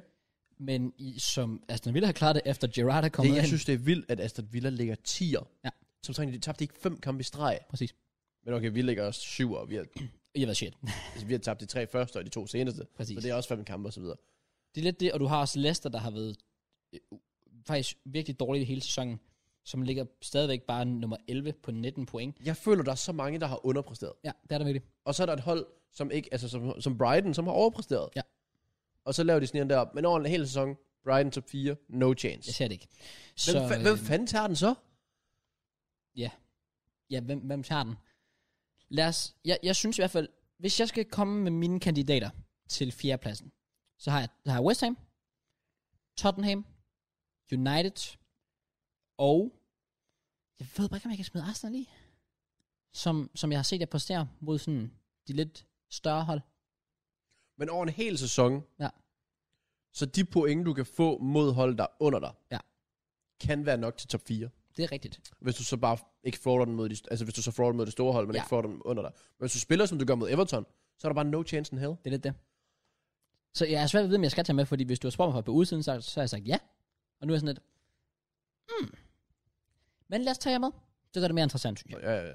Men i, som Aston Villa har klaret det, efter Gerrard er kommet
Det, jeg
ind.
synes, det er vildt, at Aston Villa ligger 10'er.
Ja.
Som sagt, de tabte ikke fem kampe i streg.
Præcis.
Men okay, vi ligger også syv, og vi har,
Jeg ved shit.
altså, vi har tabt de tre første og de to seneste.
Præcis.
Så det er også fem kampe og så videre.
Det er lidt det, og du har også Leicester, der har været øh, faktisk virkelig dårligt hele sæsonen, som ligger stadigvæk bare nummer 11 på 19 point.
Jeg føler, der er så mange, der har underpræsteret.
Ja, det er der virkelig.
Og så er der et hold, som, ikke, altså, som, som Brighton, som har overpræsteret.
Ja.
Og så laver de snigeren derop. Men over en hel sæson, Brighton top 4, no chance.
Jeg ser det ikke. Så,
Hvem, fa- hvem
øh,
fanden tager den så?
Ja, hvem, hvem tager den? Lad os, jeg, jeg synes i hvert fald, hvis jeg skal komme med mine kandidater til fjerdepladsen, så har jeg, så har jeg West Ham, Tottenham, United, og jeg ved bare ikke, om jeg kan smide Arsenal i, som, som jeg har set jer præstere mod sådan de lidt større hold.
Men over en hel sæson.
Ja.
Så de point, du kan få mod hold, der er under dig,
Ja.
kan være nok til top 4.
Det er rigtigt.
Hvis du så bare ikke frauder den mod de, altså hvis du så frauder den mod det store hold, men
Ja.
ja. ikke frauder den under dig. Men hvis du spiller, som du gør mod Everton, så er der bare no chance in hell.
Det er lidt det. Så jeg er svært ved at vide, om jeg skal tage med, fordi hvis du har spurgt mig for et par uger siden, så, så har jeg sagt ja. Og nu er jeg sådan lidt, mm. Men lad os tage jer med. Det gør det mere interessant, synes jeg.
Ja, ja, ja.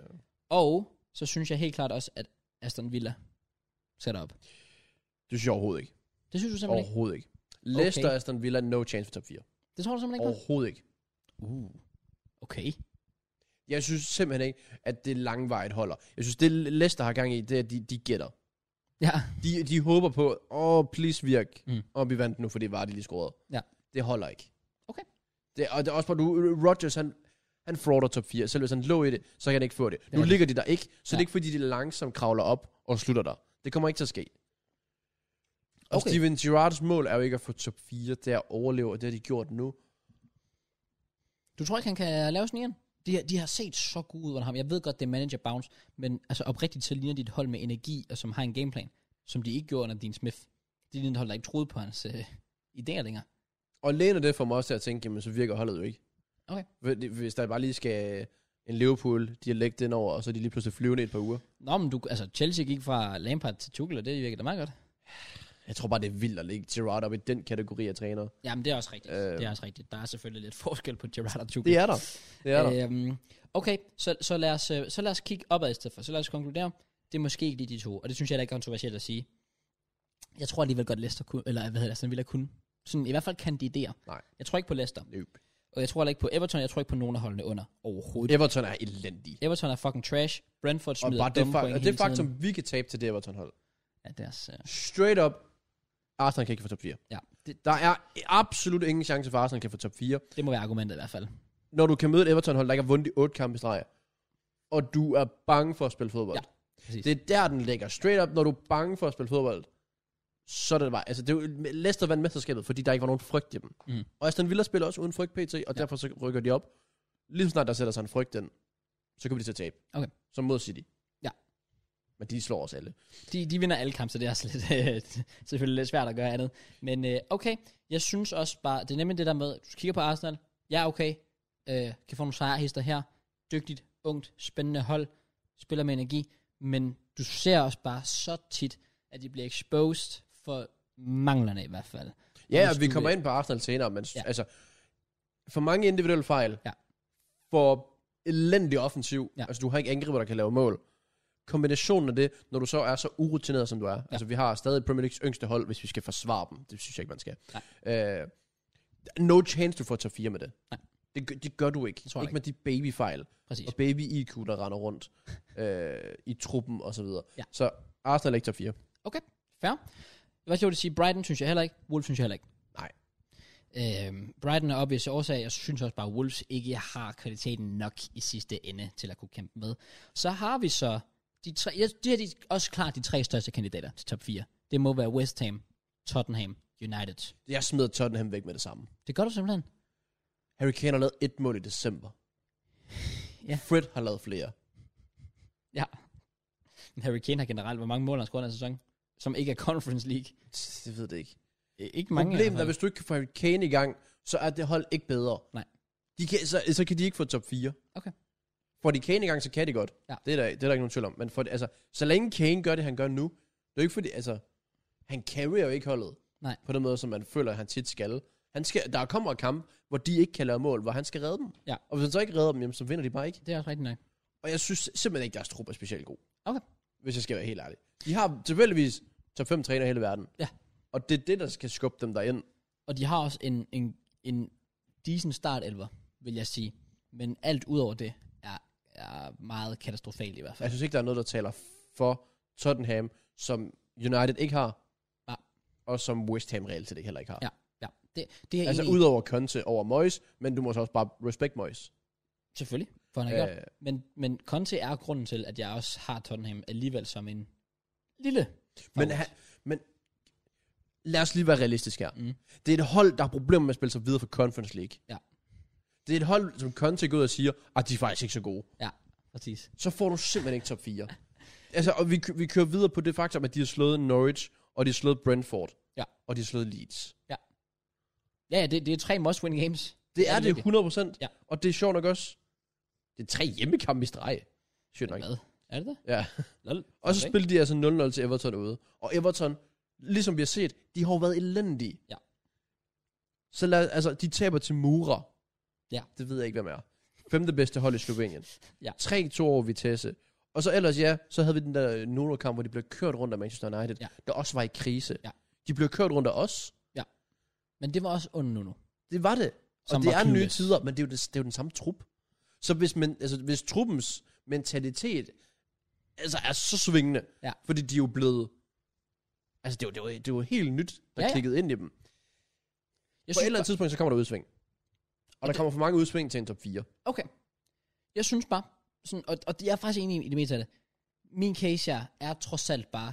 Og så synes jeg helt klart også, at Aston Villa sætter op.
Det synes jeg overhovedet ikke.
Det synes du simpelthen ikke?
Overhovedet ikke. Leicester okay. Aston Villa, no chance for top 4.
Det tror du simpelthen ikke?
Overhovedet ikke.
Uh. Okay.
Jeg synes simpelthen ikke, at det langvejt holder. Jeg synes, det Leicester har gang i, det er, at de, de gætter.
Ja,
De, de håber på, åh, oh, please virk,
Mm.
mm. og vi vandt nu, for det var de lige scorede.
Ja.
Det holder ikke.
Okay.
Det, og det er også bare, du, Rodgers, han, han frauder top 4. Selv hvis han lå i det, så kan han ikke få det. Nu
er det.
ligger de der ikke, så ja. det
Ja.
er ikke fordi, de langsomt kravler op og slutter der. Det kommer ikke til at ske. Og
Okay.
okay. Steven Gerrards mål er jo ikke at få top 4, det er at overleve, og det har de gjort nu.
du tror ikke, han kan lave sådan en? De, har- de har set så gode ud under ham. Jeg ved godt, det er manager bounce, men altså oprigtigt, så ligner de et hold med energi, og som har en gameplan, som de ikke gjorde under Dean Smith. Det ligner et hold, der ikke troede på hans øh, idéer længere.
Og læner det får mig også til at tænke, jamen så virker holdet jo ikke.
Okay.
Hvis- Hvis der bare lige skal en Liverpool, de har lægget den over, og så er de lige pludselig flyvende i et par uger.
Nå, men du, altså Chelsea gik fra Lampard til Tuchel, og det virker da meget godt.
Jeg tror bare, det er vildt at lægge Gerrard op i den kategori af trænere.
Jamen, det er også rigtigt. Øh.
Øh.
Det er også rigtigt. Der er selvfølgelig lidt forskel på Gerrard og Tuchel.
Det er der. Det er der.
Øhm, okay, så, så, lad os, øh, så lad os kigge opad i stedet for. Så lad os konkludere, det er måske ikke lige de to, og det synes jeg heller ikke er kontroversielt at sige. Jeg tror alligevel godt, Leicester kunne, eller hvad hedder det, Aston Villa kunne. Sådan, i hvert fald kandidere.
Nej.
Jeg tror ikke på Leicester,
Nope.
og jeg tror heller ikke på Everton, jeg tror ikke på nogen af holdene under overhovedet.
Everton er elendig.
Everton er fucking trash. Brentford
Og
smider
bare det,
dumme
fak-
point
og
hele
det faktum,
tiden.
vi kan tabe til det Everton-hold.
Ja, deres, øh,
Straight up, Arsenal kan ikke få top 4.
ja, det,
Der er absolut ingen chance for, at Arsenal kan få top 4.
det må være argumentet i hvert fald.
Når du kan møde et Everton-hold, der ikke har vundet i 8 kampe i streg, og du er bange for at spille fodbold.
Ja, præcis.
det er der, den ligger. Straight up, når du er bange for at spille fodbold, så er det bare. Altså, det er jo, Leicester vandt mesterskabet, fordi der ikke var nogen frygt i dem.
Mm.
Og Aston Villa spiller også uden frygt PT, og ja. derfor så rykker de op. Lige så snart der sætter sig en frygt den, så kommer de til at tabe.
Okay.
Som mod City.
Ja.
Men de slår os alle.
De, de vinder alle kampe, så det er også lidt, øh, selvfølgelig lidt svært at gøre andet. Men øh, okay, jeg synes også bare, det er nemlig det der med, du kigger på Arsenal, ja okay, øh, kan få nogle sejrhister her, dygtigt, ungt, spændende hold, spiller med energi, men du ser også bare så tit, at de bliver exposed for manglerne i hvert fald.
Ja,
Hvis
og vi
du
kommer
vil-
ind på Arsenal senere, men
Ja.
ja. altså, for mange individuelle fejl,
Ja.
for elendig offensiv,
Ja.
ja. altså du har ikke angriber, der kan lave mål. Kombinationen af det, når du så er så urutineret, som du er, ja. altså vi har stadig Premier Leagues yngste hold, hvis vi skal forsvare dem, det synes jeg ikke, man skal. Øh, no chance, du får top 4 med det.
Nej.
Det, gør- det gør du ikke.
Det tror jeg
ikke med de babyfejl
Præcis.
og baby IQ, der render rundt øh, i truppen og så videre.
Ja.
Så Arsenal er ikke top 4.
Okay, fair. Hvad skal jeg sige? Brighton synes jeg heller ikke. Wolves synes jeg heller ikke.
Nej.
Øhm, Brighton er obvious årsag. Jeg synes også bare, at Wolves ikke har kvaliteten nok i sidste ende til at kunne kæmpe med. Så har vi så de tre, ja, det er de, også klart de tre største kandidater til top 4. Det må være West Ham, Tottenham, United.
Jeg smider Tottenham væk med det samme.
Det gør du simpelthen.
Harry Kane har lavet et mål i december.
Ja.
Fred har lavet flere.
Ja. Men Harry Kane har generelt, hvor mange mål han har scoret i den her sæson, som ikke er Conference League.
Det ved det ikke.
Øh, Ikke mange. i hvert
Problemet er,
fald.
hvis du ikke kan få Harry Kane i gang, så er det hold ikke bedre.
Nej.
De kan, så, så kan de ikke få top 4.
Okay.
Får de Kane i gang, så kan de godt.
Ja.
Det, er der, det er der ikke nogen tvivl om. Men for, altså, så længe Kane gør det, han gør nu, det er jo ikke fordi, altså, han carrier jo ikke holdet.
Nej.
På den måde, som man føler, han tit skal. Han skal der kommer et kamp, hvor de ikke kan lave mål, hvor han skal redde dem.
Ja.
Og hvis han så ikke redder dem, jamen, så vinder de bare ikke.
Det er også rigtigt nok.
Og jeg synes simpelthen ikke, deres trup er specielt god.
Okay.
Hvis jeg skal være helt ærlig. De har tilfældigvis top 5 træner i hele verden.
Ja.
Og det er det, der skal skubbe dem derind.
Og de har også en, en, en decent start elver, vil jeg sige. Men alt ud over det er, er meget katastrofalt i hvert fald.
Jeg synes ikke, der er noget, der taler for Tottenham, som United ikke har.
Nej.
Og som West Ham reelt set ikke heller ikke har.
Ja, ja. Det, det er
altså
egentlig,
udover Conte over Moyes, men du må så også bare respect Moyes.
Selvfølgelig, for han har gjort.
Øh,
Men, men Conte er grunden til, at jeg også har Tottenham alligevel som en lille
men,
favorit.
han, men lad os lige være realistiske her.
Mm.
Mm. Det er et hold, der har problemer med at spille sig videre for Conference League.
Ja.
Det er et hold, som Conte går ud og siger, at de er faktisk ikke så gode.
Ja, præcis.
så får du simpelthen ikke top 4. altså, og vi, kø- vi kører videre på det faktum, at de har slået Norwich, og de har slået Brentford,
Ja.
og de har slået Leeds.
Ja, ja, det, det er tre must-win games.
Det er det
virkelig.
100%,
Ja.
og det er sjovt nok også. Det er tre hjemmekampe i streg. Sjovt nok.
Hvad? Er det det?
Ja.
Lol.
Og så
Okay.
spillede de altså 0-0 til Everton ude. Og Everton, ligesom vi har set, de har jo været elendige.
Ja.
Så lad, altså, de taber til Mura.
Ja.
Det ved jeg ikke, hvem er. Femte bedste hold i Slovenien.
Ja.
3-2 over Vitesse. Og så ellers, ja, så havde vi den der Nuno-kamp, hvor de blev kørt rundt af Manchester United,
Ja.
der også var i krise.
Ja.
De blev kørt rundt af os.
Men det var også under Nuno.
Det var det.
Som
og det
var
er nye
clueless.
tider, men det er jo, det, det er jo den samme trup. Så hvis, man, altså, hvis truppens mentalitet altså, er så svingende,
Ja.
fordi de er jo blevet... Altså, det er jo, det er jo, det er jo helt nyt,
Ja,
der ja,
ja.
ja. klikkede ind i dem.
Jeg
På et
synes,
eller andet tidspunkt, så kommer der udsving. Og der
det-
kommer for mange udsving til en top 4.
bare, okay. Jeg synes bare, sådan, og, og jeg er faktisk enig i det meste af det. Min case her er trods alt bare,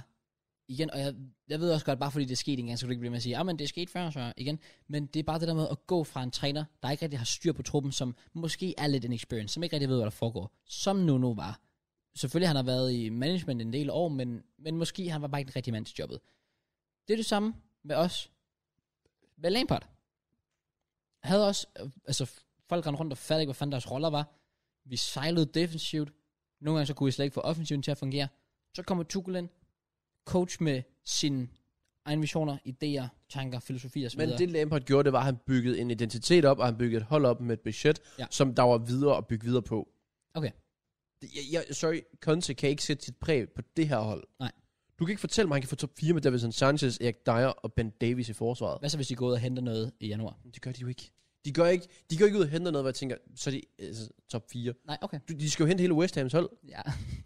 igen, og jeg, jeg ved også godt, bare fordi det skete engang, så kan du ikke blive med at sige, ah, men det skete før, så igen. Men det er bare det der med at gå fra en træner, der ikke rigtig har styr på truppen, som måske er lidt inexperienced, som ikke rigtig ved, hvad der foregår, som Nuno var. Selvfølgelig han har været i management en del år, men, men måske han var bare ikke den rigtige mand til jobbet. Det er det samme med os. Med Lampard. Havde også, øh, altså folk rendte rundt og fattede ikke, hvad fanden deres roller var. Vi sejlede defensivt. Nogle gange så kunne vi slet ikke få offensiven til at fungere. Så kommer Tuchel ind, coach med sine egne visioner, idéer, tanker, filosofi osv.
Men det Lampard gjorde, det var, at han byggede en identitet op, og han byggede et hold op med et budget,
Ja.
ja. som der var videre at bygge videre på.
Okay.
Det- Jeg, jeg, sorry, Conte kan ikke sætte sit præg på det her hold.
Nej.
Du kan ikke fortælle mig, at han kan få top 4 med Davidson Sanchez, Erik Dyer og Ben Davis i forsvaret.
Hvad så, hvis de går ud og henter noget i januar?
Men det gør de jo ikke. De gør ikke, de går ikke ud og henter noget, hvor jeg tænker, så er de altså, top 4.
Nej, okay.
Du, de skal jo hente hele West Ham's hold.
Ja.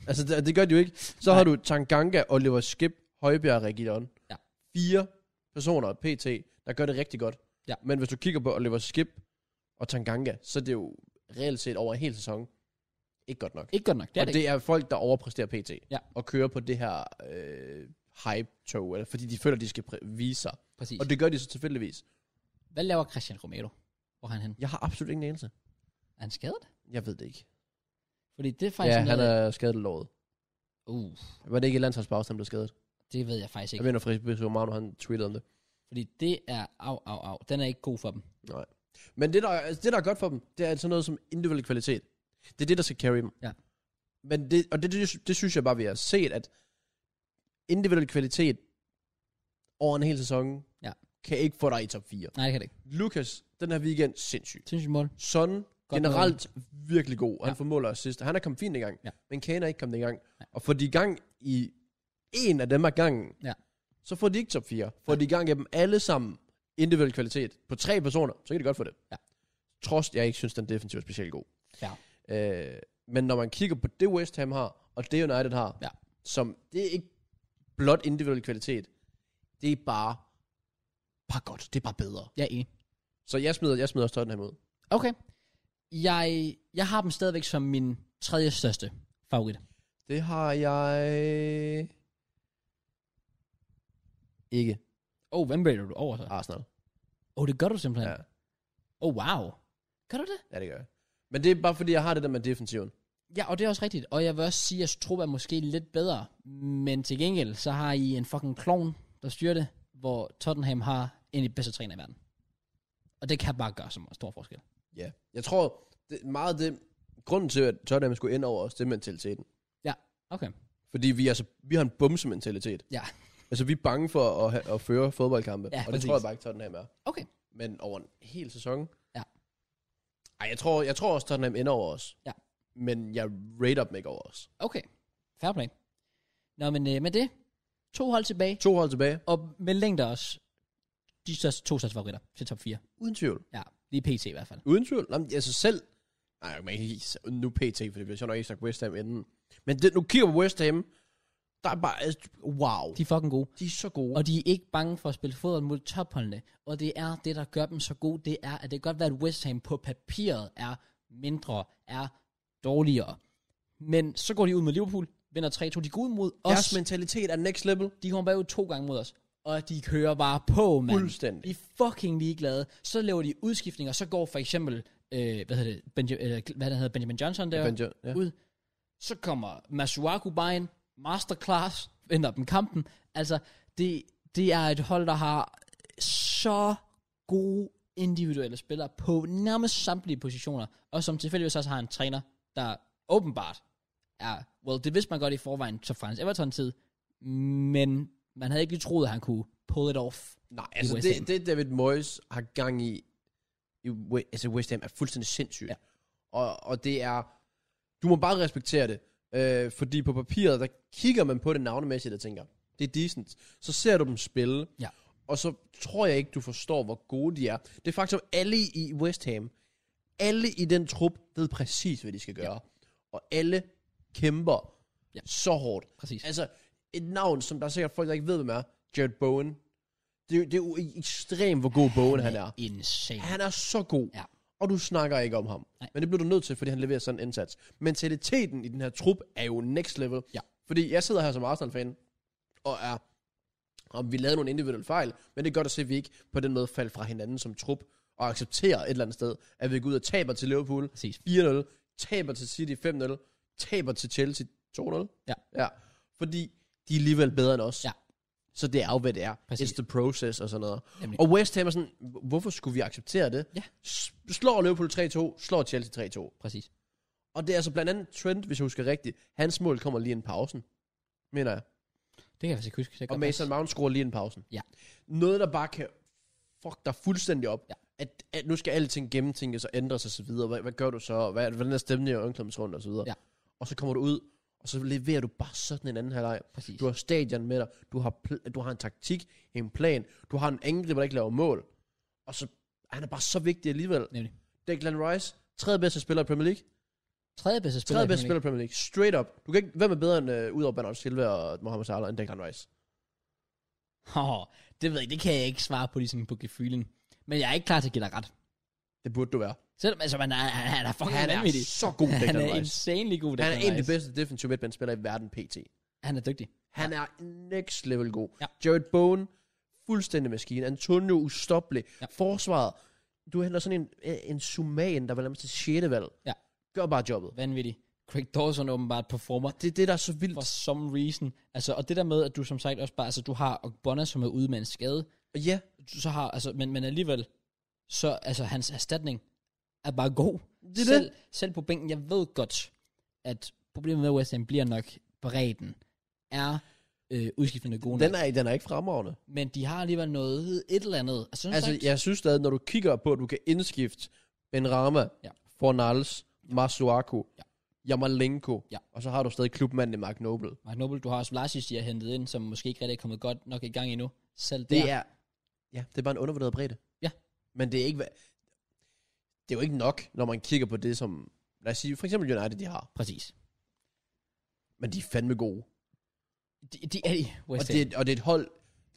Altså, det, det gør de jo ikke. Så
Nej.
har du Tanganga, Oliver Skip, Højbjerg og Regidon.
Ja.
Fire personer, PT, der gør det rigtig godt.
Ja.
Men hvis du kigger på Oliver Skip og Tanganga, så er det jo reelt set over en hel sæson ikke godt nok.
Ikke godt nok. Det er
og
det,
det er folk, der overpræsterer PT.
Ja.
Og kører på det her øh, hype-tog, eller fordi de føler, de skal præ- vise sig.
ikke. Præcis.
Og det gør de så tilfældigvis.
Hvad laver Christian Romero? Hvor er han hen?
Jeg har absolut ingen anelse.
Er han skadet?
Jeg ved det ikke.
Fordi det er faktisk
Ja,
noget...
han er skadet i låret.
Uh,
Var det ikke i landsholdspause, han blev skadet?
det ved jeg faktisk
Jeg
ikke.
mener, Frisbee Romano, han tweetede om det.
Fordi det er... Au, au, au. Den er ikke god for dem.
Nej. Men det der, altså det, der er godt for dem, det er sådan noget som individuel kvalitet. Det er det, der skal carry dem.
Ja.
Men det, og det, det, det synes jeg bare, vi har set, at individuel kvalitet over en hel sæson,
Ja.
kan ikke få dig i top 4.
Nej, det kan det ikke.
Lukas, den her weekend, sindssyg.
Synes jeg mål?
Son, generelt virkelig god. og
Ja.
Han ja. formåler os sidst. Han er kommet fint i gang,
Ja.
men Kane er ikke kommet i gang.
Nej.
Og får de i gang i en af dem af gangen,
Ja.
så får de ikke top 4. Får de i gang af dem alle sammen individuel kvalitet på tre personer, så kan de godt få det.
Ja.
Trods, jeg ikke synes, den defensiv er specielt god.
Ja.
Øh, men når man kigger på det West Ham har, og det United har,
Ja.
som det er ikke blot individuel kvalitet, det er bare, bare godt. Det er bare bedre.
Jeg er enig.
Så jeg smider, jeg smider også Tottenham ud.
Okay. Jeg, jeg har dem stadigvæk som min tredje største favorit.
Det har jeg... Ikke.
Oh, hvem rater du over så?
Arsenal.
Oh, det gør du simpelthen.
Ja.
Oh, wow. Gør du det?
ja, det gør jeg. Men det er bare fordi, jeg har det der med defensiven.
Ja, og det er også rigtigt. Og jeg vil også sige, at Strup er måske lidt bedre. Men til gengæld, så har I en fucking klovn, der styrer det, hvor Tottenham har en af de bedste træner i verden. Og det kan bare gøre som en stor forskel.
Ja. Jeg tror, det, meget det... Grunden til, at Tottenham skulle ind over os, det er mentaliteten.
Okay.
Fordi vi, altså, vi har en bumsementalitet.
Ja.
Altså, vi er bange for at, have, at føre fodboldkampe.
Ja,
og det
præcis.
tror jeg bare ikke, Tottenham er.
Okay.
Men over en hel sæson.
Ja.
Ej, jeg tror, jeg tror også, Tottenham ender over os.
Ja.
men jeg rate dem ikke over os.
Okay, fair play. Nå, men øh, med det, to hold tilbage,
To hold tilbage,
og med længder også, de største, to største favoritter til top 4.
uden tvivl.
Ja, lige pt i hvert fald.
Uden tvivl. Jamen, altså selv... Nej, man kan ikke sige- nu PT, for det bliver sjovt nok ikke sagt West Ham inden. Men det, nu kigger jeg på West Ham, der er bare... altså, Wow.
De er fucking gode.
De er så gode.
Og de er ikke bange for at spille fodbold mod topholdene. Og det er det, der gør dem så gode, det er, at det kan godt være, at West Ham på papiret er mindre, er dårligere. Men så går de ud mod Liverpool, vinder 3-2. De går ud mod os.
Deres mentalitet er next level.
De kommer bagud to gange mod os. Og de kører bare på, mand.
Fuldstændig.
De er fucking ligeglade. Så laver de udskiftninger. Så går for eksempel, øh, hvad hedder det, Benja- øh, hvad den hedder, Benjamin Johnson der
Benja- ja.
ud. Så kommer Masuaku bare ind. Masterclass. Ender dem kampen. Altså, det, det er et hold, der har så gode individuelle spillere på nærmest samtlige positioner. Og som tilfældigvis også har en træner, der åbenbart er, well, det vidste man godt i forvejen, så Frans Everton-tid, men man havde ikke lige troet, at han kunne pull it off.
Nej, altså
West Ham.
det, det David Moyes har gang i, i We- altså West Ham er fuldstændig sindssygt.
Ja.
Ja. Og, og det er, du må bare respektere det, øh, fordi på papiret, der kigger man på det navnemæssigt og tænker, det er decent. Så ser du dem spille,
Ja.
og så tror jeg ikke, du forstår, hvor gode de er. Det er faktisk, alle i West Ham, alle i den trup, ved præcis, hvad de skal gøre. Ja. Og alle kæmper
Ja.
ja. så hårdt.
Præcis.
Altså, et navn, som der er sikkert folk, der ikke ved, hvem er. Jared Bowen. Det, er jo- det er jo ekstremt, hvor god Bowen han er.
Insane.
Han er så god.
Ja.
Og du snakker ikke om ham.
Nej.
Men det bliver du nødt til, fordi han leverer sådan en indsats. Mentaliteten i den her trup er jo next level.
Ja.
Fordi jeg sidder her som Arsenal-fan, og er... Om vi lavede nogle individuelle fejl, men det er godt at se, at vi ikke på den måde falder fra hinanden som trup, og accepterer et eller andet sted, at vi går ud og taber til Liverpool,
Præcis.
4-0, taber til City 5-0, taber til Chelsea 2-0.
Ja.
ja. Fordi de er alligevel bedre end os.
Ja.
Så det er jo, hvad det er.
Præcis.
It's the process og sådan noget.
Nemlig.
Og West Ham er sådan, hvorfor skulle vi acceptere det?
Ja.
S- Slår Liverpool 3-2, slår Chelsea 3-2.
Præcis.
Og det er altså blandt andet Trent, hvis jeg husker rigtigt. Hans mål kommer lige en pausen, mener jeg.
Det kan jeg faktisk ikke huske. Det kan
Og
godt
Mason
passe.
Mount scorer lige en pausen.
Ja.
Noget, der bare kan fuck dig fuldstændig op.
Ja.
At, at, nu skal alting gennemtænkes og ændres og så videre. Hvad, hvad gør du så? Og Hvad, hvordan er stemningen i omklædningsrummet og så videre?
Ja.
Og så kommer du ud, og så leverer du bare sådan en anden halvleg.
Præcis.
Du har stadion med dig, du har, pl- du har en taktik, en plan, du har en angriber, der ikke laver mål. Og så han er bare så vigtig alligevel.
Nemlig.
Declan Rice, tredje bedste spiller i Premier League.
Tredje bedste spiller.
Tredje
i
bedste
Premier
spiller i Premier League. Straight up. Du kan ikke, hvem er bedre end, øh, ud over Bernardo Silva og Mohamed Salah, end Declan Rice?
League. Åh, det ved jeg, ikke. det kan jeg ikke svare på, ligesom på gefylen. Men jeg er ikke klar til at give dig ret.
Det burde du være.
Selvom, altså, man er, han, han er fucking
Han er
vanvittig.
så god,
Han
Declan
er
Rice.
insanely god,
Han er
Declan
en af de
Rice.
bedste defensive midtbanespillere i verden pt.
Han er dygtig.
Han er next level god.
Ja.
Jared Bowen, fuldstændig maskine. Antonio ustoppelig.
Ja.
Ja. Forsvaret. Du henter sådan en, øh, en suman, der var nærmest til 6. valg.
Ja.
Gør bare jobbet.
Vanvittig. Craig Dawson åbenbart performer.
Det er det, der er så vildt.
for some reason. Altså, og det der med, at du som sagt også bare, altså du har Ogbonna, som er ude med en skade,
Ja,
så har, altså, men, men alligevel, så, altså hans erstatning er bare god.
Det er
selv, selv på bænken, jeg ved godt, at problemet med West Ham bliver nok bredden, er øh, udskiftende gode
den
nok,
er, den er ikke fremragende.
men de har alligevel noget, et eller andet. Altså, som
Altså,
sagt,
jeg synes stadig, når du kigger på, at du kan indskifte Benrahma,
Ja.
Fornals, Masuaku,
Ja.
Jamalenko,
Ja. og
og så har du stadig klubmanden i Mark Noble.
Mark Noble, du har også Vlasic, de har hentet ind, som måske ikke rigtig er kommet godt nok i gang endnu. Selv
Det
der.
er, ja, det er bare en undervurderet bredde.
Ja.
Men det er ikke, hvad- det er jo ikke nok, når man kigger på det, som, lad os sige, for eksempel United, de har.
Præcis.
Men de er fandme gode.
De, de er i West
Og
Ham.
det, er- og det er et hold,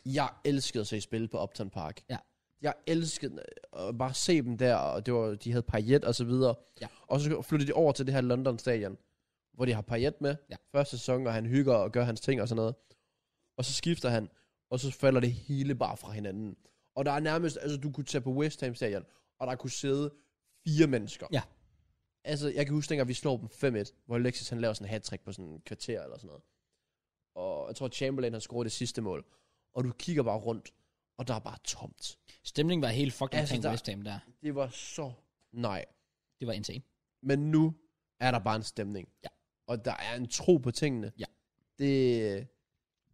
jeg elskede at se spille på Upton Park.
Ja.
Jeg elskede øh, at bare se dem der, og det var, de havde Payet og så videre.
Ja.
Og så flyttede de over til det her London Stadion, hvor de har Payet med
Ja.
første sæson, og han hygger og gør hans ting og sådan noget. Og så skifter han, og så falder det hele bare fra hinanden. Og der er nærmest, altså du kunne tage på West Ham Stadion, og der kunne sidde fire mennesker.
Ja.
Altså, jeg kan huske dengang, vi slog dem 5-1, hvor Alexis han laver sådan en hat på sådan en kvarter eller sådan noget og jeg tror Chamberlain har scoret det sidste mål, og du kigger bare rundt, og der er bare tomt.
Stemningen var helt fucking altså,
Altså,
omkring
der-
West Ham der.
Det var så nej.
Det var insane.
Men nu er der bare en stemning.
Ja.
Og der er en tro på tingene.
Ja.
Det,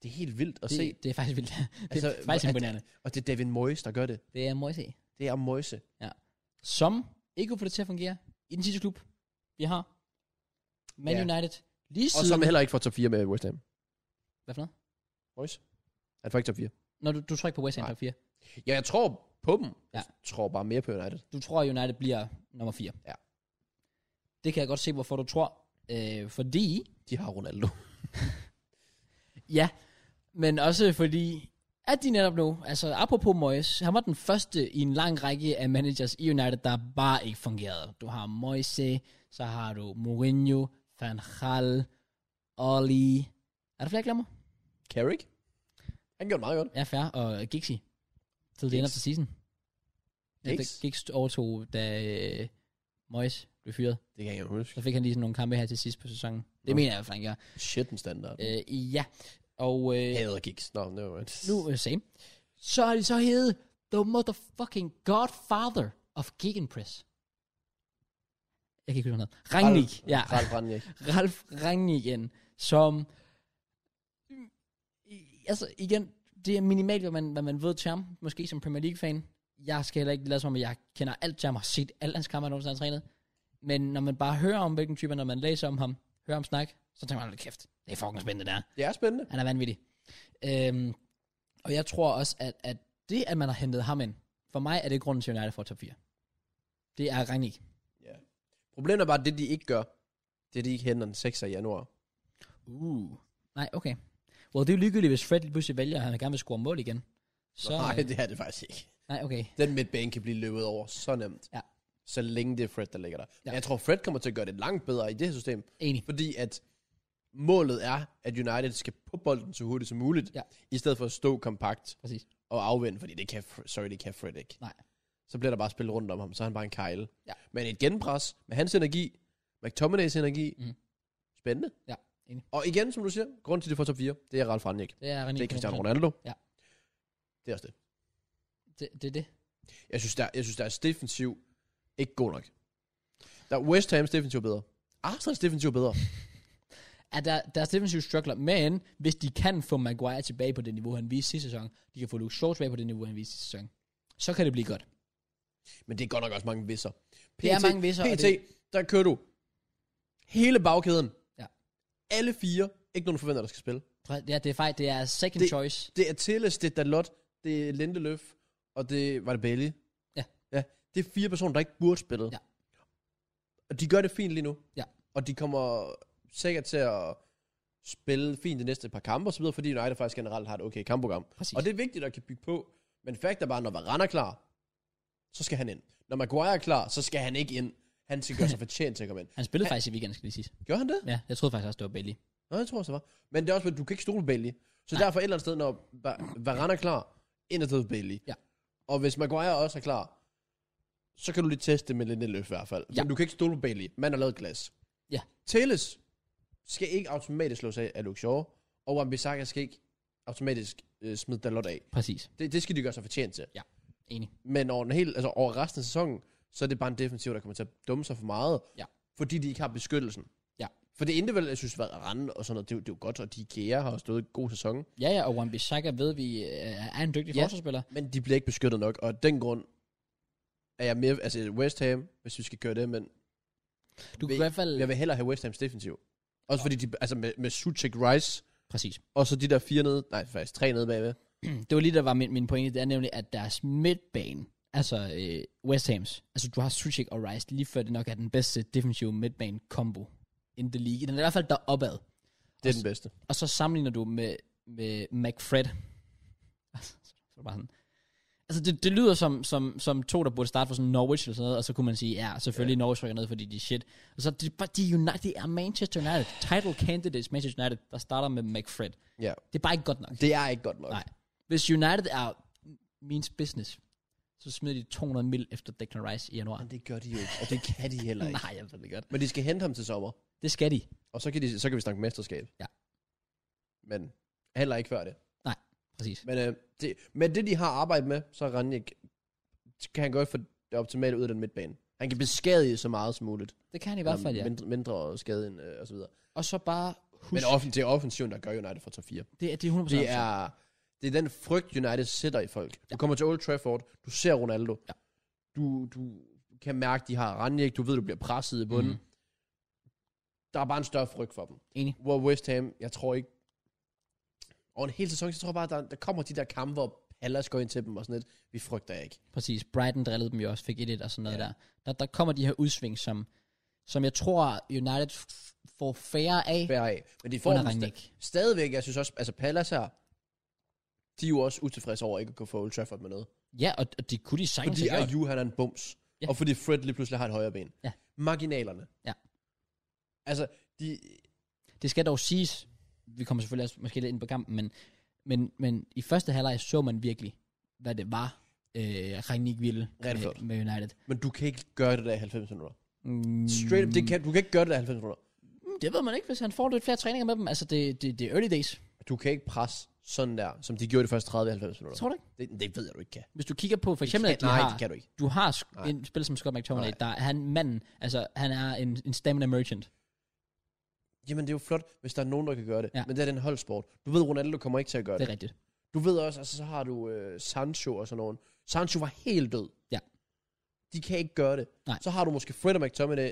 det er helt vildt at det, se.
Det, det er faktisk vildt. det er
Altså,
faktisk
at-
imponerende.
Og det er David Moyes, der gør det.
Det er, må jeg se.
Det er Moyes.
Som ikke kunne få det til at fungere i den sidste klub, vi har. Man
Ja.
United, lige
Og
siden...
så er man heller ikke for top 4 med West Ham.
Hvad for noget?
Boys. Han får ikke top 4.
Når du, du tror ikke på West Ham
Nej.
top 4.
Ja, jeg tror på dem.
Ja.
Jeg tror bare mere på United.
Du tror, at United bliver nummer 4.
Ja.
Det kan jeg godt se, hvorfor du tror. Øh, fordi...
De har Ronaldo.
Ja, men også fordi, at de netop nu, altså apropos Moyes, han var den første i en lang række af managers i United, der bare ikke fungerede. Du har Moise, så har du Mourinho, Van Gaal, Oli. Er der flere, jeg glemmer?
Carrick? Han gjorde det meget godt.
Ja, fair. Og Gixi. Til det ender
Giggs.
til season. Ja,
Giggs?
da Giggs overtog, da øh, Moyes blev fyret.
Det kan jeg ikke huske.
Så fik han lige sådan nogle kampe her til sidst på sæsonen. Det
Nå.
mener jeg i hvert fald, han gør.
Shit, den standard.
Øh, ja. Og, øh,
Jeg hader gigs. Nå, no, never mind.
Nu, uh, same. Så har de så heddet The Motherfucking Godfather of Gegenpress. Jeg kan ikke huske, hvad han hedder. Rangnick. Ja,
Ralf Rangnick.
Ralf Rangnick igen, som... I- Altså, igen, det er minimalt, hvad man, hvad man ved til ham. Måske som Premier League-fan. Jeg skal heller ikke lade som om, at jeg kender alt til ham og har set alle hans kampe, han nogensinde har trænet. Men når man bare hører om, hvilken type, han er, når man læser om ham, hører om snak, så tænker man, hold kæft, det er fucking spændende, det der.
Det er spændende.
Han er vanvittig. Øhm, og jeg tror også, at, at det, at man har hentet ham ind, for mig er det grunden til, at United får top 4. Det er Rangnick.
Ja. Problemet er bare, at det de ikke gør, det er, de ikke henter den 6. januar.
Uh. Nej, okay. Well, det er jo ligegyldigt, hvis Fred lige pludselig vælger, at han gerne vil score mål igen. Så,
Nej,
øh,
det er det faktisk ikke.
nej, okay.
Den midtbane kan blive løbet over så nemt.
Ja.
Så længe det er Fred, der ligger der. Ja.
Ja.
Men jeg tror, Fred kommer til at gøre det langt bedre i det her system,
Enig.
fordi at målet er, at United skal på bolden så hurtigt som muligt,
Ja.
i stedet for at stå kompakt
Præcis.
og afvende, fordi det kan, Fr- sorry, det kan Fred ikke.
Nej.
Så bliver der bare spillet rundt om ham, så er han bare en kejle.
Ja.
Men et genpres med hans energi, McTominays energi,
Mhm.
spændende.
Ja, enig.
Og igen, som du siger, grund til, at det får top 4, det er Ralf Rangnick.
Det er
Det er
Rangnick.
Cristiano Ronaldo.
Ja.
Det er også det.
Det, det er det.
Jeg synes, der, jeg synes, der er defensiv ikke god nok. Der er West Ham's defensiv er bedre. Arsenal's defensiv er bedre.
At der, deres defensive struggler, men hvis de kan få Maguire tilbage på det niveau, han viste sidste sæson, de kan få Luke Shaw tilbage på det niveau, han viste sidste sæson, så kan det blive godt.
Men det er godt nok også mange visser. PT,
Det er mange visser, og
PT, der kører du hele bagkæden.
Ja.
Alle fire. Ikke nogen forventer, der skal spille.
Ja, det er fejl. Det er second
Det-
choice.
Det er Tilles, det er Dalot, det er Lindeløf, og det var det Bailey.
Ja.
ja. Det er fire personer, der ikke burde spille.
Ja.
Og de gør det fint lige nu.
Ja.
Og de kommer sikkert til at spille fint de næste par kampe og så videre, fordi United faktisk generelt har et okay kampprogram.
Præcis.
Og det er vigtigt at kan bygge på. Men fakt er bare, når Varane er klar, så skal han ind. Når Maguire er klar, så skal han ikke ind. Han skal gøre sig fortjent til at komme ind.
Han spillede faktisk i weekenden, skal lige sige.
Gør han det?
Ja, jeg troede faktisk også, det var Bailey.
Nå, jeg tror så var. Men det er også, at du kan ikke stole på Bailey. Så Nej. derfor et eller andet sted, når Var- Varane er klar, ind og Bailey.
Ja.
Og hvis Maguire også er klar, så kan du lige teste det med Lindeløf i hvert fald. Ja.
Ja.
Men du kan ikke stole på Bailey. Man har lavet glas.
Ja.
Teles skal ikke automatisk slås af af Luke Shaw, og wan skal ikke automatisk øh, smide Dalot af.
Præcis.
Det, det skal de gøre sig fortjent til.
Enig.
Men over, den hele, altså over resten af sæsonen, så er det bare en defensiv, der kommer til at dumme sig for meget.
Ja.
Fordi de ikke har beskyttelsen.
Ja.
For det endte vel, jeg synes, var Rand og sådan noget, det, er jo- det er jo godt, og de kære har også stået en god sæson.
Ja, ja, og Wan Bissaka ved vi øh, er en dygtig
Ja.
ja. forsvarsspiller.
Men de bliver ikke beskyttet nok, og af den grund er jeg mere, altså West Ham, hvis vi skal gøre det, men
Du kan
Ved-
i hvert fald...
jeg vil hellere have West Hams defensiv. Også fordi de, altså med, med Suchek Rice,
Præcis.
og så de der fire nede, nej faktisk tre nede bagved.
Det var lige, der var min, min pointe. Det er nemlig, at deres midtbane, altså øh, West Hams, altså du har Suchik og Rice, lige før det nok er den bedste defensive midtbane combo in the league. Den er i hvert fald deropad.
Det er den bedste.
Og så sammenligner du med, med McFred. Altså, så er det bare sådan. Altså, det, det lyder som, som, som to, der burde starte for sådan Norwich eller sådan noget, og så kunne man sige, ja, selvfølgelig yeah. Norwich rykker ned, fordi de er shit. Og så er det bare, de, er United, de er Manchester United, title candidates Manchester United, der starter med McFred.
Ja.
Det er bare ikke godt nok.
Det er ikke godt nok.
Nej. Hvis United er means business, så smider de 200 mil efter Declan Rice i januar.
Men det gør de jo ikke, og det kan de heller ikke.
Nej, jeg ved det godt.
Men de skal hente ham til sommer.
Det skal de.
Og så kan, de, så kan vi snakke mesterskab.
Ja.
Men heller ikke før det.
Præcis.
Men, øh, det, men det, de har arbejdet med, så er Ranjik, kan han godt få det optimale ud af den midtbane. Han kan beskadige så meget som muligt.
Det kan han i hvert fald, ja.
Mindre, mindre skade end, øh, og så videre.
Og så bare
Men
husk,
offen, det er offensiven, der gør United for top 4.
det, er, det er 100%.
Det er, det er den frygt, United sætter i folk. Du kommer til Old Trafford, du ser Ronaldo.
Ja.
Du, du kan mærke, de har Ranjik, du ved, du bliver presset i bunden. Mm. der er bare en større frygt for dem.
Mhm. Enig.
Hvor West Ham, jeg tror ikke... Over en hel sæson, så tror jeg bare, der, der kommer de der kampe, hvor Pallas går ind til dem og sådan lidt. Vi frygter ikke.
Præcis. Brighton drillede dem jo også, fik 1-1 og sådan noget ja. der. der. Der kommer de her udsving, som, som jeg tror, United f- får færre af
Bærer af. Men de får
under
dem sta-
Rangnick.
stadigvæk, jeg synes også, altså Pallas her, de er jo også utilfredse over ikke at kunne få Old Trafford med noget.
Ja, og, og det kunne de sagtens
Fordi
have gjort.
Ayu, han er en bums.
Ja.
Ja. Og fordi Fred lige pludselig har et højere ben.
Ja.
Marginalerne.
Ja.
Altså, de,
Det skal dog siges, vi kommer selvfølgelig også måske lidt ind på kampen, men, men, men i første halvleg så man virkelig, hvad det var, øh, Rangnick ville
Rigtig
med,
flot.
med United.
men du kan ikke gøre det der i 90 minutter.
Mm,
Straight up, det kan, du kan ikke gøre det der i 90 minutter.
det ved man ikke, hvis han får lidt flere træninger med dem. Altså, det, det, det er early days.
Du kan ikke presse sådan der, som de gjorde de første 30-90 minutter.
Tror du ikke?
Det, det ved jeg, du ikke kan.
Hvis du kigger på for
Det kan
eksempel, at de
nej,
har,
det kan du ikke.
du har sk-
Nej.
en spiller som Scott McTominay,
Nej.
der er han manden, altså han er en, en stamina merchant.
Jamen, det er jo flot, hvis der er nogen, der kan gøre det.
Ja.
Ja. Men det er den holdsport. Du ved, Ronaldo kommer ikke til at gøre
Det
det.
er rigtigt.
Du ved også, altså, så har du øh, Sancho og sådan nogen. Sancho var helt død.
Ja.
De kan ikke gøre det.
Nej.
Så har du måske Fred og McTominay,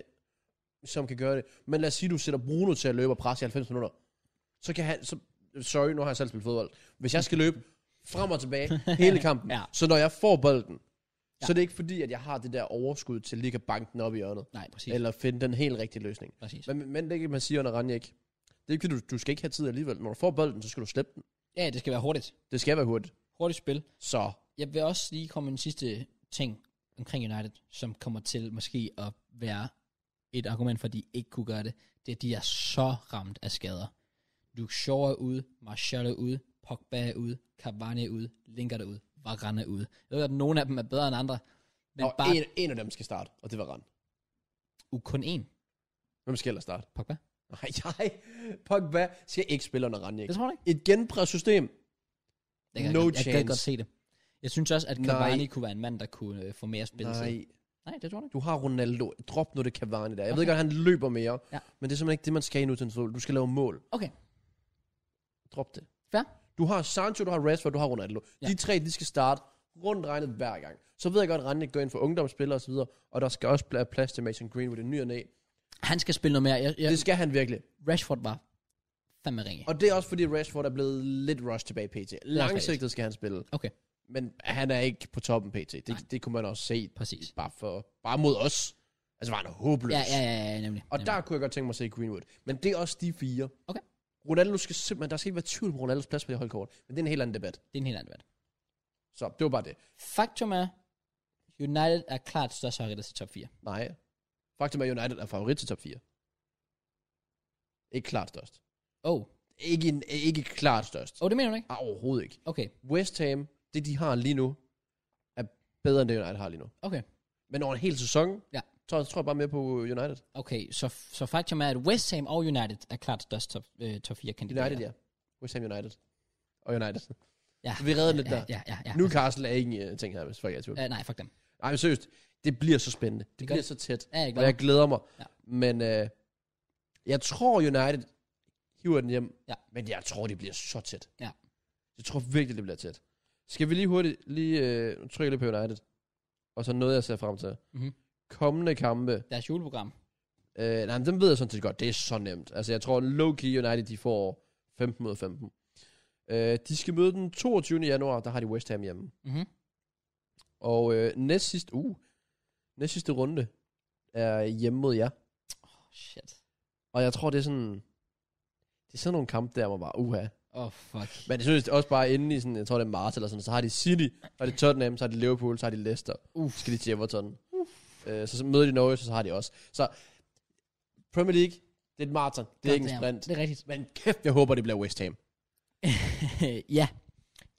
som kan gøre det. Men lad os sige, du sætter Bruno til at løbe og presse i 90 minutter. Så kan han... Så, sorry, nu har jeg selv spillet fodbold. Hvis jeg skal løbe frem og tilbage hele kampen,
Ja.
så når jeg får bolden,
Ja.
ja. så er det ikke fordi, at jeg har det der overskud til lige at banke den op i hjørnet.
Nej, præcis.
Eller finde den helt rigtige løsning.
præcis.
Men, men det kan man sige under Ranjek. Det er ikke fordi, du, du skal ikke have tid alligevel. Når du får bolden, så skal du slippe den.
Ja, det skal være hurtigt.
Det skal være hurtigt.
Hurtigt spil.
Så
Jeg vil også lige komme med en sidste ting omkring United, som kommer til måske at være et argument for, at de ikke kunne gøre det. Det er, at de er så ramt af skader. Luke Shaw er ude, Martial er ude, Pogba er ude, Cavani er ude, Lingard er ude, Varane er ude. Jeg ved, at nogle af dem er bedre end andre, men
og
bare
en, en af dem skal starte, og det var Rand.
u- kun én,
Hvem skal ellers starte?
Pogba.
Nej, nej. Pogba skal ikke spille under Ranjek.
Det tror jeg ikke.
Et genpresset system.
Jeg kan,
No
godt- Jeg kan
chance.
godt se det. Jeg synes også, at
Nej.
Cavani kunne være en mand, der kunne øh, få mere spilletid.
Nej,
Nej, det tror jeg ikke.
du har Ronaldo. Drop nu det Cavani der. Jeg okay. ved
Okay.
godt, han løber mere.
Ja.
Men det er simpelthen ikke det, man skal i nu til en fodbold. Du skal lave mål.
Okay.
Drop det.
Fair.
Du har Sancho, du har Rashford, du har Ronaldo.
Ja.
Ja. De tre, de skal starte rundt regnet hver gang. Så ved jeg godt, at Ranjek går ind for ungdomsspillere osv., og der skal også være plads til Mason Greenwood i ny og næ.
Han skal spille noget mere. Jeg, jeg,
Det skal han virkelig.
Rashford var fandme ringe.
Og det er også fordi Rashford er blevet lidt rush tilbage pt. Langsigtet skal han spille.
Okay.
Men han er ikke på toppen pt.
Nej.
Det, det kunne man også se
Præcis.
bare, for, bare mod os. Altså var han håbløs.
Ja, ja, ja, ja nemlig.
Og
nemlig.
der kunne jeg godt tænke mig at se Greenwood. Men det er også de fire.
Okay.
Ronaldo skal simpelthen, der skal ikke være tvivl om Ronaldos plads på det holdkort. Men det er en helt anden debat.
Det er en helt anden debat.
Så det var bare det.
Faktum er, United er klart størst favoritter til top 4.
Nej. Faktum er, at United er favorit til top 4. Ikke klart størst.
Oh,
Ikke, en, ikke klart størst.
oh det mener du ikke?
Ah, overhovedet ikke.
Okay,
West Ham, det de har lige nu, er bedre end det United har lige nu.
okay,
Men over en hel sæson,
Ja.
så tror jeg bare mere på United.
okay. Så, så faktum er, at West Ham og United er klart størst top, øh, top 4 kandidater.
United, ja. West Ham United. Og United.
Ja.
Vi redder lidt
Ja,
der.
ja, ja. ja. Nu.
Newcastle er ikke en øh, ting her, hvis folk er i tvivl.
Uh, nej, fuck dem.
Nej, men seriøst. Det bliver så spændende. Det,
Det gør
bliver så tæt.
Ja, jeg er
Og
glad.
jeg glæder mig.
Ja.
Men øh, jeg tror, United hiver den hjem.
Ja.
Men jeg tror, det bliver så tæt.
Ja.
Jeg tror virkelig, det bliver tæt. Skal vi lige hurtigt lige, øh, nu trykker jeg lige på United. Og så noget, jeg ser frem til.
Mhm.
Kommende kampe.
Deres juleprogram.
Øh, nej, men dem ved jeg sådan set godt. Det er så nemt. Altså, jeg tror, low-key United, de får 15 mod 15. Øh, de skal møde den 22. januar, der har de West Ham hjemme.
Mhm.
Og øh, næst sidste uge, uh, næst sidste runde, er hjemme mod jer.
Oh, shit.
Og jeg tror, det er sådan... Det er sådan nogle kampe der, hvor man bare, uha.
Oh, fuck.
Men det synes jeg også bare inde i sådan, jeg tror det er marts eller sådan, så har de City, så har de Tottenham, så har de Liverpool, så har de Leicester.
Uff.
Så skal de til Everton. Øh, så, så møder de Norwich, og så har de også. Så Premier League, det er et maraton, det er ikke en
Goddamn.
sprint.
Det er rigtigt.
Men kæft, jeg håber, det bliver West Ham.
ja.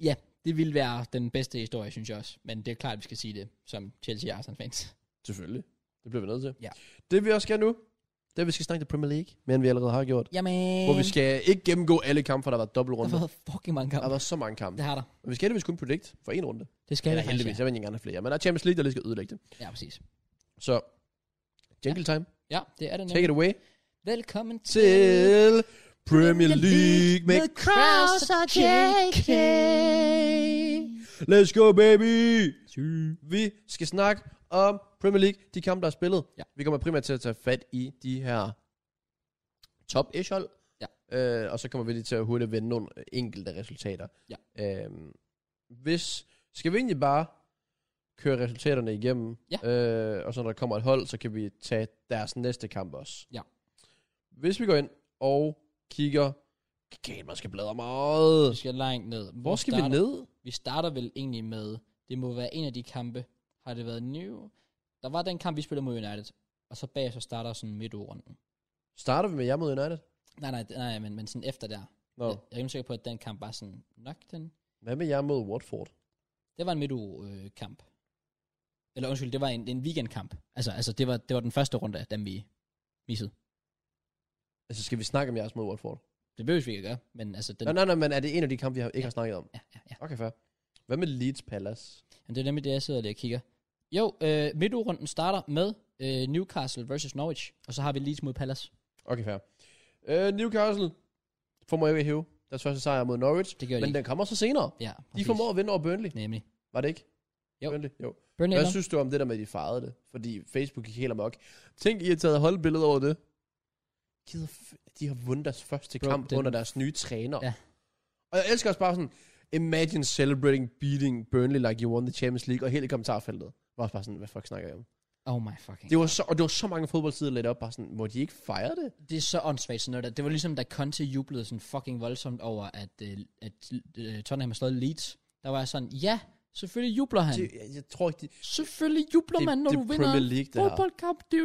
Ja, det ville være den bedste historie, synes jeg også. Men det er klart, at vi skal sige det som Chelsea og Arsenal-fans.
Selvfølgelig. Det bliver vi nødt til.
Ja.
Det vi også skal nu, det er, at vi skal snakke til Premier League, mere end vi allerede har gjort.
Jamen.
Hvor vi skal ikke gennemgå alle kampe, for der har været dobbeltrunde.
Der har været fucking mange
Der har
kampe.
været så mange kampe.
Det har der.
Og vi skal heldigvis kun predict for en runde.
Det skal
Eller
vi faktisk,
heldigvis, jeg vil ikke gerne have flere. Men der er Champions League, der lige skal ødelægge det.
Ja, Ja, præcis.
Så, jingle time.
Ja, det er det
Take
nemlig.
it away
Velkommen til
til Premier League med Kraus og JK. Let's go, baby! Vi skal snakke om Premier League, de kampe, der er spillet.
Ja.
Vi kommer primært til at tage fat i de her top-ish hold.
Ja.
Øh, og så kommer vi lige til at hurtigt vende nogle enkelte resultater.
Ja.
Øhm, hvis, skal vi egentlig bare køre resultaterne igennem,
Ja.
øh, og så når der kommer et hold, så kan vi tage deres næste kamp også.
Ja.
Hvis vi går ind og kigger, gæt, man skal bladre meget.
Vi skal langt ned.
Hvor skal vi
starter-
ned?
Vi starter vel egentlig med, det må være en af de kampe, har det været New? Der var den kamp, vi spillede mod United, og så bagefter starter sådan midtordrunden.
Starter vi med jer mod United?
Nej, nej, nej, men, men sådan efter der.
Nå.
Jeg, jeg er rimelig sikker på, at den kamp var sådan nok den.
Hvad med jer mod Watford?
Det var en midtugekamp. kamp Eller undskyld, det var en, en weekendkamp. Altså, altså det, var, det var den første runde, den vi missede.
Altså, skal vi snakke om jeres mod Watford?
Det behøves vi ikke at gøre, men altså den...
Den... Nej, nej, nej, men er det en af de kampe, vi har, ikke
Ja.
har snakket om?
Ja, ja, ja.
Okay, fair. Hvad med Leeds Palace?
Men det er nemlig det, jeg sidder lige og kigger. Jo, øh, midtugerunden starter med øh, Newcastle versus Norwich, og så har vi Leeds mod Palace.
Okay, fair. Øh, Newcastle formår ikke at hæve deres første sejr mod Norwich,
Det gør de
men
ikke.
den kommer så senere.
Ja,
De
præcis.
formår at vinde over Burnley,
Nemlig.
var det ikke?
Jo.
Burnley, jo.
Burnley
Hvad
eller?
synes du om det der med, at de fejrede det? Fordi Facebook gik helt amok. Tænk, I har taget holdbilleder over det. Gider f- De har vundet deres første
Bro,
Bro, kamp
den-
den... under deres nye træner.
Ja.
Og jeg elsker også bare sådan, imagine celebrating beating Burnley like you won the Champions League, og hele kommentarfeltet var også bare sådan, hvad fuck snakker jeg om?
Oh my fucking. Det,
Det var så, og det var så mange fodboldsider lidt op, bare sådan, må de ikke fejre det?
det er så åndssvagt sådan noget der. Det var ligesom, da Conte jublede sådan fucking voldsomt over, at, øh, at øh, Tottenham har slået Leeds. Der var jeg sådan, ja, selvfølgelig jubler han.
det jeg, jeg tror ikke, de,
selvfølgelig jubler
det-
man, når
det
du
er
vinder
Premier
en
League, det her.
fodboldkamp, dude.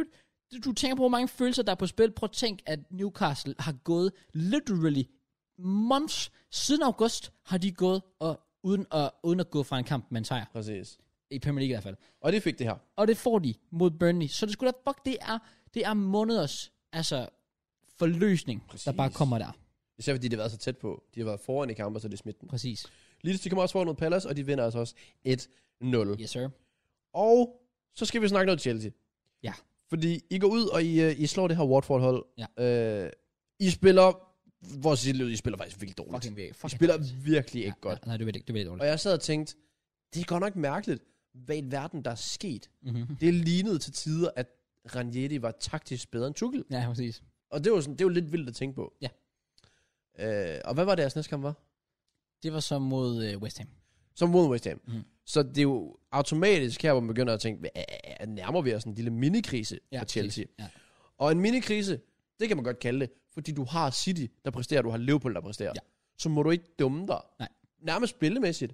Du- Du tænker på, hvor mange følelser der er på spil. Prøv at tænk, at Newcastle har gået literally months. Siden august har de gået og, uden, at, uden at gå fra en kamp med en sejr.
Præcis.
I Premier League i hvert fald.
Og det fik det her.
Og det får de mod Burnley. Så det skulle da, fuck, det er, det er måneders altså, forløsning, Præcis. der bare
Præcis.
kommer der.
Især fordi det har været så tæt på. De har været foran i kampe, så det smidt den.
Præcis.
Leeds, de kommer også foran mod Palace, og de vinder altså også 1-0.
Yes, sir.
Og så skal vi snakke noget Chelsea.
Ja.
Fordi I går ud, og I, øh, I slår det her Watford-hold.
Ja.
Øh, I spiller... Hvor siger det, I spiller faktisk virkelig dårligt.
Fucking virkelig.
I
Fucking
spiller
dårligt.
virkelig ikke godt.
Ja, nej, det ved ikke. Det ved jeg
Og
dårligt.
jeg sad og tænkte, det er godt nok mærkeligt, hvad i verden der er sket.
Mm-hmm.
Det lignede til tider, at Ranieri var taktisk bedre end Tuchel.
Ja, præcis.
Og det var, sådan, det var lidt vildt at tænke på.
Ja.
Øh, og hvad var det, jeres næste kamp var?
Det var så mod øh, West Ham.
Som mod West Ham.
Mhm.
Mm. Så det er jo automatisk her, hvor man begynder at tænke, "Hva- er- er- nærmer vi os en lille minikrise ja, for Chelsea?
præcis. Ja.
Og en minikrise, det kan man godt kalde det, fordi du har City, der præsterer, du har Liverpool, der præsterer.
Ja.
Ja. Så må du ikke dumme dig.
Nej.
Nærmest spillemæssigt.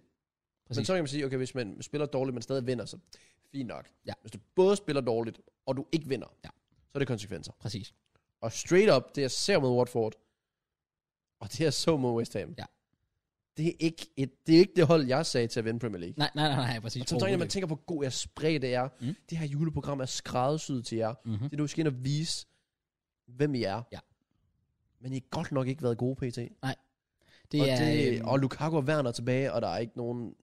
Præcis.
Men så kan man sige, okay, hvis man spiller dårligt, men stadig vinder, så fint nok.
Ja.
Hvis du både spiller dårligt, og du ikke vinder,
Ja.
så er det konsekvenser.
Præcis.
Og straight up, det jeg ser mod Watford, og det jeg så mod West Ham,
Ja.
det, er ikke et, det er ikke det hold, jeg sagde til at vinde Premier League.
Nej, nej, nej, nej, præcis.
Og som sagt, når man tænker på, hvor god jeres spredte er,
Mm.
mm. det her juleprogram er skræddersyet til jer.
mm-hmm.
Det er, du skal ind og vise, hvem I er.
Ja.
Men I har godt nok ikke været gode pt. Det
det
og,
er,
det,
øhm,
og Lukaku og Werner er tilbage, og der er ikke nogen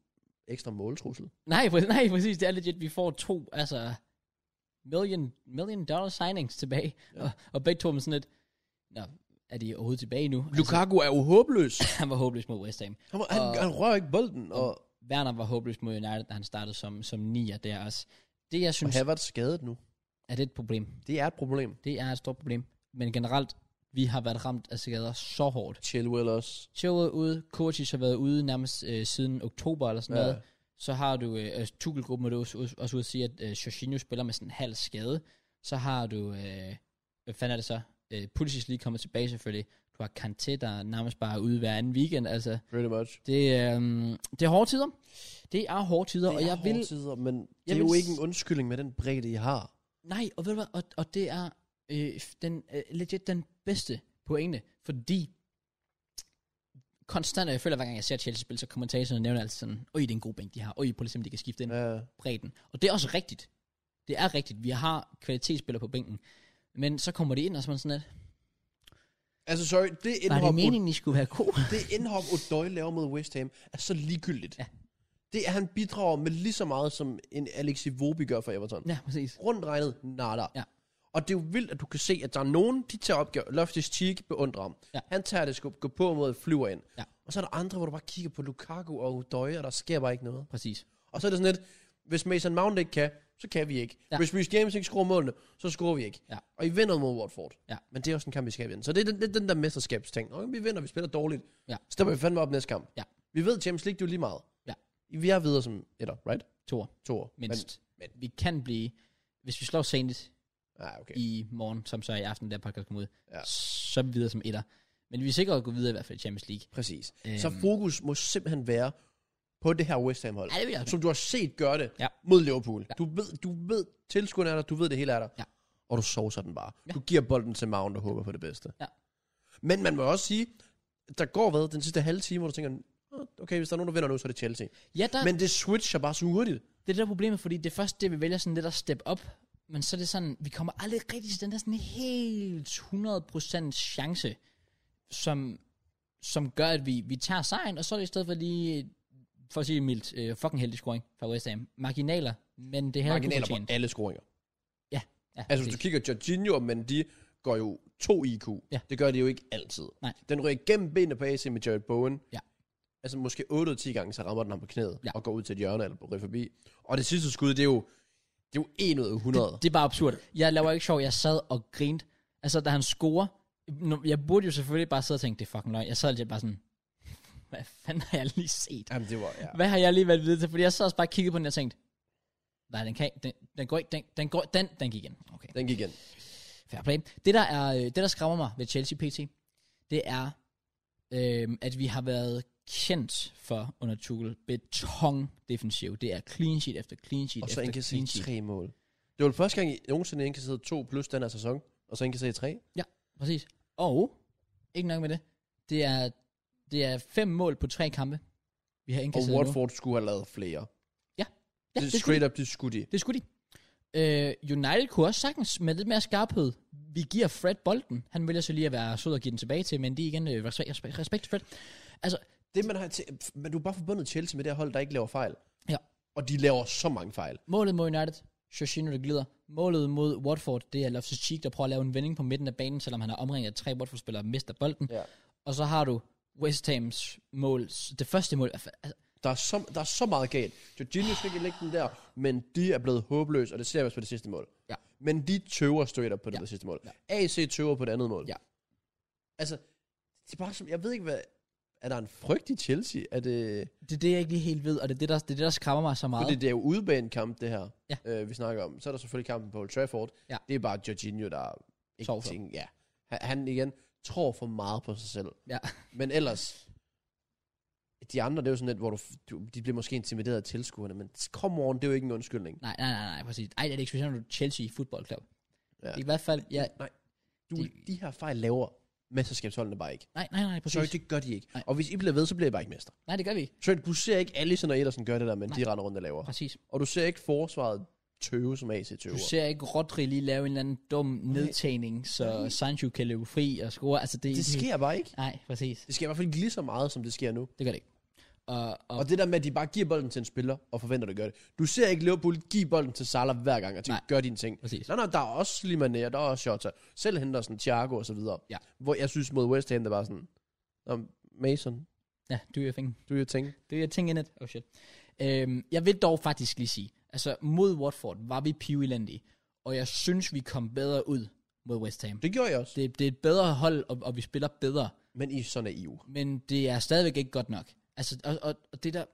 ekstra måltrussel.
nej, præ- nej, præcis. Det er legit, vi får to, altså, million, million dollar signings tilbage. Ja.
Ja.
Og, og begge to er sådan lidt, nå, er de overhovedet tilbage nu?
Lukaku er jo håbløs.
Altså, han var håbløs mod West Ham.
Han, han,
Og-
han rører ikke bolden, og,
Werner var håbløs mod United, da han startede som, som nier der også. Det, jeg
og
synes,
Havertz skadet nu.
er det et problem.
Det er et problem.
Det er et stort problem. Men generelt, vi har været ramt af skader så hårdt.
Chilwell også.
Chilwell ude, Kovacic har været ude nærmest øh, siden oktober eller sådan ja.
Ja.
noget. Så har du, øh, altså, Tuchel-gruppen er det også, også, også ude at sige, at øh, Jorginho spiller med sådan en halv skade. Så har du, øh, hvad fanden er det så? Øh, Pulisic lige kommet tilbage selvfølgelig. Du har Kanté, der nærmest bare er ude hver anden weekend. Altså,
Pretty much.
det, øh, det er hårde tider. Det er hårde tider, og jeg vil...
tider, men det
Jeg
er
vil
jo
s-
ikke en undskyldning med den bredde, I har.
Nej, og ved du hvad, og, og det er øh, den, øh, legit den bedste pointe, fordi konstant, og jeg føler, hver gang jeg ser Chelsea spille, så kommentatorerne nævner altid sådan, øj, det er en god bænk, de har, øj, prøv lige at se, om de kan skifte ind
Ja.
bredden. Og det er også rigtigt. Det er rigtigt, vi har kvalitetsspillere på bænken. Men så kommer de ind, og så er man sådan lidt,
Altså, sorry, det
var det
indhop,
meningen, I skulle være god?
det indhop Odoi laver mod West Ham er så ligegyldigt.
Ja.
Ja. Det er, han bidrager med lige så meget, som en Alexi Vobi gør for Everton. Ja.
ja, præcis.
Rundt regnet, nada.
Ja.
Og det er jo vildt, at du kan se, at der er nogen, de tager opgaver. Loftus Cheek beundrer ham.
Ja.
Ja. Han tager det, skub, går på mod flyver ind.
Ja.
Og så er der andre, hvor du bare kigger på Lukaku og Odoi, og der sker bare ikke noget.
Præcis.
Og så er det sådan lidt, Hvis Mason Mount ikke kan, så kan vi ikke.
Ja.
Ja. Hvis Reece James ikke scorer målene, så scorer vi ikke.
Ja.
Og I vinder mod Watford.
Ja.
Men det er også en kamp, vi skal vinde. Så det er den, det er den der mesterskabsting. Og vi vinder, vi spiller dårligt.
Ja.
Så der vi fandme op næste kamp.
Ja.
Vi ved, Champions League, det er jo lige meget.
Ja.
Vi er videre som etter, right?
To år,
To
mindst. Men,
men-
men. Vi kan blive, hvis vi slår sent
Men, ah, okay.
i morgen, som så er i aften, der podcast kommer ud,
Ja.
så er vi videre som etter. Men vi er sikre at gå videre i hvert fald i Champions League.
Præcis.
Øhm.
Så fokus må simpelthen være på det her West Ham-hold.
Ja, det vil jeg.
Som du har set gøre det
Ja.
mod Liverpool.
Ja.
Du ved, du ved tilskuerne er der, du ved det hele er der.
Ja.
Og du sovser den bare.
Ja.
Du giver bolden til Mount og håber på det bedste.
Ja.
Men man må også sige, der går hvad, den sidste halve time, hvor du tænker, "Nå, okay, hvis der er nogen, der vinder nu, så er det Chelsea.
Ja, der, men,
Men det switcher bare så hurtigt.
det er det der problemet, fordi det er først det, vi vælger sådan lidt at step up, men så er det sådan, vi kommer aldrig rigtig til den der sådan helt 100% chance, som, som gør, at vi, vi tager sejren, og så er det i stedet for lige, for at sige det mildt, øh, fucking heldig scoring fra West Ham. Marginaler, men det her
Marginaler
er
på
fortjent.
alle scoringer.
Ja,
Altså,
præcis.
hvis du kigger Jorginho og Mendy, går jo to IQ.
Ja.
Det gør det jo ikke altid.
Nej.
Den ryger igennem benene på AC med Jared Bowen.
Ja.
Altså, måske 8-10 gange, så rammer den ham på knæet,
Ja.
og går ud til et hjørne, eller ryger forbi. Og det sidste skud, det er jo, det er jo 1 ud af 100.
Det er bare absurd. Jeg laver ikke sjov, jeg sad og grinte. Altså, da han scorer, nu- jeg burde jo selvfølgelig bare sidde og tænke, det er fucking løgn. Jeg sad lidt bare sådan, hvad fanden har jeg lige set?
Jamen, det var, ja.
Hvad har jeg lige været vidne til? Fordi jeg sad også bare og kiggede på den, og jeg tænkte, nej, den kan ikke- den, den går ikke, den, den, går, den, den gik igen. Okay,
Den gik igen.
fair play. Det, der, er, øh, det, der skræmmer mig ved Chelsea PT, det er, øh, at vi har været kendt for under Tuchel beton defensiv. Det er clean sheet efter clean sheet
Og så
efter
indkasserede
clean
I
sheet.
tre mål. Det var den første gang, I nogensinde indkasserede to plus den her sæson, og så indkasserede I tre.
Præcis. Og, ikke nok med det, det er, det er fem mål på tre kampe, vi har
Og
indkasseret nu.
Watford skulle have lavet flere.
Ja,
det,
det,
er
skulle
straight
de.
up, det skulle de.
Det skulle de. Øh, United kunne også sagtens med lidt mere skarphed. Vi giver Fred bolden. Han vælger så lige at være sød og give den tilbage til, men det er igen øh, respekt, respekt, respekt Fred. Altså,
Det, man har til, men du er bare forbundet Chelsea med det her hold, der ikke laver fejl.
Ja.
Og de laver så mange fejl.
Målet mod United, Jorginho der glider. Målet mod Watford, det er Loftus-Cheek, der prøver at lave en vending på midten af banen, selvom han er omringet af tre Watford-spillere og mister bolden.
Ja.
Og så har du West Ham's mål, det første mål, altså,
Der er så, der er så meget galt. Jorginho skal ikke lægge den der, men de er blevet håbløse, og det ser vi også på det sidste mål.
Ja.
Men de tøver straight up på det
Ja.
der sidste mål.
Ja.
AC tøver på det andet mål.
Ja.
Altså, det er bare som, jeg ved ikke hvad, er der en frygt i Chelsea? Er det,
Det er det, jeg ikke lige helt ved, og det er det, der, det, er det, der skræmmer mig så meget.
fordi det er jo udebanekamp, det her,
Ja.
øh, vi snakker om. Så er der selvfølgelig kampen på Old Trafford.
Ja.
Det er bare Jorginho, der ikke
Sover.
ting, ja. Han, han igen tror for meget på sig selv.
Ja.
Men ellers, de andre, det er jo sådan lidt, hvor du, du, de bliver måske intimideret af tilskuerne, men come on, det er jo ikke en undskyldning.
Nej, nej, nej, nej, præcis. Ej, det er det ikke, specielt når du er Chelsea Football Club.
Ja.
I hvert fald, ja,
Du,
Det-
de, de her fejl laver mesterskabsholdene bare ikke.
nej, nej, nej, præcis.
Sorry, det gør de ikke.
Nej.
Nej. Og hvis I bliver ved, så bliver I bare ikke mester.
Nej, det gør vi ikke.
Trent, du ser ikke Allison og Ederson gøre det der, men
Nej.
de render rundt og laver.
Præcis.
Og du ser ikke forsvaret tøve som AC tøver.
Du ser ikke Rodri lige lave en eller anden dum nedtagning, så Sancho kan løbe fri og score. Altså, det, er
Det
ikke-
sker bare ikke.
Nej, præcis.
Det sker i hvert fald ikke lige så meget, som det sker nu.
Det gør det ikke. Og, og,
Og det der med, at de bare giver bolden til en spiller, og forventer, at det gør det. Du ser ikke Liverpool give bolden til Salah hver gang, og tænke,
Nej.
gør dine ting.
Præcis.
Nej, nej, der er også Slimane, og der er også Jota. Selv Henderson, Thiago og så videre.
Ja.
Hvor jeg synes mod West Ham, der var sådan, "Nå, Mason,
ja, do your thing.
du er jo ting.
Do your thing in it. Oh shit. Øhm, jeg vil dog faktisk lige sige, altså mod Watford var vi pivilandige, og jeg synes, vi kom bedre ud mod West Ham.
Det gjorde jeg også.
Det, det er et bedre hold, og, og vi spiller bedre.
Men I E er så naive.
men det er stadigvæk ikke godt nok. Altså, og, og, og det der,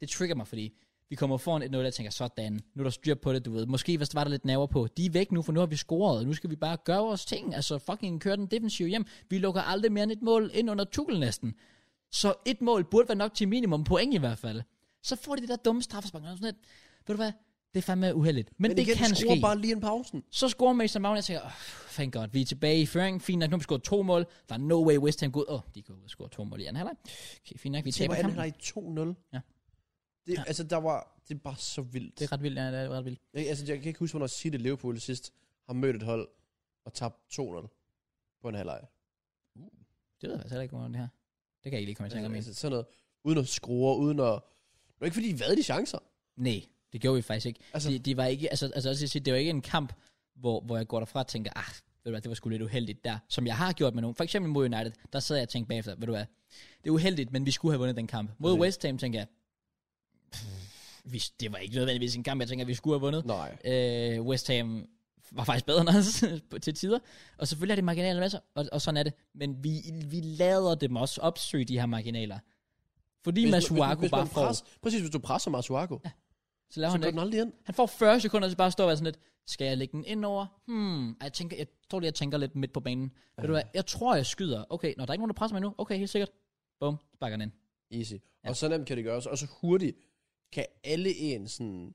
det trigger mig, fordi vi kommer foran et 0 og tænker, sådan, nu er der styr på det, du ved. Måske hvis der var der lidt nerver på, de er væk nu, for nu har vi scoret, og nu skal vi bare gøre vores ting. Altså fucking køre den defensiv hjem. Vi lukker aldrig mere end et mål ind under Tuchel næsten. Så et mål burde være nok til minimum point i hvert fald. Så får de det der dumme straffespark, og sådan lidt. Ved du hvad, det er fandme uheldigt. Men, men det
igen,
kan
du
ske.
scorer bare lige en pausen.
Så scorer Mason Mount, og jeg tænker, oh, thank god, vi er tilbage i føringen, fint nok, nu har vi scoret to mål, der er no way West Ham går ud, åh, oh, de går ud og scorer to mål i anden halvleg. Okay, fint nok, vi
Det
taber
var anden
kampen.
halvleg 2-0.
Ja.
Det,
Ja.
Altså, der var, det er bare så vildt.
Det er ret vildt, ja, det er ret vildt.
Jeg, altså, jeg kan ikke huske, hvornår City Liverpool sidst har mødt et hold og tabt 2-0 på en halvleg.
Det ved jeg faktisk heller ikke, hvordan det her. Det kan jeg ikke lige komme i tanke om.
Altså,
Altså,
altså, sådan noget, uden at skrue, uden at... Det var ikke fordi, de havde de chancer.
Nej, det gjorde vi faktisk ikke. Altså,
Altså-
de, de var ikke, altså, altså også at sige, det var ikke en kamp, hvor, hvor jeg går derfra og tænker, ah, ved du hvad, det var sgu lidt uheldigt der, som jeg har gjort med nogen. For eksempel mod United, der sad jeg og tænkte bagefter, ved du hvad, det er uheldigt, men vi skulle have vundet den kamp. Mod
Præcis.
West Ham tænker jeg, pff, vi, det var ikke nødvendigvis en kamp, jeg tænker, vi skulle have vundet.
Nej.
Øh, West Ham var faktisk bedre end os på- til tider. Og selvfølgelig er det marginale masser, og, og sådan er det. Men vi, vi lader dem også opsøge de her marginaler. Fordi Masuako bare får...
pres, Præcis, hvis du presser Masuako, ja,
så laver
så
han det
går
ikke.
den aldrig ind.
Han får 40 sekunder til bare at stå og være sådan lidt, skal jeg lægge den ind over? Hmm, Ej, jeg, tænker, jeg tror lige, jeg tænker lidt midt på banen. Ved du hvad, jeg tror, jeg skyder. Okay, når der er ikke nogen, der presser mig nu. Okay, helt sikkert. Bum, så bakker den ind.
Easy. Ja. Og så nemt kan det gøres, og så hurtigt kan alle en sådan,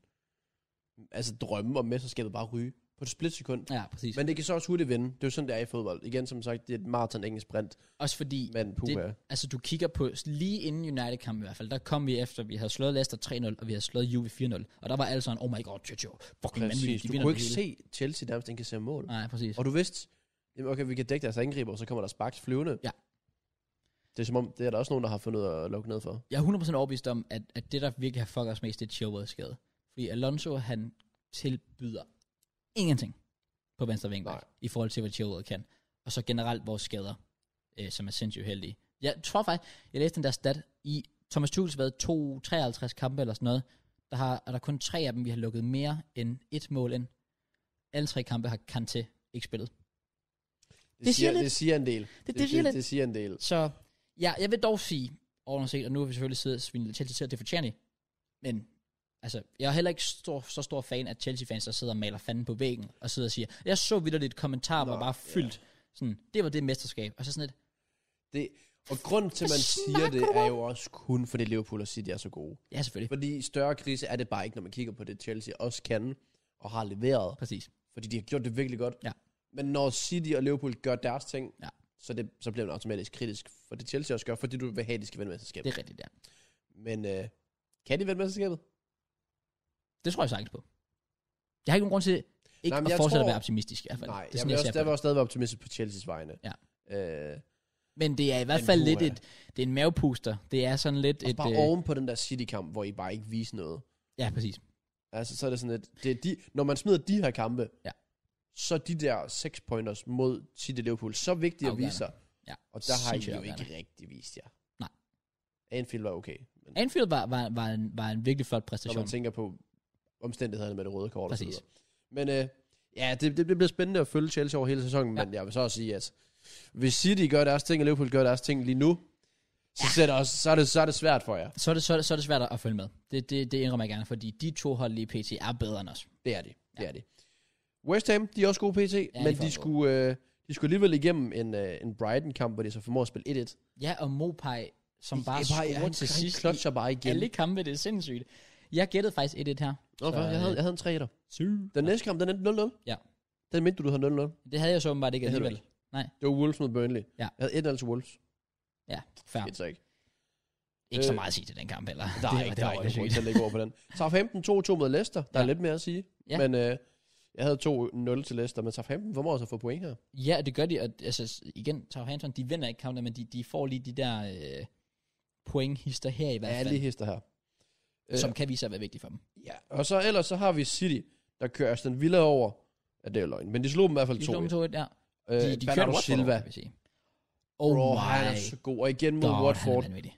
altså drømme om mesterskabet bare ryge på et splitsekund.
Ja, præcis. Men,
Men det kan så også hurtigt vinde. Det er jo sådan, det er i fodbold. Igen, som sagt, det er et maraton, ikke en sprint.
Også fordi,
Men puha.
det, altså du kigger på, lige inden United-kampen i hvert fald, der kom vi efter, vi havde slået Leicester 3-0, og vi havde slået Juve 4-0. Og der var alle sådan, oh my god, Jojo, fucking
Præcis.
vanvittigt, de
Du
vinder
kunne
det
ikke
hele.
se Chelsea nærmest indkassere mål. Nej.
Nej, præcis.
Og du vidste, jamen okay, vi kan dække deres angriber, og så kommer der sparks flyvende.
Ja.
Det er som om, det er der også nogen, der har fundet at lukke ned for.
jeg er 100% overbevist om, at, at det, der virkelig har fucket os mest, det er Chilwells skade. Fordi Alonso, han tilbyder ingenting på venstre vinkel,
Nej.
i forhold til, hvad Chilwell kan. Og så generelt vores skader, øh, som er sindssygt heldige. Jeg tror faktisk, jeg læste den der stat, i Thomas Tuchels har været to- 53 kampe eller sådan noget, der har, er der kun tre af dem, vi har lukket mere end et mål ind. Alle tre kampe har Kanté ikke spillet.
Det,
Det siger
siger,
lidt.
det siger en del.
det siger lidt.
det siger en del.
Så ja, jeg vil dog sige, overordnet set, og nu har vi selvfølgelig siddet og svinet Chelsea til, at det fortjener de. Men altså, jeg er heller ikke stor, så stor fan af Chelsea-fans, der sidder og maler fanden på væggen, og sidder og siger, jeg så vidt et kommentar, var
Nå,
bare fyldt. Sådan, det var det mesterskab. Og så sådan et,
Det, og grunden til, at man siger det, er jo også kun, fordi Liverpool og City er så gode.
ja selvfølgelig.
Fordi større krise er det bare ikke, når man kigger på det, Chelsea også kan og har leveret.
Præcis.
Fordi de har gjort det virkelig godt.
Ja.
Men når City og Liverpool gør deres ting,
Ja.
så, det, så bliver man automatisk kritisk. For det Chelsea også gør, fordi du vil have, at de skal vinde mesterskabet.
Det er rigtigt, ja.
Men øh, kan de vinde mesterskabet?
Det tror jeg sagtens på. Jeg har ikke nogen grund til ikke
Nej,
Nej,
men
at
jeg
fortsætte tror... at
tror-
være optimistisk i hvert fald.
Nej,
det er
jeg
sådan,
vil
jeg,
også,
jeg ser
der
på
vil også stadig være optimistisk på Chelseas vegne.
Ja.
Øh,
det. Men det er i hvert
Men
fald
puha.
lidt et, det er en mavepuster. Det er sådan lidt
og
et...
bare
øh,
oven på den der City-kamp, hvor I bare ikke viser noget.
ja, præcis.
Altså, så er det sådan, at det er de, når man smider de her kampe,
Ja.
så er de der 6 pointers mod City og Liverpool, så vigtige at
Afgørende.
vise sig.
Ja,
Og der har I
sindssygt
jo
afgørende.
ikke rigtig vist jer.
Nej.
Anfield var okay. Men
Anfield var, var, var, en, var en virkelig flot
når
præstation.
man tænker på omstændighederne med det røde kort og så
Præcis.
videre. Men øh, ja, det, det, det bliver spændende at følge Chelsea over hele sæsonen,
Ja.
ja. men jeg vil så også sige, at hvis City gør deres ting, og Liverpool gør deres ting lige nu, så, ja. sætter også, så, er, det, så er det svært for jer.
så er det, så er det, så er det svært at følge med. Det, det, det indrømmer jeg gerne, fordi de to hold lige pt. er bedre end os.
Det er det. Det er det. West Ham, de er også gode pt, ja, men
for
de
gode.
skulle, øh, de skulle alligevel igennem en, øh, en Brighton-kamp, hvor de så formår at spille 1-1.
Ja, og Mopai, som bare
han-
scorer
han-
til
han
sidst i
klotser bare igen.
alle kampe, det er sindssygt. Jeg gættede faktisk 1-1 her.
Nå, for,
Så,
jeg, havde, jeg havde en 3
Syv.
Den næste kamp, den endte 0-0.
Ja.
Den mente du, du havde 0-0.
Det havde jeg så åbenbart ikke
Det havde du
alligevel.
Det var Wolves mod Burnley.
Ja.
Jeg havde 1-0 til Wolves.
Ja, fair.
Det er så ikke.
Ikke så
Øh,
meget at sige til den kamp heller.
Der er,
det,
ikke,
det
der er ikke nogen grund til at lægge over på den. Southampton 2-2 mod Leicester. Der er
Ja.
lidt mere at sige.
Ja.
Men øh, jeg havde 2-0 til Leicester, men Southampton formår også at få point her.
Ja, det gør de. Og, altså, igen, Southampton, de vinder ikke kampen, men de, de får lige de der øh, pointhister her i hvert
Ja,
fald,
lige hister her. øh.
som kan vise sig at være vigtige for dem.
Ja. Og så ellers så har vi City, der kører Aston Villa over. Ja, det er jo løgn. Men de slog dem i hvert fald
De
2
slog dem 2-1, Ligesom ja.
Øh,
De, de kørte
Bernardo
Watford, over,
Silva.
kan vi sige. Oh
Bro,
my
han er så god. Og igen mod
god, han
Watford.
er vanvittig.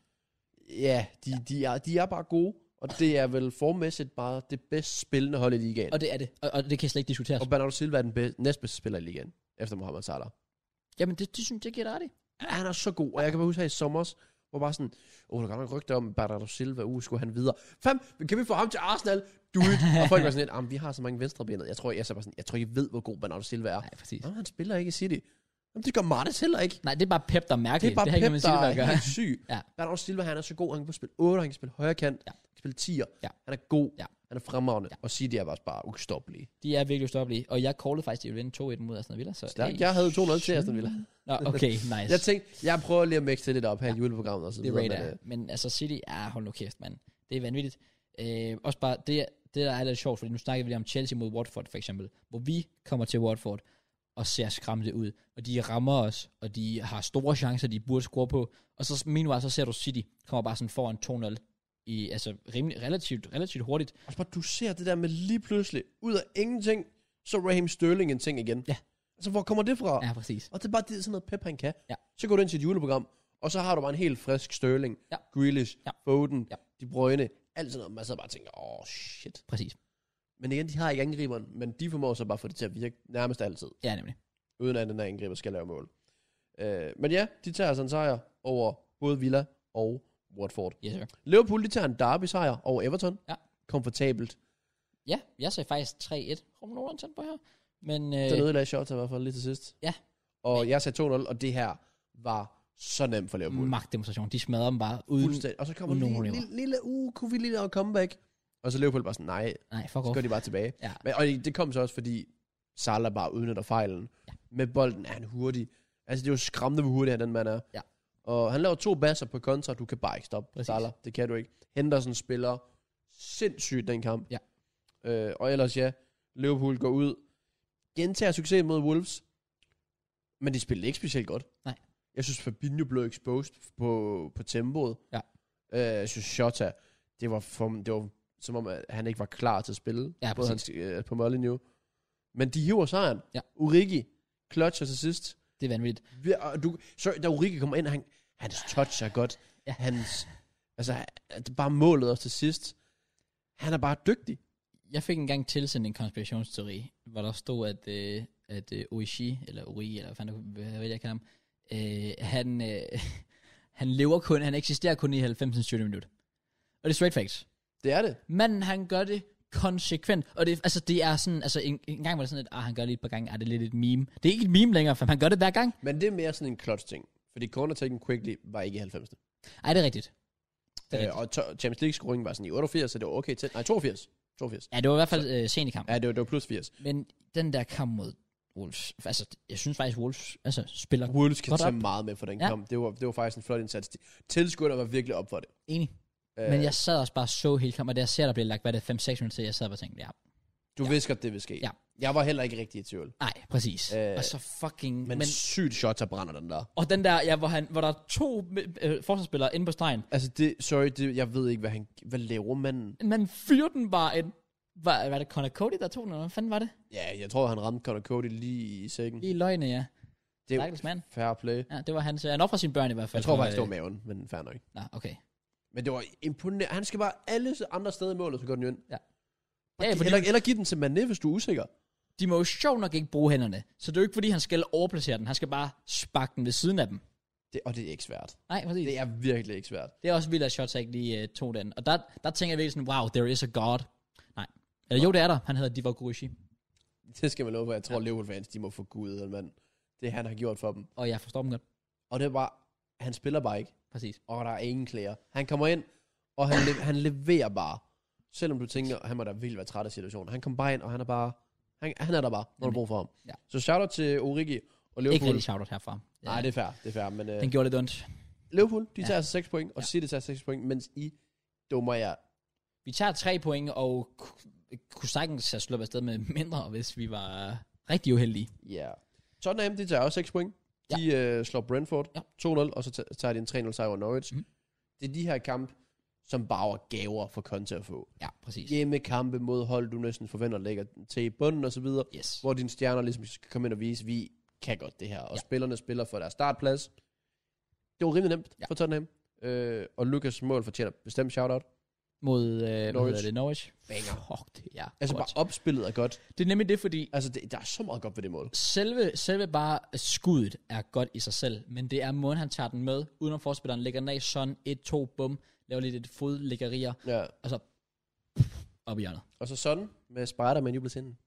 Ja, de, de, er, de er bare gode. Og det er vel formæssigt bare det bedst spillende hold i ligaen.
Og det er det. Og, og det kan slet ikke diskuteres.
Og Bernardo Silva er den bedste, næstbedste spiller i ligaen, efter Mohamed Salah.
Jamen, det, det synes jeg giver dig ret i.
Han er så god, og jeg kan bare huske her i sommer, hvor bare sådan, åh, oh, der er godt nok rygter om Bernardo Silva, uh, skulle han videre. Fem, kan vi få ham til Arsenal? Du it. Og folk var sådan lidt, "Jamen, vi har så mange venstrebenede. Jeg tror, jeg, så bare sådan, jeg tror, I ved, hvor god Bernardo Silva er.
Nej, præcis.
Nå, han spiller ikke i City. Jamen, det gør Martes heller ikke.
Nej, det er bare pep, der er
Det
mærkeligt.
er bare
det
det
har ikke
Pep,
noget med Silva
der er
at gøre.
helt syg.
Ja.
ja. Bernardo Silva, han er så god, han kan både spille 8, han kan spille højre kant,
Ja.
ja. han kan spille 10'er.
Ja.
Han er god,
Ja.
ja. han er fremragende,
Ja.
ja. og City er bare, bare ustoppelige.
De er virkelig stoppelige. Og jeg callede faktisk, at de ville vinde 2-1 mod Aston Villa. Så,
Stærkt. Jeg havde 2-0 til Aston Villa.
Nå, okay, nice.
Jeg tænkte, jeg prøver lige at mixe det lidt op her i juleprogrammet og så
det er
videre, men,
radar.
øh,
Men altså City, ja, hold nu kæft, mand. Det er vanvittigt. Øh, også bare, det, det der er lidt sjovt, fordi nu snakker vi lige om Chelsea mod Watford, for eksempel. Hvor vi kommer til Watford og ser skræmmende ud. Og de rammer os, og de har store chancer, de burde score på. Og så meanwhile, så ser du City kommer bare sådan foran 2-0. I, altså rimelig, relativt, relativt hurtigt.
Og så bare, du ser det der med lige pludselig, ud af ingenting, så er Raheem Sterling en ting igen.
Ja.
Altså, hvor kommer det fra?
Ja, præcis.
Og det er bare det, sådan noget Pep, han kan.
Ja.
Så går du ind til et juleprogram, og så har du bare en helt frisk Sterling,
Ja.
Grealish,
Ja.
Foden,
Ja.
De Bruyne. alt sådan noget. Man sidder bare og tænker, åh, oh, shit.
Præcis.
Men igen, de har ikke angriberen, men de formår så bare at få det til at virke nærmest altid,
Ja, nemlig.
uden at den her angriber skal lave mål. Øh, men ja, de tager altså en sejr over både Villa og Watford.
Yes, sir.
Liverpool, de tager en derby-sejr over Everton.
Ja.
Komfortabelt.
Ja, jeg sagde faktisk 3-1. Kommer nogen tændt på her? Men
Den
øh,
ødelagde Shota i hvert fald lige til sidst.
Ja.
Og jeg sagde 2-0, og det her var så nemt for Liverpool.
magtdemonstration. De smadrer dem bare uden...
Fuldstændig. Og så kommer
uden
lige,
nogen
lille, lille, lille uge, kunne vi lige lave comeback? Og så Liverpool bare sådan, nej,
Nej, fuck
så
off.
går de bare tilbage.
Ja.
Men, og det kom så også, fordi Salah bare udnytter fejlen.
Ja.
Med bolden er han hurtig. Altså, det er jo skræmmende, hvor hurtig han den mand er.
Ja.
Og han laver to basser på kontra, du kan bare ikke stoppe
Præcis.
Salah. Det kan du ikke. Henderson spiller sindssygt den kamp.
Ja.
Øh, og ellers ja, Liverpool går ud, gentager succes mod Wolves, men de spillede ikke specielt godt.
Nej.
Jeg synes, Fabinho blev exposed på, på tempoet.
Ja.
Øh, jeg synes, Shota, det var, for, det var som om, at han ikke var klar til at spille.
Ja,
både hans, øh, på Molineux. Men de hiver sejren.
Ja.
Origi clutcher til sidst.
Det er vanvittigt.
Vi- og Du, så da Origi kommer ind, han, hans touch er godt.
Ja.
Hans, altså, det er bare målet også til sidst. Han er bare dygtig.
Jeg fik engang tilsendt en konspirationsteori, hvor der stod, at, øh, at øh, Oishi, eller Ori, eller hvad fanden hvad ved jeg, kan ham, øh, han, øh, han lever kun, han eksisterer kun i 90-70 minutter. Og det er straight facts.
Det er det.
Manden, han gør det konsekvent. Og det, altså, det er sådan, altså en, en gang var det sådan, at ah, han gør det lige et par gange, ah, det er lidt et meme. Det er ikke et meme længere, for han gør det hver gang.
Men det er mere sådan en clutch-ting. Fordi corner-taken quickly var ikke i 90'erne.
Ej, det er rigtigt. Det er
Øh,
rigtigt.
og to- Champions League-scoringen var sådan i 88, så det var okay til. Nej, 82. 82.
Ja, det var i hvert fald øh, sent i kampen.
Ja, det var, det var plus 80.
Men den der kamp mod Wolves, altså, jeg synes faktisk, Wolves altså, spiller
Wolves kan
Godt
tage
op.
meget med for den
Ja.
ja. kamp. Det var, det var faktisk en flot indsats. De- Tilskuerne var virkelig op for det.
enig.
Øh,
Men jeg sad også bare og så hele kampen, og da jeg ser, der blev lagt, hvad er det, 5-6 minutter til, jeg sad og bare tænkte, ja,
du ja. vidste godt, det ville ske.
Ja.
Jeg var heller ikke rigtig i tvivl.
nej, præcis. Øh,
Øh,
og så fucking...
Men,
Men,
men sygt shot, der brænder den der.
og den der, ja, hvor, han, hvor der er to øh, forsvarsspillere inde på stregen,
Altså, det, sorry, det, jeg ved ikke, hvad, han, hvad laver manden.
man fyrer den bare ind. Var, var det Connor Cody, der tog den, eller hvad fanden var det?
Ja, jeg tror, han ramte Connor Cody lige i sækken.
Lige i løgne, ja.
Det er jo
Stakkels mand.
fair play.
Ja, det var hans... Han offrer sine børn i hvert fald.
Jeg tror
for,
faktisk, det var
øh,
maven, men fair nok.
Nå, okay.
Men det var imponerende. Han skal bare alle andre steder i målet, så går den jo ind.
Ja.
Ja,
Ja,
ja,
fordi-
eller, eller giv den til Mané, hvis du er usikker.
De må jo sjovt nok ikke bruge hænderne, så det er jo ikke, fordi han skal overplacere den. Han skal bare sparke den ved siden af dem.
Det, og det er ikke svært.
Nej, præcis.
Det er virkelig ikke svært.
Det er også vildt, at Shots ikke lige uh, tog den. Og der, der tænker jeg virkelig sådan, wow, there is a god. Nej. Eller jo, det er der. Han hedder Divock Gurushi.
Det skal man love for. Jeg tror, ja. Liverpool-fans, de må få gud, den mand. Det han har gjort for dem.
Og jeg forstår dem godt.
Og det er bare, han spiller bare ikke.
Præcis.
Og der er ingen klæder. Han kommer ind, og han, le- han leverer bare. Selvom du tænker, han må da vildt være træt af situationen. Han kommer bare ind, og han er bare, han, han er der bare, når du har brug for ham.
Ja.
Så shout til Origi og
Liverpool. Ikke
Liverpool.
rigtig shout-out herfra.
Nej, det er fair, det er fair. Men øh,
Den gjorde lidt ondt.
Liverpool, de
Ja.
tager altså 6 point, og City tager 6 point, mens I dummer jer.
Vi tager tre point, og ku- kunne sagtens have sluppet afsted med mindre, hvis vi var øh, rigtig uheldige.
Ja. Yeah. Tottenham, de tager også 6 point. De ja. øh, slår Brentford
Ja.
2-0, og så ta- tager de en 3-0 sejr over Norwich.
Mhm.
Mm. Det er de her kampe, som bare var gaver for Conte at få.
Ja, præcis.
Hjemmekampe mod hold, du næsten forventer ligger til i bunden og så videre.
Yes.
hvor dine stjerner ligesom skal komme ind og vise, vi kan godt det her. Og
Ja.
ja. spillerne spiller for deres startplads. Det var rimelig nemt
Ja.
ja. for Tottenham. Øh, og Lukas mål fortjener bestemt shout-out.
Mod øh, Norwich. Hvad
Norwich.
hedder det, Norwich.
Banger.
Fuck, det er
Altså
godt.
bare opspillet er godt.
Det er nemlig det, fordi
Altså det, der er så meget godt ved det mål.
selve, selve bare skuddet er godt i sig selv, men det er måden, han tager den med, uden om forspilleren lægger den af sådan 1-2, bum, laver lidt et fodlæggerier,
Ja.
og så op i hjørnet.
Og så sådan med Spider-Man jublesinden.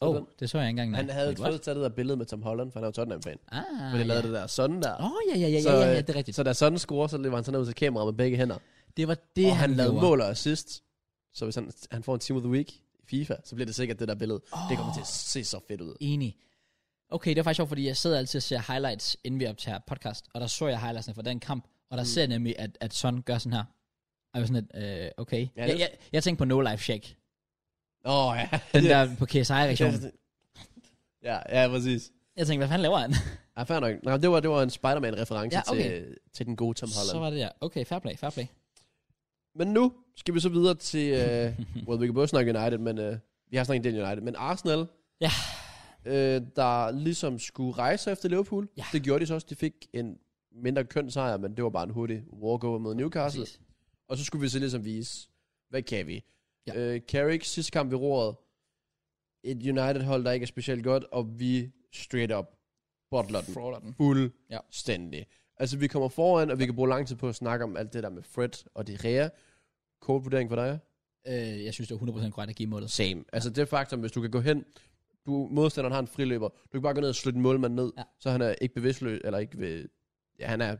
Åh, oh, det så jeg ikke engang. nej.
Han havde
Wait, what?
fået taget det der billede med Tom Holland, for han er jo Tottenham-fan.
Ah,
Men han lavede
ja.
det der sådan der.
Åh, oh, ja, ja, ja,
Så,
ja, ja, ja,
øh,
det er rigtigt.
Så da sådan scorer, så lever han sådan ud til kameraet med begge hænder.
Det var det,
og han, lavede
gjorde.
mål og assist. Så hvis han, han får en team of the week i FIFA, så bliver det sikkert det der billede. Oh. Det kommer til at se så fedt ud.
Enig. Okay, det var faktisk sjovt, fordi jeg sidder altid og ser highlights, inden vi optager podcast, og der så jeg highlightsene fra den kamp, og der mm. ser jeg nemlig, at, at Son gør sådan her. Og jeg var sådan lidt, øh, okay. Ja, jeg,
det-
jeg, jeg, tænkte på No Life Shake.
Åh oh, ja.
Den
Det-
der på KSI-reaktionen.
Ja, ja, præcis.
Jeg tænkte, hvad fanden laver han?
Ja, fair nok. Nej, det var, det var en Spider-Man-reference
Ja,
ja,
okay.
okay. til, til den gode Tom Holland.
Så
Var...
var det der. Okay, fair play, fair play.
Men nu skal vi så videre til... Øh, well, vi kan både snakke United, men... Øh, vi har snakket en del United, men Arsenal...
Ja.
Øh, der ligesom skulle rejse efter Liverpool.
Ja.
Det gjorde de så også. De fik en mindre køn sejr, men det var bare en hurtig walkover mod Newcastle.
Præcis.
Og så skulle vi så ligesom vise, Hvad kan vi?
Ja.
Ja. Øh, Carrick, sidste kamp ved roret. Et United-hold, der ikke er specielt godt, og vi straight up bottler den.
Frauder den.
Fuldstændig. Ja. Altså, vi kommer foran, og vi kan bruge lang tid på at snakke om alt det der med Fred og de rea. Kort vurdering for dig?
Øh, jeg synes, det var 100% korrekt at give målet.
Same. Altså, det faktum, hvis du kan gå hen, du, modstanderen har en friløber, du kan bare gå ned og slå din målmand ned,
Ja.
ja. så han er ikke bevidstløs, eller ikke ved, ja, han er,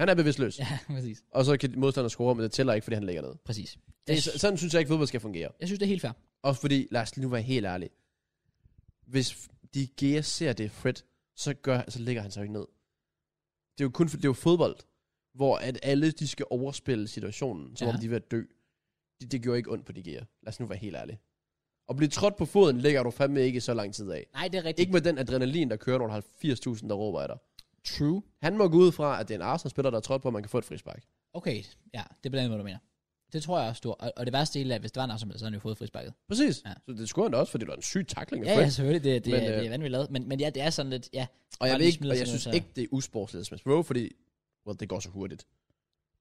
han er bevidstløs. Ja.
Ja, præcis.
Og så kan modstanderen score, men det tæller ikke, fordi han ligger ned.
Præcis. Jeg,
Det, er- sådan synes jeg ikke, fodbold skal fungere.
jeg synes, det er helt fair.
Også fordi, lad os nu være helt ærlig. Hvis f- de Gea ser det Fred, så, gør, så ligger han sig jo ikke ned. Det er jo kun for, det er jo fodbold, hvor at alle de skal overspille situationen, som
Ja.
om de er ved at dø. Det, det gjorde ikke ondt på de Gea. Lad os nu være helt ærlig. Og blive trådt på foden, ligger du fandme ikke så lang tid af.
Nej, det er rigtigt.
Ikke med den adrenalin, der kører, når du har 80.000, der råber af dig.
True.
Han må gå ud fra, at det er en Arsenal-spiller, der er trådt på, at man kan få et frispark.
Okay, ja, det er blandt andet, hvad du mener. Det tror jeg også, du har. Og, og det værste del er, at hvis det var en Arsenal, så havde han jo fået frisparket.
Præcis.
Ja.
Ja. Så det skulle han da også, fordi det var en syg takling af
Ja,
Fred.
ja, selvfølgelig. Det, det,
Men,
er,
øh,
det er vanvittigt lavet. Men, men ja, det er sådan lidt, ja.
Og jeg,
Bare
ved
lige
ikke,
smider
og
sig
jeg
ned
synes
til-
ikke, det er usportsligt Smith Rowe, fordi well, det går så hurtigt.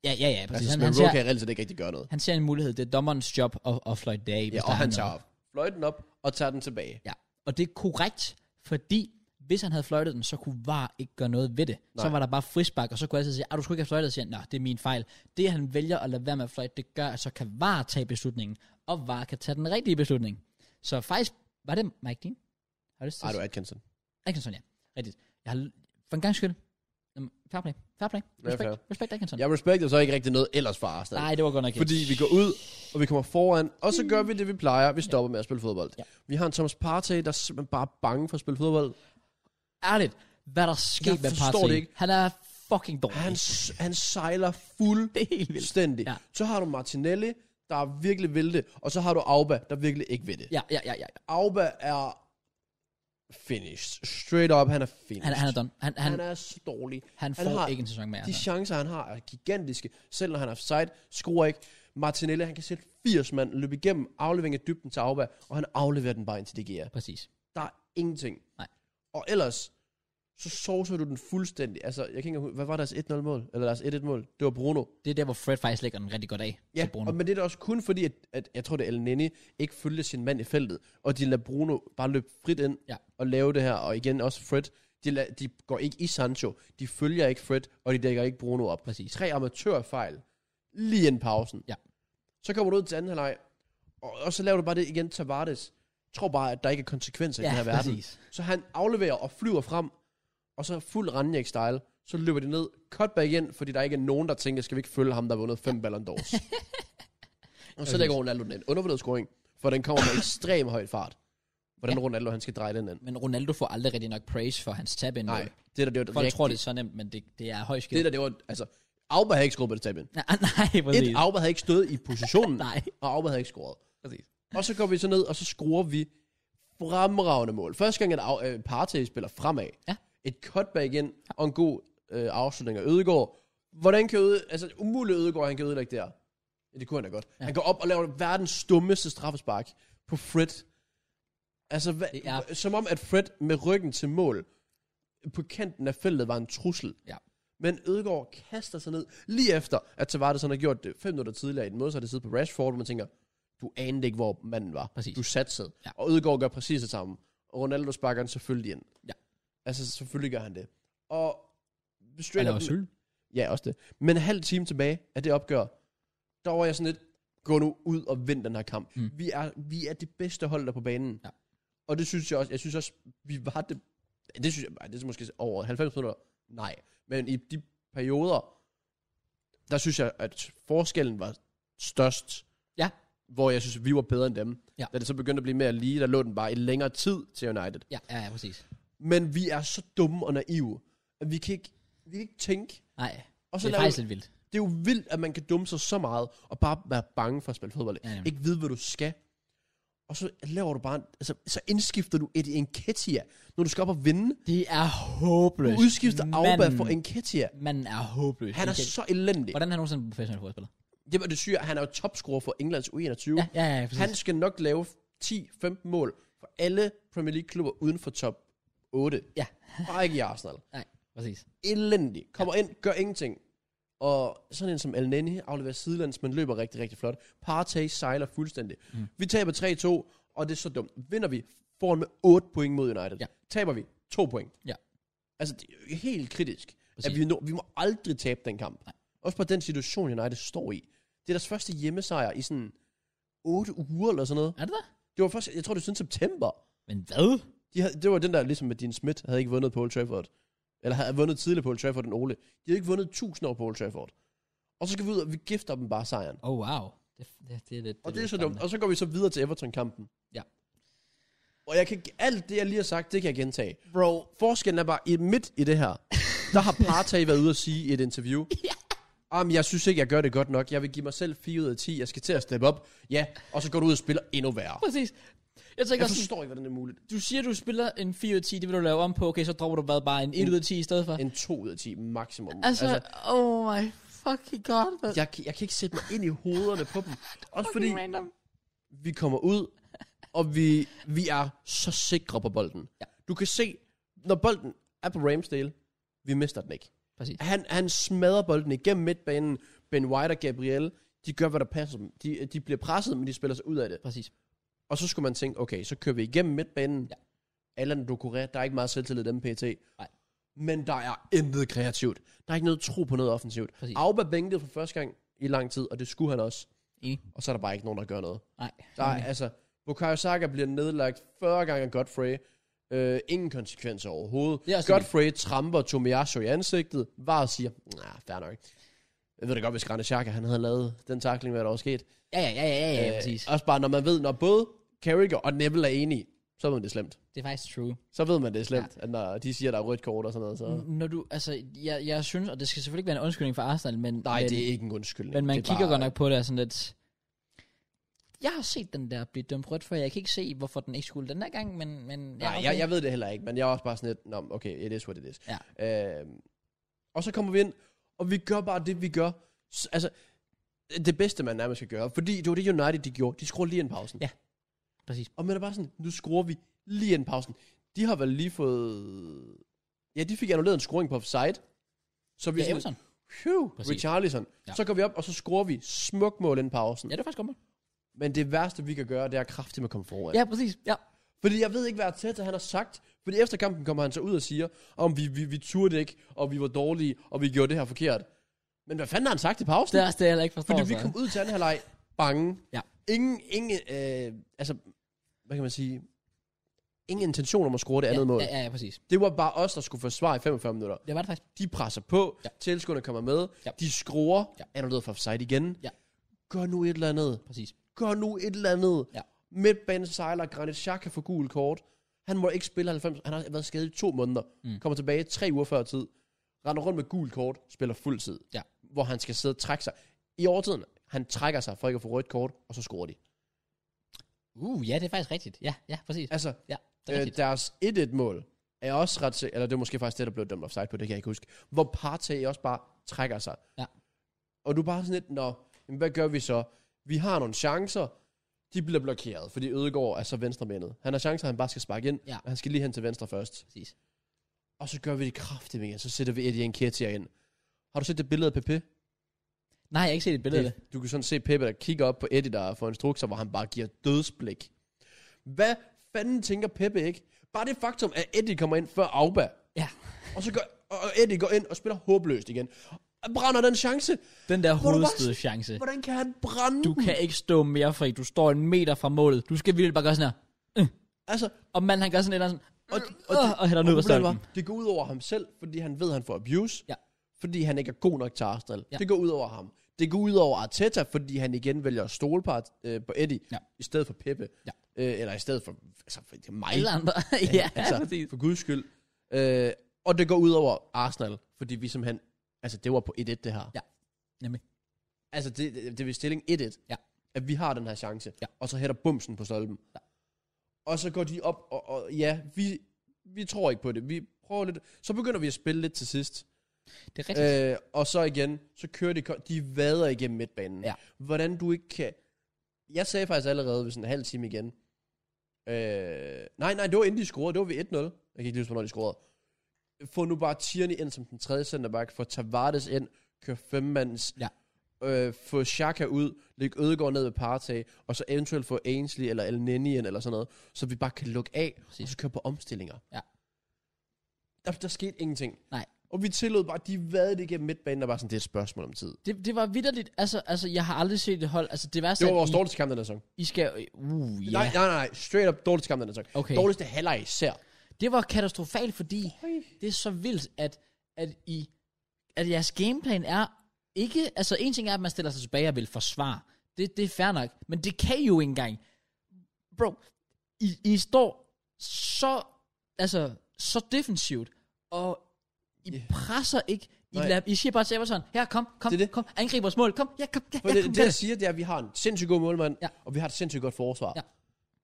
Ja, ja, ja, præcis.
Altså,
Han,
Smith
han,
Rowe
ser,
kan reelt set ikke rigtig gøre noget.
han ser en mulighed. Det er dommerens job at, at fløjte det af.
Ja,
hvis der
og
er
han
noget.
tager op. fløjten op og tager den tilbage.
Ja, og det er korrekt, fordi hvis han havde fløjtet den, så kunne VAR ikke gøre noget ved det. Nej. Så
Nej.
var der bare frispark, og så kunne jeg altid sige, at du skulle ikke have fløjtet, og siger, nej, det er min fejl. Det, han vælger at lade være med at fløjte, det gør, at så kan VAR tage beslutningen, og VAR kan tage den rigtige beslutning. Så faktisk, var det Mike Dean? Har du lyst til
Ej,
at
du
sige-
Atkinson.
Atkinson, ja. Rigtigt. Jeg har, for en gang skyld. Jamen, Fair play. Fair play.
Ja,
Respekt,
fair.
respekt Atkinson.
Jeg respekter så ikke rigtig noget ellers for Arsenal.
Nej, det var godt nok ikke.
Fordi vi går ud, og vi kommer foran, og så gør vi det, vi plejer. Vi stopper med at spille fodbold.
Ja.
Vi har en Thomas Partey, der er simpelthen bare er bange for at spille fodbold.
Ærligt, hvad der skete
Jeg
med
forstår
Partey.
det ikke.
Han er fucking dårlig.
Han, s- han sejler fuldstændig.
Ja.
Så har du Martinelli, der er virkelig ved det, og så har du Auba, der virkelig ikke ved det.
Ja, ja, ja, ja.
Auba er finished. Straight up, han er finished.
Han, han er done. Han, han,
han er så dårlig.
Han får
har,
ikke en sæson mere.
De
Altså.
chancer, han har, er gigantiske. Selv når han er offside, skruer ikke. Martinelli, han kan sætte 80 mand, løbe igennem, aflevering af dybden til Auba, og han afleverer den bare ind til DGR.
Præcis.
Der er ingenting.
Nej.
Og ellers, så sovser du den fuldstændig. Altså, jeg kan ikke engang huske, hvad var deres 1-0-mål? Eller deres 1-1-mål? Det var Bruno.
Det er der, hvor Fred faktisk lægger den rigtig godt af
Ja,
til Bruno.
og, men det er da også kun fordi, at, at jeg tror, det er El Nini, ikke følte sin mand i feltet, og de lader Bruno bare løbe frit ind
Ja.
og lave det her, og igen også Fred, de, lader, de går ikke i Sancho, de følger ikke Fred, og de dækker ikke Bruno op.
Præcis.
Tre amatørfejl, lige inden pausen.
Ja.
Så kommer du ud til anden halvleg, og, og så laver du bare det igen til Vardes. Tror bare, at der ikke er konsekvenser
Ja,
i den her verden.
præcis.
Så han afleverer og flyver frem, og så fuld Ranjek-style, så løber de ned, cutback ind, fordi der ikke er nogen, der tænker, skal vi ikke følge ham, der har vundet fem Ballon d'Ors. og så lægger Ronaldo den ind. Undervurderet scoring, for den kommer med ekstrem høj fart. Hvordan
Ja.
ja. Ronaldo, han skal dreje den ind.
Men Ronaldo får aldrig rigtig nok praise for hans tab ind.
Nej, det der, det var
Folk
rigtigt.
tror, det er så nemt, men det, det er høj skidt.
det der, det var, altså, Auba havde ikke skrubbet det tab ind.
Nej, nej, præcis.
Et, Auba havde ikke stået i positionen,
Nej.
og Auba havde ikke scoret.
præcis.
Og så går vi så ned, og så scorer vi fremragende mål. Første gang, at af- øh, Partey spiller fremad.
Ja.
Et cutback ind, og en god øh, afslutning af Ødegård. Hvordan kan Øde, altså umuligt Ødegård, han kan ødelægge der. Ja, det kunne han da godt. Ja. Han går op og laver verdens dummeste straffespark på Fred. Altså, hva,
Det er-
er... som om at Fred med ryggen til mål på kanten af feltet var en trussel.
Ja.
Men Ødegaard kaster sig ned lige efter, at Tavares han har gjort det fem minutter tidligere i den modsatte side på Rashford, hvor man tænker, du anede ikke, hvor manden var.
Præcis.
Du satsede.
Ja.
Ja. Og Ødegaard gør præcis det samme. Og Ronaldo sparker den selvfølgelig ind.
Ja.
Altså, selvfølgelig gør han det. Og
Han
straight
er
up...
jo sølv.
Ja, også det. Men en halv time tilbage af det opgør, der var jeg sådan lidt, gå nu ud og vind den her kamp.
Mm.
Mm. Vi, er, vi er det bedste hold, der er på banen.
Ja.
Og det synes jeg også, jeg synes også, vi var det, det synes jeg, ej, det er måske over 90 minutter, nej. Men i de perioder, der synes jeg, at forskellen var størst,
Ja.
hvor jeg synes, vi var bedre end dem.
Ja.
Da det så begyndte at blive mere lige, der lå den bare i længere tid til United.
Ja, ja, ja, præcis.
Men vi er så dumme og naive, at vi kan ikke, vi kan ikke tænke.
Nej,
Og
det er
laver-
faktisk lidt vildt.
det er jo vildt, at man kan dumme sig så meget, og bare være bange for at spille fodbold.
Ja,
Ja,
ja.
Ikke vide, hvad du skal. Og så laver du bare, altså, så indskifter du Eddie Nketiah, når du skal op og vinde.
Det er håbløst.
Du udskifter Auba
Manden-
for Nketiah.
Manden er håbløs.
Han er
Det kan-
så elendig.
Hvordan er han nogensinde professionel fodboldspiller?
Det var det syge, at han er jo topscorer for Englands U21.
Ja, ja, ja, præcis.
han skal nok lave 10-15 mål for alle Premier League-klubber uden for top 8.
Ja.
Bare ikke i Arsenal.
Nej, præcis.
Elendig. Kommer ind, gør ingenting. Og sådan en som Al Neni afleverer sidelands, men løber rigtig, rigtig flot. Partey sejler fuldstændig. Mm. Vi taber 3-2, og det er så dumt. Vinder vi, får han med 8 point mod United.
Ja.
Taber vi, 2 point.
Ja.
Altså, det er jo helt kritisk.
Præcis.
At vi, nå, vi må aldrig tabe den kamp. Nej. Også på den situation, United står i. Det er deres første hjemmesejr i sådan 8 uger eller sådan noget.
Er det der?
Det var først, jeg tror, det var siden september.
Men hvad?
De havde, det var den der, ligesom med din Smith, havde ikke vundet på Old Trafford. Eller havde vundet tidligere på Old Trafford end Ole. De havde ikke vundet 1000 år på Old Trafford. Og så skal vi ud, og vi gifter dem bare sejren.
Oh, wow. Det, det, det er lidt...
Og det er
lidt
så dumt.
skræmmende.
Og så går vi så videre til Everton-kampen.
Ja.
Og jeg kan, alt det, jeg lige har sagt, det kan jeg gentage.
Bro.
Forskellen er bare, i midt i det her, der har Partey været ude at sige i et interview, Jamen, jeg synes ikke, jeg gør det godt nok. Jeg vil give mig selv 4 ud af 10. Jeg skal til at steppe op. Ja, og så går du ud og spiller endnu værre.
Præcis. Jeg tænker
Jeg
også,
forstår ikke, hvordan det er muligt.
du siger, du spiller en 4 ud af 10, det vil du lave om på. Okay, så dropper du hvad, bare en 1 ud af 10 i stedet for?
En 2 ud af 10 maksimum.
altså, altså, oh my fucking god. Hvad?
jeg, kan- jeg kan ikke sætte mig ind i hovederne på dem. Også fordi
Random.
vi kommer ud, og vi, vi er så sikre på bolden.
Ja.
Du kan se, når bolden er på Ramsdale, vi mister den ikke.
Præcis.
Han, han smadrer bolden igennem midtbanen. Ben White og Gabriel, de gør, hvad der passer dem. De, de bliver presset, men de spiller sig ud af det.
Præcis.
Og så skulle man tænke, okay, så kører vi igennem midtbanen.
Ja.
Allan Ducouré, der er ikke meget selvtillid i den PT.
Nej.
Men der er intet kreativt. Der er ikke noget tro på noget offensivt.
Præcis.
Auba bænkede for første gang i lang tid, og det skulle han også.
Enig.
Og så er der bare ikke nogen, der gør noget.
Nej.
Der er, altså, Bukayo Saka bliver nedlagt 40 gange af Godfrey. Øh, ingen konsekvenser overhovedet.
Det er også
Godfrey tramper Tomiyasu i ansigtet. Var og siger, nej, fair nok. Jeg ved da godt, hvis Granit Xhaka, han havde lavet den takling, hvad der var sket.
Ja, ja, ja, ja, ja, ja præcis.
Øh, også bare, når man ved, når både Carragher og Neville er enige, så ved man det er slemt.
Det er faktisk true.
Så ved man, det er slemt, ja. at når de siger, der er rødt kort og sådan noget. Så...
N- Når du, altså, jeg, jeg synes, og det skal selvfølgelig ikke være en undskyldning for Arsenal, men,
Nej,
men,
det er ikke en undskyldning.
men man
Det er
kigger
bare-
godt nok på det og sådan lidt, jeg har set den der blive dømt rødt før, jeg kan ikke se, hvorfor den ikke skulle den der gang, men, men
Nej, jeg, jeg ved det heller ikke, men jeg er også bare sådan lidt, Nå, okay, it is what it is. Ja. Øh, og så kommer vi ind, og vi gør bare det, vi gør. S- altså, det bedste, man nærmest skal gøre. Fordi det var det United, de gjorde. De skruer lige ind pausen.
Ja. Præcis.
Og man er bare sådan, nu skruer vi lige ind pausen. De har vel lige fået... Ja, de fik annulleret en scoring på offside. Så vi
Ja,
er
Everton.
sådan, Phew,
Præcis.
Richarlison.
Ja.
Ja. Så går vi op, og så scorer vi smuk mål inden pausen.
Ja, det er faktisk godt.
Men det værste, vi kan gøre, det er kraftigt med at komme foran.
Ja, præcis. Ja.
Fordi jeg ved ikke, hvad Arteta han har sagt. Fordi efter kampen kommer han så ud og siger, om vi, vi, vi turde ikke, og vi var dårlige, og vi gjorde det her forkert. Men hvad fanden har han sagt i pausen?
Det er også det, jeg heller ikke forstår.
Fordi vi
så.
kom ud til anden halvleg bange.
Ja.
Ingen, ingen, øh, altså, hvad kan man sige? Ingen intention om at score det andet
ja,
mål.
Ja, ja, ja, præcis.
Det var bare os, der skulle forsvare i 45 minutter.
Det var det faktisk.
De presser på,
Ja.
ja. tilskuerne kommer med,
Ja.
ja. de skruer,
Ja.
ja. annulleret for offside igen.
Ja.
Gør nu et eller andet.
Præcis.
Gør nu et eller andet.
Ja.
Midtbanen sejler, Granit Xhaka får gul kort. Han må ikke spille 90. Han har været skadet i to måneder.
Mm.
Mm. Kommer tilbage tre uger før tid. Render rundt med gul kort, spiller fuld tid.
Ja.
Hvor han skal sidde og trække sig. I overtiden, han trækker sig for ikke at få rødt kort, og så scorer de.
Uh, ja, det er faktisk rigtigt. Ja, ja, præcis.
Altså,
Ja, det er
øh,
rigtigt.
deres 1-1-mål er også ret sikkert, eller det er måske faktisk det, der blev dømt offside på, det kan jeg ikke huske, hvor Partey også bare trækker sig.
Ja.
Og du er bare sådan lidt, nå, jamen, hvad gør vi så? Vi har nogle chancer, de bliver blokeret, fordi Ødegaard er så venstrebenet. Han har chancer, han bare skal sparke ind,
Ja.
og han skal lige hen til venstre først.
Præcis.
Og så gør vi det kraftigt igen, så sætter vi Eddie Nketiah ind. Har du set det billede af Pepe?
Nej, jeg har ikke set et billede af det.
Du kan sådan se Pepe, der kigger op på Eddie, der får instrukser, hvor han bare giver dødsblik. Hvad fanden tænker Pepe ikke? Bare det faktum, at Eddie kommer ind før Auba.
Ja.
Og så går, og og Eddie går ind og spiller håbløst igen. Og brænder den chance.
Den der
Hvor du bare-
hovedstød chance.
Hvordan kan han brænde
Du
den?
kan ikke stå mere fri. Du står en meter fra målet. Du skal virkelig bare gøre sådan her.
Altså,
Og manden, han gør sådan et eller andet sådan,
og,
og, og, Øh, og hælder den ud
og
på
problemet
stolpen.
var, det går ud over ham selv, fordi han ved, at han får abuse.
Ja.
Fordi han ikke er god nok til Arsenal.
Ja.
Det går ud over ham. Det går ud over Arteta, fordi han igen vælger at stole på, Art- øh, på Eddie,
Ja.
i stedet for Pepe.
Ja.
Øh, eller i stedet for, altså, for det er mig.
Alle andre. ja, altså, præcis.
for guds skyld. Øh, og det går ud over Arsenal, fordi vi simpelthen, altså det var på 1-1 det her.
Ja, nemlig.
Altså det, det, det er stilling 1-1,
Ja.
at vi har den her chance,
Ja.
og så hætter bumsen på stolpen.
Ja.
Og så går de op, og, og ja, vi, vi tror ikke på det. Vi prøver lidt, så begynder vi at spille lidt til sidst.
Det er rigtigt. Øh,
Øh, og så igen, så kører de, ko- de vader igennem midtbanen.
Ja.
Hvordan du ikke kan... Jeg sagde faktisk allerede ved sådan en halv time igen. Øh, nej, nej, det var inden de scorede. Det var ved 1-0. Jeg kan ikke lige huske, hvornår de scorede. Få nu bare Tierney ind som den tredje centerback. Få Tavares ind. køre femmands,
Ja.
øh, få Shaka ud, lægge Ødegaard ned ved Partey, og så eventuelt få Ainsley eller El Nenien eller sådan noget, så vi bare kan lukke af, Præcis. og så køre på omstillinger.
Ja.
Der, der skete ingenting.
Nej.
Og vi tillod bare, de vadede det igennem midtbanen, og bare sådan, det er et spørgsmål om tid.
Det, det var vidderligt. Altså, altså, jeg har aldrig set et hold. Altså, det værste
Det var vores
er, at
dårligste kamp den her sæson.
I, I skal... Uh, ja.
Yeah. Nej, nej, nej, straight up dårligste kamp den her sæson.
Okay.
Dårligste halvleg især.
Det var katastrofalt, fordi det er så vildt, at, at, I, at jeres gameplan er ikke... Altså, en ting er, at man stiller sig tilbage og vil forsvare. Det, det er fair nok. Men det kan I jo ikke engang. Bro, I, I står så, altså, så defensivt, og I yeah. presser ikke. I,
Nej.
lad, I siger bare til Everton, her, kom, kom,
Det er det.
kom, angrib vores mål, kom, ja, kom, ja,
For
ja,
det,
kom,
det,
gør
jeg siger, det er, at vi har en sindssygt god målmand,
Ja.
ja. og vi har et sindssygt godt forsvar.
Ja.
Ja.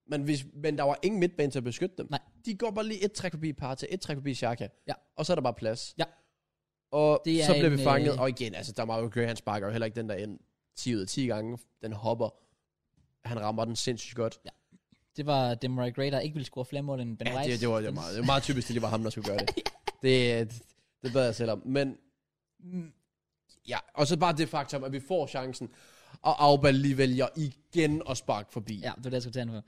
Men, hvis, men der var ingen midtbane til at beskytte dem.
Nej.
De går bare lige et træk forbi Partey, et træk forbi Xhaka,
Ja.
og så er der bare plads.
Ja.
Og
Det er
så bliver
en,
vi fanget,
øh,
og igen, altså der Mario Gray, han sparker jo heller ikke den der ind 10 ud af 10 gange. Den hopper. Han rammer den sindssygt godt. Ja,
Det var Demarai Gray, der ikke ville score flere mål end Ben Rice.
det, det, var, det, var meget, det var meget typisk, at det var ham, der skulle gøre det. Det, det, det bad jeg selv om. Men
Mm,
ja, og så bare det faktum, at vi får chancen, og Auba lige vælger igen at sparke forbi.
Ja, det var det, jeg skulle tage for.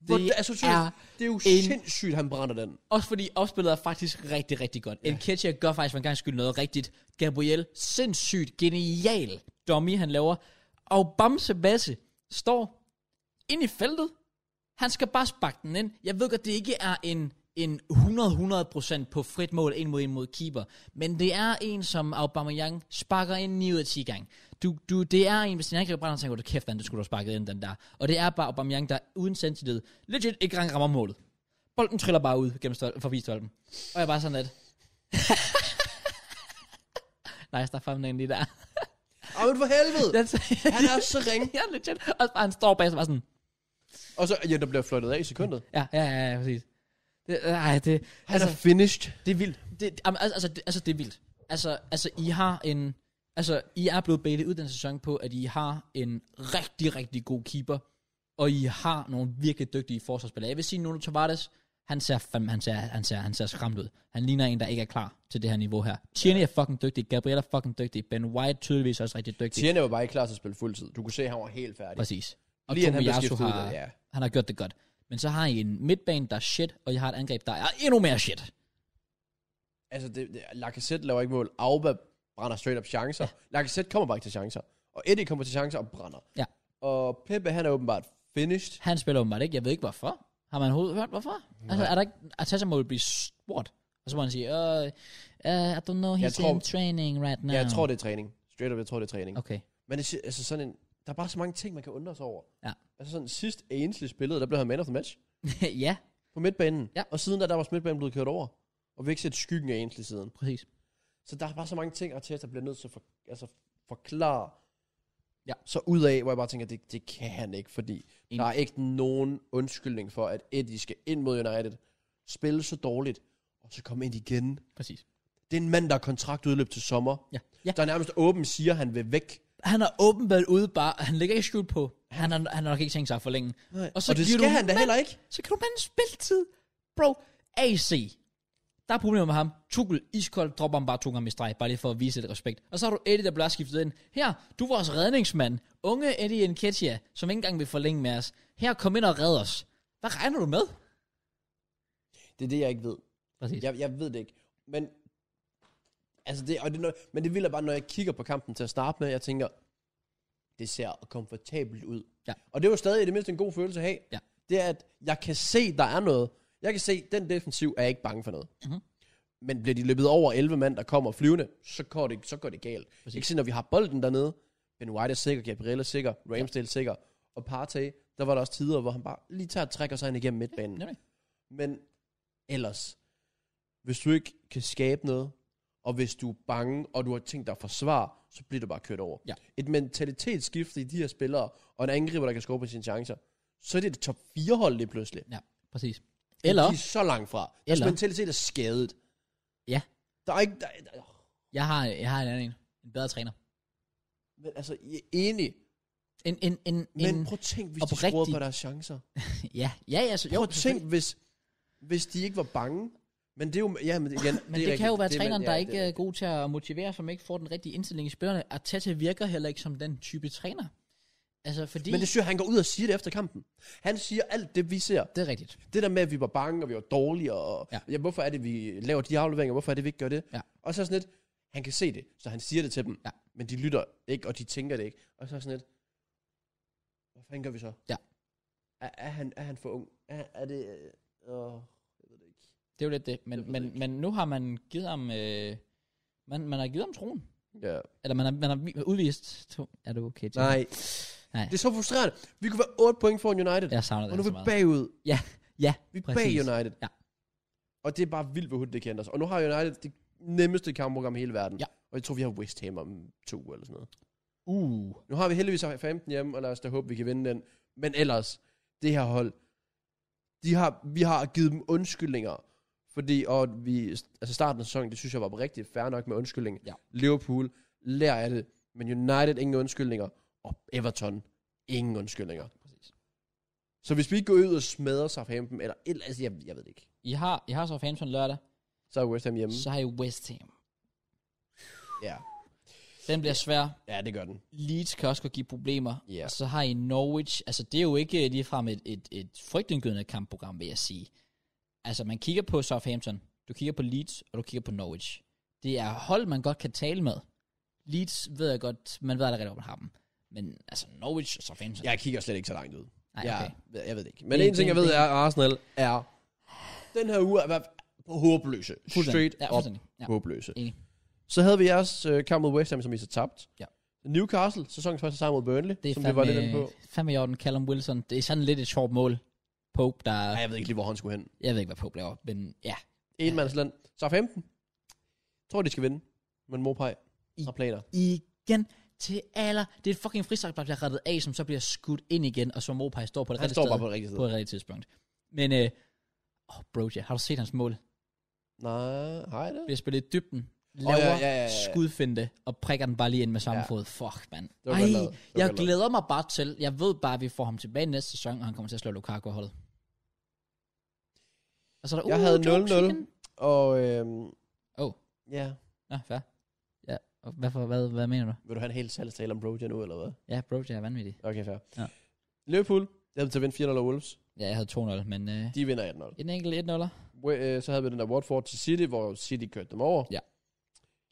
Hvor Det, er, så sygt.
er
det er jo
en-
sindssygt, han brænder den.
Også fordi opspillet er faktisk rigtig, rigtig godt. Ja. Enketia gør faktisk for en gang skyld noget rigtigt. Gabriel, sindssygt genial dummy, han laver. Og Bamse Basse står ind i feltet. Han skal bare sparke den ind. Jeg ved godt, det ikke er en, en 100-100% på frit mål en mod en mod keeper. Men det er en, som Aubameyang sparker ind 9 ud af 10 gange. Du, du, det er en, hvis den angriber brænder, så tænker du, kæft, man, du skulle du have sparket ind den der. Og det er bare Aubameyang, der uden sentidlighed legit ikke engang rammer målet. Bolden triller bare ud gennem stol- forbi stolpen. Og jeg er bare sådan lidt... nice, der er fandme en lige der.
Ej, men for helvede!
Den,
Han er så ringe.
ja, legit. Og bare, han står bag sig bare sådan...
Og så, ja, der bliver fløjtet af i sekundet.
Ja, ja, ja, ja præcis. Det, ej, det,
Han
altså,
er finished.
det er vildt. Det, am- altså, altså, det, altså, det er vildt. Altså, altså, I har en... Altså, I er blevet bailet ud den sæson på, at I har en rigtig, rigtig god keeper, og I har nogle virkelig dygtige forsvarsspillere. Jeg vil sige, Nuno Tavares, han ser, fandme, han ser, han ser, han ser skræmt ud. Han ligner en, der ikke er klar til det her niveau her. Tierney er fucking dygtig, Gabriel er fucking dygtig, Ben White tydeligvis også rigtig dygtig.
Tierney var bare ikke klar til at spille fuldtid. Du kunne se, at han var helt færdig.
Præcis. Og
Lige inden han blev
Tomiyasu
skiftet ud,
har,
ja.
han har gjort det godt. Men så har I en midtbane, der er shit, og jeg har et angreb, der er endnu mere shit.
Altså, det, det, Lacazette laver ikke mål. Auba brænder straight up chancer. Ja. Lacazette kommer bare ikke til chancer. Og Eddie kommer til chancer og brænder.
Ja.
Og Peppe, han er åbenbart finished.
Han spiller åbenbart ikke. Jeg ved ikke, hvorfor. Har man overhovedet hørt, hvorfor? Altså, er der ikke... Arteta må jo blive spurgt. Og så må han sige, uh, uh, I don't know,
Jeg
he's
tror-
in training right now.
Ja, jeg tror, det er træning. Straight up, jeg tror, det er træning.
Okay.
Men det, er- altså sådan en, der er bare så mange ting, man kan undre sig over.
Ja.
Altså sådan sidst Ainsley spillede, der blev han man of the match.
ja,
På midtbanen.
Ja.
Og siden da, der var midtbanen blevet kørt over. Og vi har ikke set skyggen af Ainsley siden.
præcis.
Så der er bare så mange ting, Arteta bliver nødt til at for, altså, forklare.
Ja.
Så ud af, hvor jeg bare tænker, det, det kan han ikke, fordi
Enig.
Enig. der er ikke nogen undskyldning for, at Eddie skal ind mod United, spille så dårligt, og så komme ind igen.
Præcis.
Det er en mand, der har kontraktudløb til sommer.
Ja. ja.
Der er nærmest åben siger, han vil væk.
Han er åbenbart ude bare... Han ligger ikke skjult på. Han har, han har nok ikke tænkt sig at forlænge.
Og, så og det
giver
skal
du
han da
mand-
heller ikke.
Så kan du med en spiltid. Bro, AC. Der er problemer med ham. Tuchel, iskold, dropper ham bare to gange i streg, bare lige for at vise lidt respekt. Og så har du Eddie, der bliver skiftet ind. Her, du er vores redningsmand. Unge Eddie Nketiah, som ikke engang vil forlænge med os. Her, kom ind og red os. Hvad regner du med?
Det er det, jeg ikke ved.
Præcis. Ja.
Jeg, jeg ved det ikke. Men, altså det, og det, er noget- men det vildt er bare, når jeg kigger på kampen til at starte med, jeg tænker, det ser komfortabelt ud.
Ja.
Og det er jo stadig i det mindste en god følelse at have.
Ja.
Det er, at jeg kan se, der er noget. Jeg kan se, den defensiv er ikke bange for noget.
Mhm.
Men bliver de løbet over 11 mand, der kommer flyvende, så går det, så går det galt.
Præcis.
Præcis. Ikke se, når vi har bolden dernede. Ben White er sikker, Gabriel er sikker, Ramsdale er sikker. Og Partey, der var der også tider, hvor han bare lige tager et træk og så er han igennem midtbanen.
nemlig.
Men ellers, hvis du ikke kan skabe noget, og hvis du er bange, og du har tænkt dig at forsvare, så bliver du bare kørt over.
Ja.
Et mentalitetsskifte i de her spillere, og en angriber, der kan score på sine chancer, så er det et top 4 hold lige pludselig.
ja, præcis.
Men
Eller,
De er så langt fra. Deres
Eller-
mentalitet er skadet.
Ja.
Der er ikke... Der, der,
jeg har, jeg har en anden en. En bedre træner.
men altså, jeg er enig.
En, en, en,
Men
en
prøv at tænk, hvis de
oprigtig-
scorede på deres chancer.
ja, ja, ja, så,
Prøv
jo,
at tænk, hvis, hvis de ikke var bange, Men det er jo... Ja, men igen,
Ah, Men det, det kan jo være træneren, der ikke øh, er god til at motivere, som ikke får den rigtige indstilling i spillerne. Arteta virker heller ikke som den type træner. Altså, fordi...
Men det synes han går ud og siger det efter kampen. Han siger alt det, vi ser.
det er rigtigt.
Det der med, at vi var bange, og vi var dårlige, og
Ja.
ja. Ja, hvorfor er det, vi laver de afleveringer, hvorfor er det, vi ikke gør det?
Ja.
Og så sådan lidt, han kan se det, så han siger det til dem,
Ja.
men de lytter ikke, og de tænker det ikke. Og så sådan lidt, hvad fanden gør vi så?
Ja.
Er, er, han, er han for ung? Er, er det... øh, Åh, jeg ved det ikke.
Det er jo lidt det.
Jeg
Men,
ved
men,
ikke.
men nu har man givet ham... Øh, man, man har givet ham troen.
Ja.
Eller man har, man har vi- udvist... tro- Er du okay til
Nej.
Nej.
Det er så frustrerende. Vi kunne være 8 point for United,
Jeg savner
og
det
nu er
så
vi
meget.
bagud.
ja,
Vi er
Præcis.
bag United.
Ja.
Og det er bare vildt, hvor hurtigt det kan ændres. Og nu har United det nemmeste kampprogram i hele verden.
Ja.
Og jeg tror, vi har West Ham om to uger eller sådan noget.
Uh.
Nu har vi heldigvis Southampton hjemme, og lad os da håbe, vi kan vinde den. Men ellers, det her hold, de har, vi har givet dem undskyldninger. Fordi, og vi, altså starten af sæsonen, det synes jeg var rigtig fair nok med undskyldning.
Ja.
Liverpool, lær af det. Men United, ingen undskyldninger. Og Everton, ingen undskyldninger.
Præcis.
Så hvis vi ikke går ud og smadrer Southampton, eller, eller altså, jeg, jeg ved det ikke.
I har, I har så Southampton lørdag,
Så er West Ham hjemme.
så har I West Ham.
Ja.
Den bliver svær.
Ja, det gør den.
Leeds kan også godt give problemer.
Ja.
Og så har I Norwich. Altså, det er jo ikke ligefrem et, et, et frygtindgydende kampprogram, vil jeg sige. Altså, man kigger på Southampton, du kigger på Leeds, og du kigger på Norwich. Det er hold, man godt kan tale med. Leeds ved jeg godt, man ved allerede, hvor man har dem. Men altså, Norwich og Southampton.
Jeg kigger slet ikke så langt ud.
Nej,
jeg,
okay.
ved- jeg ved det ikke. Men
Det-
en ting, jeg
det-
ved, er, at Arsenal er... Den her uge er i hvert fald på håbløse.
Fuldstændig.
Straight
ja,
up
fuldstændig. Ja.
håbløse.
Enig.
Så havde vi jeres øh, kamp mod West Ham, som I så tabt.
Ja.
Newcastle, sæsonens første sejr mod Burnley,
Det er
som
fandme,
vi var lidt inde på.
fandme i orden, Callum Wilson. Det er sådan lidt et sjovt mål. Pope, der...
Ej, jeg ved ikke lige, hvor han skulle hen.
Jeg ved ikke, hvad Pope laver, men ja.
Enmandsland. Så 15. Tror, de skal vinde. Men Mopaj
I-
har planer.
igen til aller... Det er et fucking frispark, der bliver rettet af, som så bliver skudt ind igen, og så Mopai står på det
Han
rette
står
sted
bare på det rigtige side.
på et rigtigt tidspunkt. Men, øh, oh, bro, ja, har du set hans mål?
Nej, har jeg det?
Bliver spillet i dybden, laver
ja,
oh,
ja, ja, ja, ja.
skudfinte, og prikker den bare lige ind med samme
Ja.
ja. fod. Fuck, mand.
var
Ej,
godt lavet. Det var
jeg
godt lavet.
glæder mig bare til, jeg ved bare, at vi får ham tilbage næste sæson, og han kommer til at slå Lukaku-holdet. Og så er der,
Jeg
uh,
havde
jokes
0-0.
igen.
Og øhm,
Åh.
ja,
Nå, fair. Ja, og hvad, for, hvad, hvad mener du?
vil du have en hel salgstale om Broja nu, eller hvad?
Ja, bro, jeg er vanvittig.
Okay, fair.
Ja.
Liverpool, jeg havde til at vinde 4-0 over Wolves.
Ja, jeg havde 2-0, men øh,
De vinder 1-0.
en enkelt 1-0'er.
We- øh, Så havde vi den der Watford til City, hvor City kørte dem over.
Ja.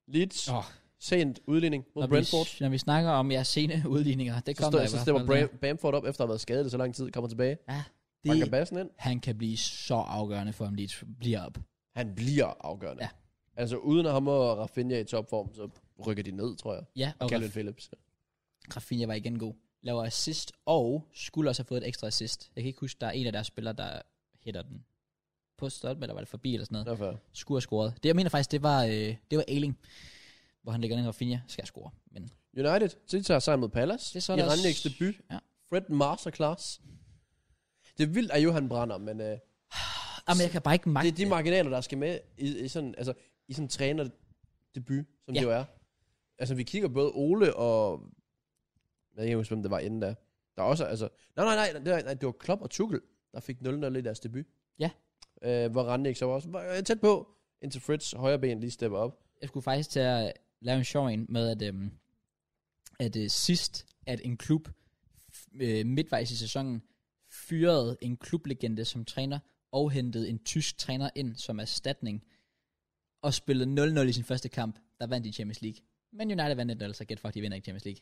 Leeds,
Åh.
oh. sent udligning mod
Når
Brentford.
vi, når vi snakker om jeres sene udligninger, det
Så,
kommer
stod,
der i
så
hvert
stemmer
fald der.
Bra- Bamford op, efter at have været skadet i så lang tid, kommer tilbage. Banker
det,
bassen ind.
han kan blive så afgørende for, om Leeds bliver op.
Han bliver afgørende.
Ja.
Altså uden ham og Rafinha i topform, så rykker de ned, tror jeg.
Ja, og
Okay. Calvin
Raf-
Phillips.
Rafinha var igen god. Laver assist, og skulle også have fået et ekstra assist. Jeg kan ikke huske, der er en af deres spillere, der hitter den på stolpen, eller var det forbi eller sådan noget.
Det er fair.
Skulle have scoret. Det jeg mener faktisk, det var, øh, det var Ailing, hvor han lægger den Rafinha, skal score. Men
United, de tager sejr mod Palace.
Det er så
I
deres-
Randjeks debut.
Ja.
Fred Masterclass. Det er vildt, at Johan brænder, men... Øh,
ah, men jeg kan bare ikke magte
det er de marginaler, der skal med i, i sådan, altså, i sådan en trænerdebut, som
Ja.
det jo er. Altså, vi kigger både Ole og... Jeg kan ikke huske, hvem det var inden da. Der er også, altså... Nej, nej, nej, det var, nej, det var Klopp og Tuchel, der fik 0-0 i deres debut.
Ja.
Øh, hvor Randek så var også var øh, tæt på, indtil Fritz højre ben lige stepper op.
jeg skulle faktisk til at lave en sjov en med, at, øhm, at øh, sidst, at en klub f- øh, midtvejs i sæsonen fyrede en klublegende som træner og hentede en tysk træner ind som erstatning og spillede 0-0 i sin første kamp, der vandt de Champions League. Men United vandt 1-0, så gæt fuck, de vinder ikke Champions League.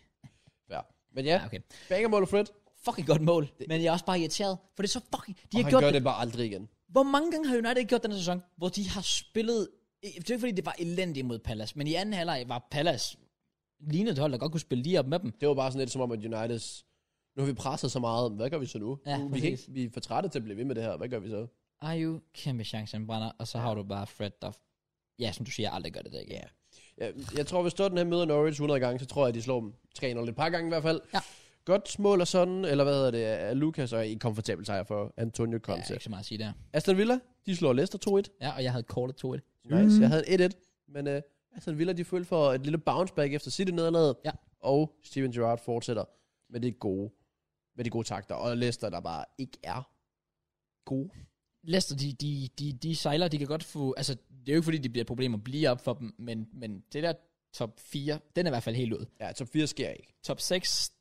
Ja. Men
Ja,
ja,
okay.
bangermål og Fred,
Fucking godt mål, men jeg er også bare irriteret, for det er så fucking... De
og
har
han
gjort
gør
det.
det. bare aldrig igen.
Hvor mange gange har United gjort den her sæson, hvor de har spillet... Det er jo ikke, fordi det var elendigt mod Palace, men i anden halvleg var Palace lignede et hold, der godt kunne spille lige op med dem.
Det var bare sådan lidt som om, at Uniteds... Nu har vi presset så meget, hvad gør vi så nu?
Ja,
nu vi, kan ikke,
præcis.
vi er for trætte til at blive ved med det her, hvad gør vi så?
Are you kæmpe chance, han brænder, og så har du bare Fred, der... Ja, som du siger, aldrig gør det der igen.
Ja. Jeg, jeg tror, hvis Tottenham møder Norwich 100 gange, så tror jeg, de slår dem 3-0 et par gange i hvert fald.
Ja.
Godt mål og sådan, eller hvad hedder det, af Lucas og i komfortabel sejr for Antonio
Ja,
Conte. Ja.
ikke så meget at sige der.
Aston Villa, de slår Leicester 2-1.
Ja, og jeg havde callet 2-1.
Nice. Mm. Jeg havde en 1-1, men uh, Aston Villa, de følte for et lille bounce back efter City nederlaget.
Ja.
Og Steven Gerrard fortsætter med det gode, med de gode takter. Og Leicester, der bare ikke er gode.
Leicester, de, de, de, de sejler, de kan godt få... Altså, det er jo ikke fordi, det bliver et problem at blive op for dem, men, men det der top 4, den er i hvert fald helt ud.
Ja, top 4 sker ikke.
Top 6,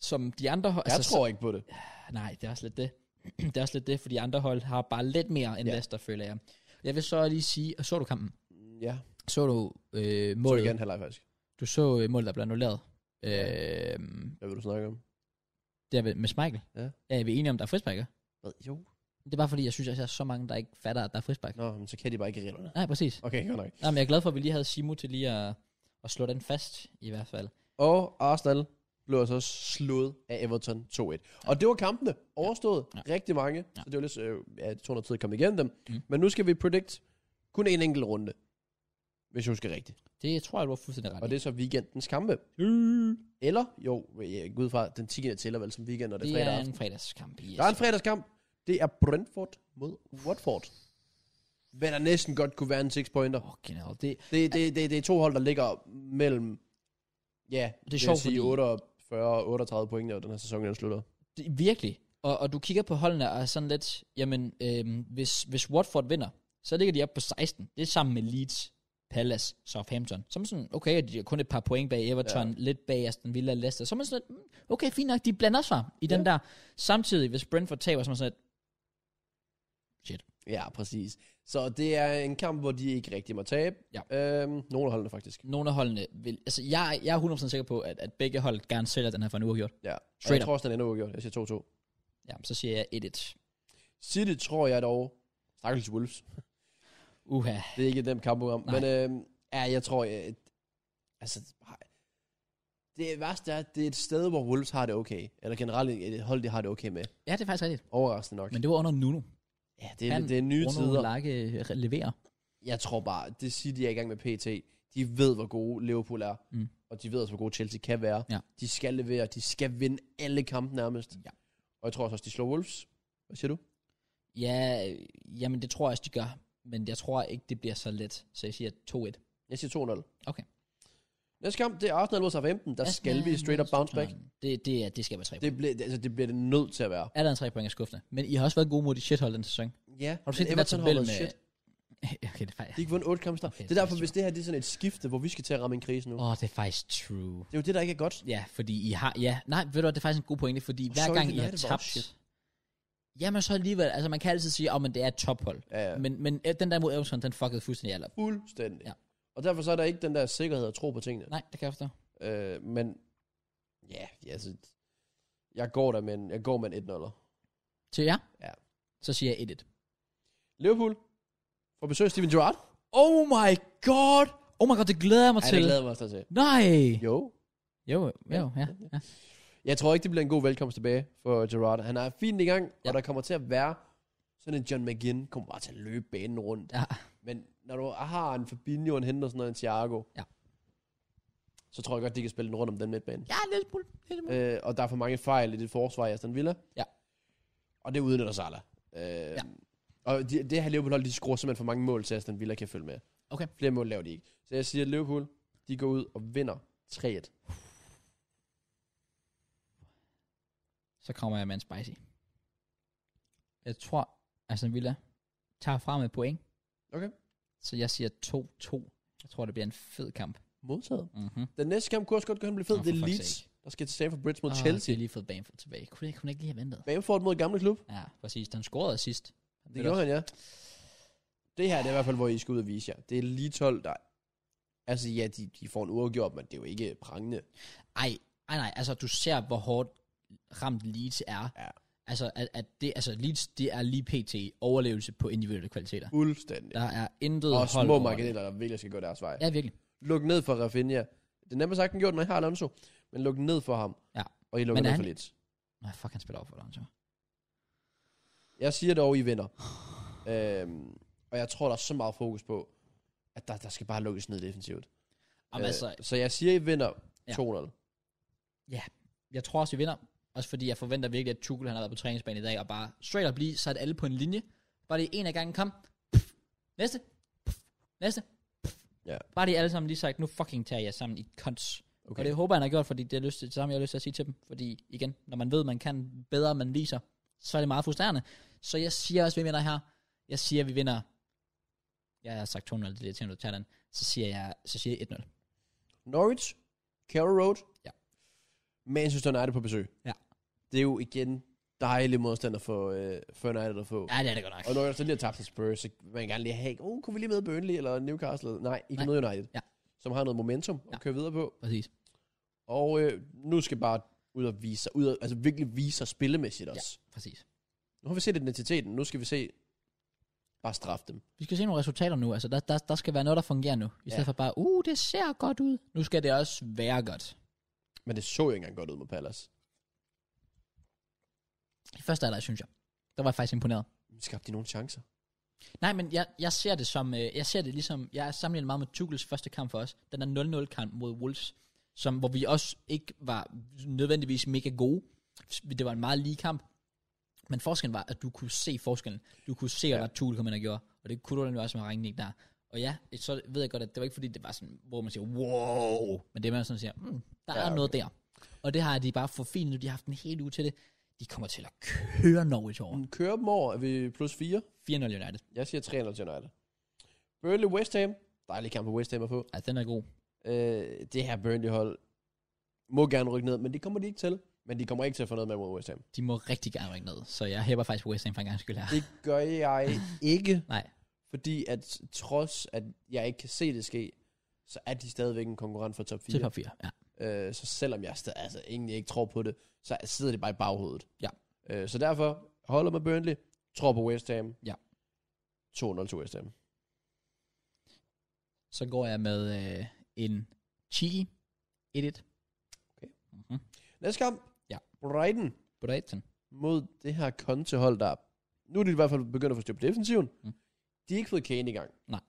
som de andre hold...
Jeg altså, tror ikke på det.
Så, nej, det er også lidt det. det er også lidt det, for de andre hold har bare lidt mere end
Ja.
ja. Leicester, føler jeg. Jeg vil så lige sige... Så du kampen?
Ja,
Så du øh,
så
målet?
igen halvleg faktisk.
Du så øh, målet, der blev annulleret. Øh,
Hvad vil du snakke om?
det er ved- med Michael.
Ja.
Er vi enige om, der er frisparker?
Hvad? Jo.
Det er bare fordi, jeg synes, at jeg ser så mange, der ikke fatter, at der er frispark.
Nå, men så kan de bare ikke reglerne.
Nej, præcis.
Okay, godt nok.
Nej, men jeg er glad for, at vi lige havde Simo til lige at, at slå den fast, i hvert fald.
Og Arsenal blev altså også slået af Everton 2-1. Og det var kampene. Overstået. Ja. Rigtig mange. Ja. Så det var lidt øh, ja, 200 tid at komme igennem dem. Mm.
Mm.
Men nu skal vi predict kun en enkelt runde. Hvis jeg husker rigtigt.
Det tror jeg, du var fuldstændig ret
Og det er så weekendens kampe.
det,
Eller, jo, jeg går ud fra, den 10. tæller vel som weekend, og det er
det
fredag
er
aften.
en fredagskamp. Yes.
Der er en fredagskamp. Det er Brentford mod Watford. Hvad der næsten godt kunne være en 6-pointer.
Fucking hell, det,
Det, det, det, det er to hold, der ligger mellem, ja, det er
sjovt,
sjovt, sige,
fordi-
48 og 38 point, når den her sæson den slutter.
det, virkelig. Og, og du kigger på holdene og er sådan lidt, jamen, øhm, hvis, hvis Watford vinder, så ligger de op på 16. Det er sammen med Leeds, Palace, Southampton. Som sådan, okay, og de er kun et par point bag Everton, ja. lidt bag Aston Villa og Leicester. Så er man sådan lidt, mm, okay, fint nok, de blander sig i den der. Samtidig, hvis Brentford taber, så er man sådan lidt,
Ja, præcis. Så det er en kamp, hvor de ikke rigtig må tabe.
Ja.
Øhm, nogle af holdene faktisk.
nogle af holdene vil... Altså, jeg, jeg er 100% sikker på, at, at begge hold gerne sælger den her for en uafgjort.
Ja. Og
Straight
jeg
up.
tror også, den ender uafgjort. Jeg siger 2-2.
Ja, så siger jeg 1-1.
City tror jeg dog. Stakkels Wolves.
Uha.
Det er ikke et nemt kampprogram.
Nej.
Men øhm, ja, jeg tror, jeg, altså, det værste er, at det er et sted, hvor Wolves har det okay. Eller generelt et hold, de har det okay med.
Ja, det er faktisk rigtigt.
Overraskende nok.
Men det var under Nuno.
ja, det er,
han-
det er nye
Bruno
tider.
Lage øh, leverer.
Jeg tror bare, det City er i gang med PT. De ved, hvor gode Liverpool er.
Mm.
Og de ved også, hvor gode Chelsea kan være.
Ja.
De skal levere. De skal vinde alle kampe nærmest.
Ja.
Og jeg tror også, de slår Wolves. Hvad siger du?
Ja, øh, jamen det tror jeg også, de gør. Men jeg tror ikke, det bliver så let. Så jeg siger 2-1.
Jeg siger 2-0.
Okay.
Næste kamp, det er Arsenal mod Southampton. Der skal vi straight up bounce back.
Det, det, er, det skal være 3 point.
Det, bliver, altså, det bliver det nødt til at være.
Er der en 3 point er skuffende? Men I har også været gode mod de shithold den sæson.
Ja,
Har du set
men
den der
Everton har
tabel
været
med...
Shit.
okay, det er
De har
faktisk...
ikke vundet 8 kampe snart.
Okay,
det er derfor,
det er
hvis det her det er sådan et skifte, hvor vi skal til at ramme en krise nu.
Åh, oh, det er faktisk true.
Det er jo det, der ikke er godt.
Ja, fordi I har... Ja, nej, ved du hvad, det er faktisk en god pointe, fordi
Og
hver
Sheffield
gang I har
United var også
tabt... Jamen så alligevel, altså man kan altid sige, at oh, men det er et tophold.
Ja, ja.
Men, men øh, den der mod Everton, den fuckede fuldstændig alt op.
Fuldstændig.
Ja.
Og derfor så er der ikke den der sikkerhed og tro på tingene.
Nej, det kan jeg forstå.
Øh, men ja, yeah, altså, jeg går der med en, jeg går med en 1-0.
Til jer?
Ja.
Så siger jeg 1-1.
Liverpool får besøg af Steven Gerrard.
Oh my god! Oh my god, det glæder jeg mig
Ej,
til.
det glæder jeg mig også til.
Nej!
Jo.
Jo, jo, ja. ja.
Jeg tror ikke, det bliver en god velkomst tilbage for Gerrard. Han er fint i gang, ja. og der kommer til at være sådan en John McGinn, kommer bare til at løbe banen rundt.
ja.
Men når du har en Fabinho, en Henderson og en Thiago,
Ja.
så tror jeg godt, de kan spille den rundt om den midtbane.
Ja, en lille smule. en lille smule.
Øh, og der er for mange fejl i det forsvar i Aston Villa.
Ja.
Og det udnytter Salah. Øh, ja. Og de, det her Liverpool-hold, de scorer simpelthen for mange mål, til Aston Villa kan følge med.
Okay.
Flere mål laver de ikke. Så jeg siger, at Liverpool, de går ud og vinder 3-1.
Så kommer jeg med en spicy. Jeg tror, Aston Villa tager frem med point.
Okay.
Så jeg siger 2-2. Jeg tror, det bliver en fed kamp.
Modtaget.
Mm-hmm.
Den næste kamp kunne også godt gå hen og blive fed.
Nå,
det
for
er
fuck's
Leeds,
sake.
der skal til Stamford Bridge mod Chelsea.
Jeg lige fået Bamford tilbage. Kunne det kunne jeg ikke lige have ventet?
Bamford mod gamle klub.
Ja, præcis. Den scorede sidst.
Det gjorde han, ja. Det her det er i hvert fald, hvor I skal ud og vise jer. Det er lige 12, der... Altså ja, de, de får en uafgjort, men det er jo ikke prangende.
Ej, ej, nej, altså du ser, hvor hårdt ramt Leeds er.
Ja.
Altså, at, at det, altså Leeds, det er lige pt. overlevelse på individuelle kvaliteter.
Fuldstændig.
Der er intet
Og
hold
små
over det.
marginaler, der virkelig skal gå deres vej.
Ja, virkelig.
Luk ned for Rafinha. Det er nemmere sagt end gjort, når I har Alonso. Men luk ned for ham.
Ja.
Og I lukker
Men er
ned
han-
for lidt.
Nej, fuck, han spiller over for Alonso.
Jeg siger dog, I vinder. øhm, og jeg tror, der er så meget fokus på, at der, der skal bare lukkes ned defensivt.
Jamen, øh. altså,
så jeg siger, I vinder
Ja.
2-0.
jeg tror også, vi vinder. Også fordi jeg forventer virkelig, at Tuchel han har været på træningsbanen i dag, og bare straight up lige sat alle på en linje. Bare det en af gangen kom. Pff. Næste. Pff. Næste. Pff.
Ja.
Bare de alle sammen lige sagt, nu fucking tager jeg sammen i konts. Okay. Og det håber jeg, han har gjort, fordi det er lyst til, det samme, jeg har lyst til at sige til dem. Fordi igen, når man ved, man kan bedre, man viser, så er det meget frustrerende. Så jeg siger også, vi vinder her Jeg siger, vi vinder. Jeg har sagt 2-0, det er det, jeg tager den. Så siger jeg, så siger jeg 1-0.
Norwich, Carroll Road.
Ja.
Manchester United på besøg.
Ja.
Det er jo igen dejlige modstander for, øh, for United at få.
Ja, det er det godt nok.
Og når jeg så lige har tabt til Spurs, så vil man gerne lige have, oh, kunne vi lige med Burnley eller Newcastle? Nej, ikke
Nej.
med United.
Ja.
Som har noget momentum at
Ja.
køre videre på.
Præcis.
Og øh, nu skal bare ud og vise sig, ud og, altså virkelig vise sig spillemæssigt også.
Præcis.
Nu har vi set identiteten, nu skal vi se, bare straffe dem.
Vi skal se nogle resultater nu. Altså, der, der, der skal være noget, der fungerer nu. I stedet
Ja.
for bare, uh, det ser godt ud. Nu skal det også være godt.
Men det så jo ikke engang godt ud med Palace.
I første alder, synes jeg. Der var jeg faktisk imponeret.
Skabte de nogle chancer?
Nej, men jeg, jeg ser det som, øh, jeg ser det ligesom, jeg sammenligner meget med Tuchels første kamp for os. Den der 0-0 kamp mod Wolves, som, hvor vi også ikke var nødvendigvis mega gode. Det var en meget lige kamp. Men forskellen var, at du kunne se forskellen. Du kunne se, hvad
Ja.
ja. Tuchel kom ind og gjorde. Og det kunne du nemlig også med Rangnick der. Og ja, så ved jeg godt, at det var ikke fordi, det var sådan, hvor man siger, wow. Men det man sådan siger, mm, der
Ja,
ja, er
okay.
noget der. Og det har de bare forfinet nu. De har haft en hel uge til det. De kommer til at køre Norwich over.
Kører dem over, er vi plus 4?
4-0 United.
Jeg siger 3-0 til United. Burnley West Ham. Dejlig kamp på West Ham at få.
Ja, den er god.
Øh, det her Burnley hold må gerne rykke ned, men det kommer de ikke til. Men de kommer ikke til at få noget med mod West Ham.
De må rigtig gerne rykke ned, så jeg hæber faktisk på West Ham for en gang skyld her.
Det gør jeg ikke,
Nej,
fordi at trods at jeg ikke kan se det ske, så er de stadigvæk en konkurrent for top 4.
til top 4. Ja.
Øh, så selvom jeg stadig, altså, egentlig ikke tror på det, så sidder det bare i baghovedet.
Ja.
Øh, så derfor holder med Burnley, tror på West Ham.
Ja.
2-0 til West Ham.
Så går jeg med øh, en cheeky 1-1.
Okay.
Mm-hmm.
Næste kamp.
Ja.
Brighton
Brighton.
mod det her Conte-hold, der... Nu er de i hvert fald begyndt at få styr på defensiven.
Mm.
De er ikke fået Kane i gang.
Nej.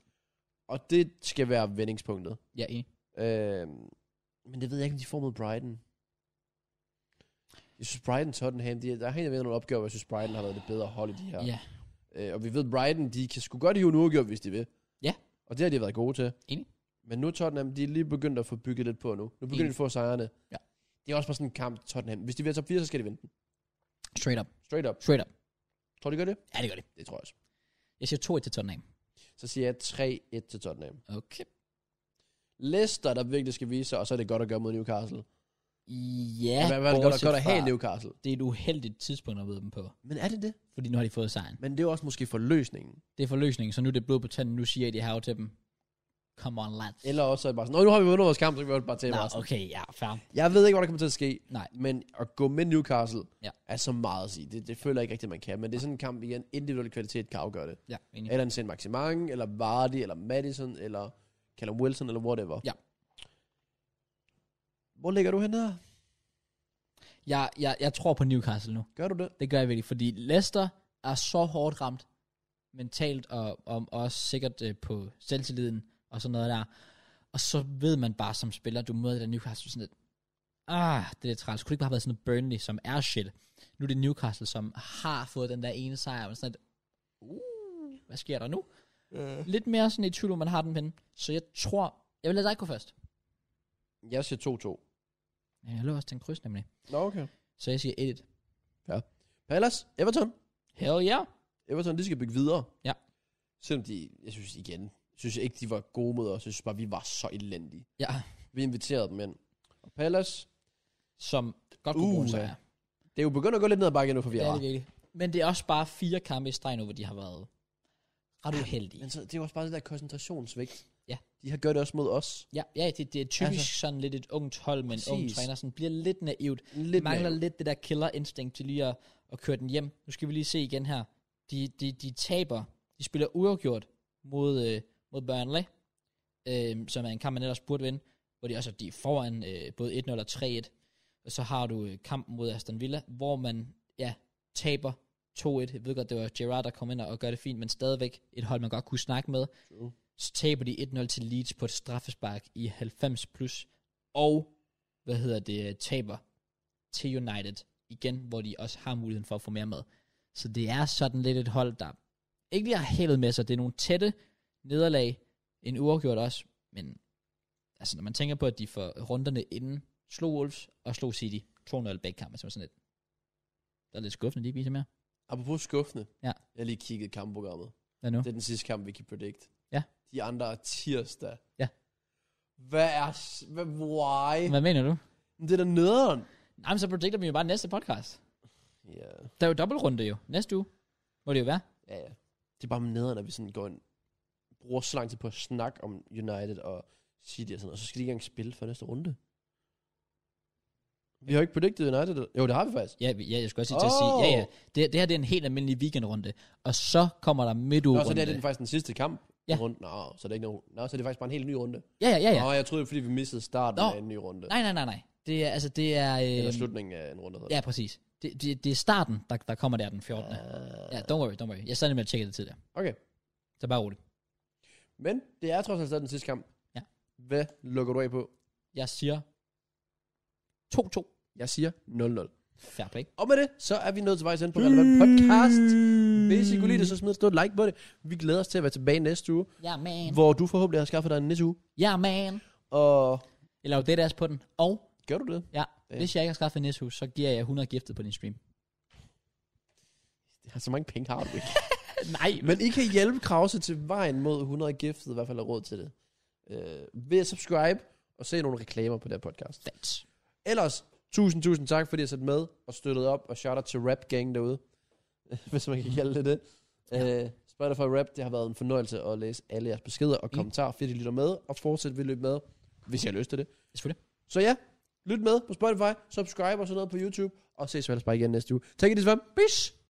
Og det skal være vendingspunktet.
Ja, enig.
Øh, men det ved jeg ikke, om de får mod Brighton. Jeg synes Brighton Tottenham, de, der har egentlig været nogle opgaver, hvor jeg synes Brighton har været det bedre hold i de her.
Ja. ja.
Øh, og vi ved, Brighton, de kan sgu godt hive en uafgjort, hvis de vil.
Ja.
Og det har de været gode til.
Enig.
Men nu er Tottenham, de er lige begyndt at få bygget lidt på nu. Nu begynder de
Enig.
at få sejrene.
Ja.
Det er også bare sådan en kamp, Tottenham. Hvis de vil have top 4, så skal de vinde den.
Straight up.
Straight up.
Straight up.
Tror du, de gør det?
Ja, det gør det.
Det tror jeg også.
Jeg siger 2-1 til Tottenham.
Så siger jeg 3-1 til Tottenham.
Okay.
Leicester, der virkelig skal vise sig, og så er det godt at gøre mod Newcastle.
Ja,
Ja, det er i hvert fald godt,
bortset
godt at have
fra-
Newcastle.
Det er et uheldigt tidspunkt at vide dem på,
Men er det det?
fordi nu har de fået sejren.
Men det er jo også måske for løsningen.
Det er forløsningen, så nu er det blod på tanden. Nu siger jeg de her til dem. Come on, lads.
Eller også er det bare sådan, Nå, nu har vi vundet vores kamp, så kan vi også bare tage
Nå,
resten."
okay, ja, fair.
Jeg ved ikke, hvad der kommer til at ske.
Nej.
Men at gå med Newcastle
Ja.
er så meget at sige. Det, det føler jeg ikke rigtigt, man kan. Men det er sådan en kamp igen. Individuel kvalitet kan afgøre det.
Ja, enig.
Eller en Saint Maximang, eller Vardy, eller Madison, eller Callum Wilson, eller whatever.
Ja.
Hvor ligger du henne her?
Jeg, jeg, jeg tror på Newcastle nu.
Gør du det?
Det gør jeg virkelig, fordi Leicester er så hårdt ramt mentalt og, og, og også sikkert øh, på selvtilliden og sådan noget der. Og så ved man bare som spiller, du møder det der Newcastle sådan lidt, ah, det er lidt træls. Kunne det ikke bare have været sådan noget Burnley, som er shit? Nu er det Newcastle, som har fået den der ene sejr, og man sådan lidt, uh, hvad sker der nu?
Uh.
Lidt mere sådan i tvivl, om man har den pen. Så jeg tror, jeg vil lade dig gå først.
Jeg siger 2-2.
Ja, Jeg lå også til en kryds nemlig.
Nå, okay.
Så jeg siger 1-1.
Palace, Everton.
Hell yeah.
Everton, de skal bygge videre.
Ja.
Selvom de, jeg synes igen, synes jeg ikke, de var gode mod os. Jeg synes bare, vi var så elendige.
Ja,
Vi inviterede dem ind. Og Palace,
som godt kunne bruge en
Uh,
sejr.
det er jo begyndt at gå lidt ned ad bakke nu, for vi
Ja, det er
er.
det virkelig. Men det er også bare fire kampe i streg nu, hvor de har været ret uheldige.
Men så, det er jo også bare det der koncentrationsvægt.
Ja.
De har gjort det også mod os.
Ja, ja det, det er typisk altså, sådan lidt et ungt hold med en ung
Præcis.
træner, sådan bliver lidt naivt.
Lidt
Mangler
mere.
lidt det der killer instinct til lige at, at køre den hjem. Nu skal vi lige se igen her. De, de, de taber, de spiller uafgjort mod, øh, mod Burnley, øh, som er en kamp, man ellers burde vinde, hvor de også de er foran øh, både 1-0 og 3-1. Og så har du øh, kampen mod Aston Villa, hvor man ja, taber 2-1. Jeg ved godt, det var Gerrard, der kom ind og gør det fint, men stadigvæk et hold, man godt kunne snakke med.
True.
Så taber de 1-0 til Leeds på et straffespark i 90 plus. Og, hvad hedder det, øh, taber til United igen, hvor de også har muligheden for at få mere med. Så det er sådan lidt et hold, der ikke lige har heldet med sig. Det er nogle tætte nederlag, en uafgjort også, men altså når man tænker på, at de for runderne inden slog Wolves og slog City 2-0 begge kampe, så er man sådan lidt, der er lidt skuffende lige viser mere.
Apropos skuffende.
Ja.
Jeg har lige kigget kampprogrammet.
Hvad nu?
Det er den sidste kamp, vi kan predict.
Ja.
De andre er tirsdag.
Ja.
Hvad er... s- Hvad, why?
Hvad mener du?
Men Det er da nederen.
Nej, men så predicter vi jo bare næste podcast.
Ja.
Der er jo dobbeltrunde jo. Næste uge må det jo være.
Ja, ja. Det er bare nederen, at vi sådan går ind, bruger så lang tid på at snakke om United og City og sådan noget, og så skal de ikke engang spille for næste runde. Vi har jo ikke predicted United. Jo, det har vi faktisk.
Ja, vi- ja jeg skulle også lige til at sige, ja, ja. Det, det her det er en helt almindelig weekendrunde. Og så kommer der
Nå,
midtugerunde.
så det er det faktisk den sidste kamp.
Ja.
Ja. Rundt. Nå, så det er ikke nogen. Nå, så er det faktisk bare en helt ny runde.
Ja, ja, ja, ja.
Nå, jeg troede, det var, fordi vi mistede starten
Nå.
af en ny runde.
Nej, nej, nej, nej. Det er, altså, det er...
Eller
Øh,
slutningen af en runde. hedder
ja, præcis. Det, det, det er starten, der, der kommer der den 14.
Ah,
Ja,
det.
ja don't worry, don't worry. Jeg sad nemlig og tjekkede det tidligere.
Okay.
Så bare roligt.
Men det er trods alt stadig den sidste kamp.
Ja.
Hvad lukker du af på?
Jeg siger 2-2.
Jeg siger 0-0.
Fair play.
Og med det, så er vi nået til vejs ende på Relevant Podcast. Mm. Hvis I kunne lide det, så smid et stort like på det. Vi glæder os til at være tilbage næste uge,
Ja, yeah, man.
hvor du forhåbentlig har skaffet dig en næste uge.
Ja, yeah, man.
Og
Jeg laver det deres på den. Og,
gør du det?
ja,
Ja.
hvis jeg ikke har skaffet en næshus, så giver jeg 100 giftet på din stream.
Jeg har så mange penge, har du ikke?
Nej,
Men I kan hjælpe Krause til vejen mod 100 giftet, i hvert fald er råd til det. Øh, ved at subscribe og se nogle reklamer på det her podcast.
Thanks.
Ellers, tusind, tusind tak, fordi I har sat med og støttet op, og shout out til Rap Gang derude, hvis man kan kalde det det. Ja. Øh, Spider for Rap, det har været en fornøjelse at læse alle jeres beskeder og kommentarer, fedt I lytter med, og fortsæt vi løbe med, hvis jeg har lyst til det.
Selvfølgelig.
Så ja, lyt med på Spotify, subscribe og sådan noget på YouTube, og ses ellers bare igen næste uge. Tak i det, Peace!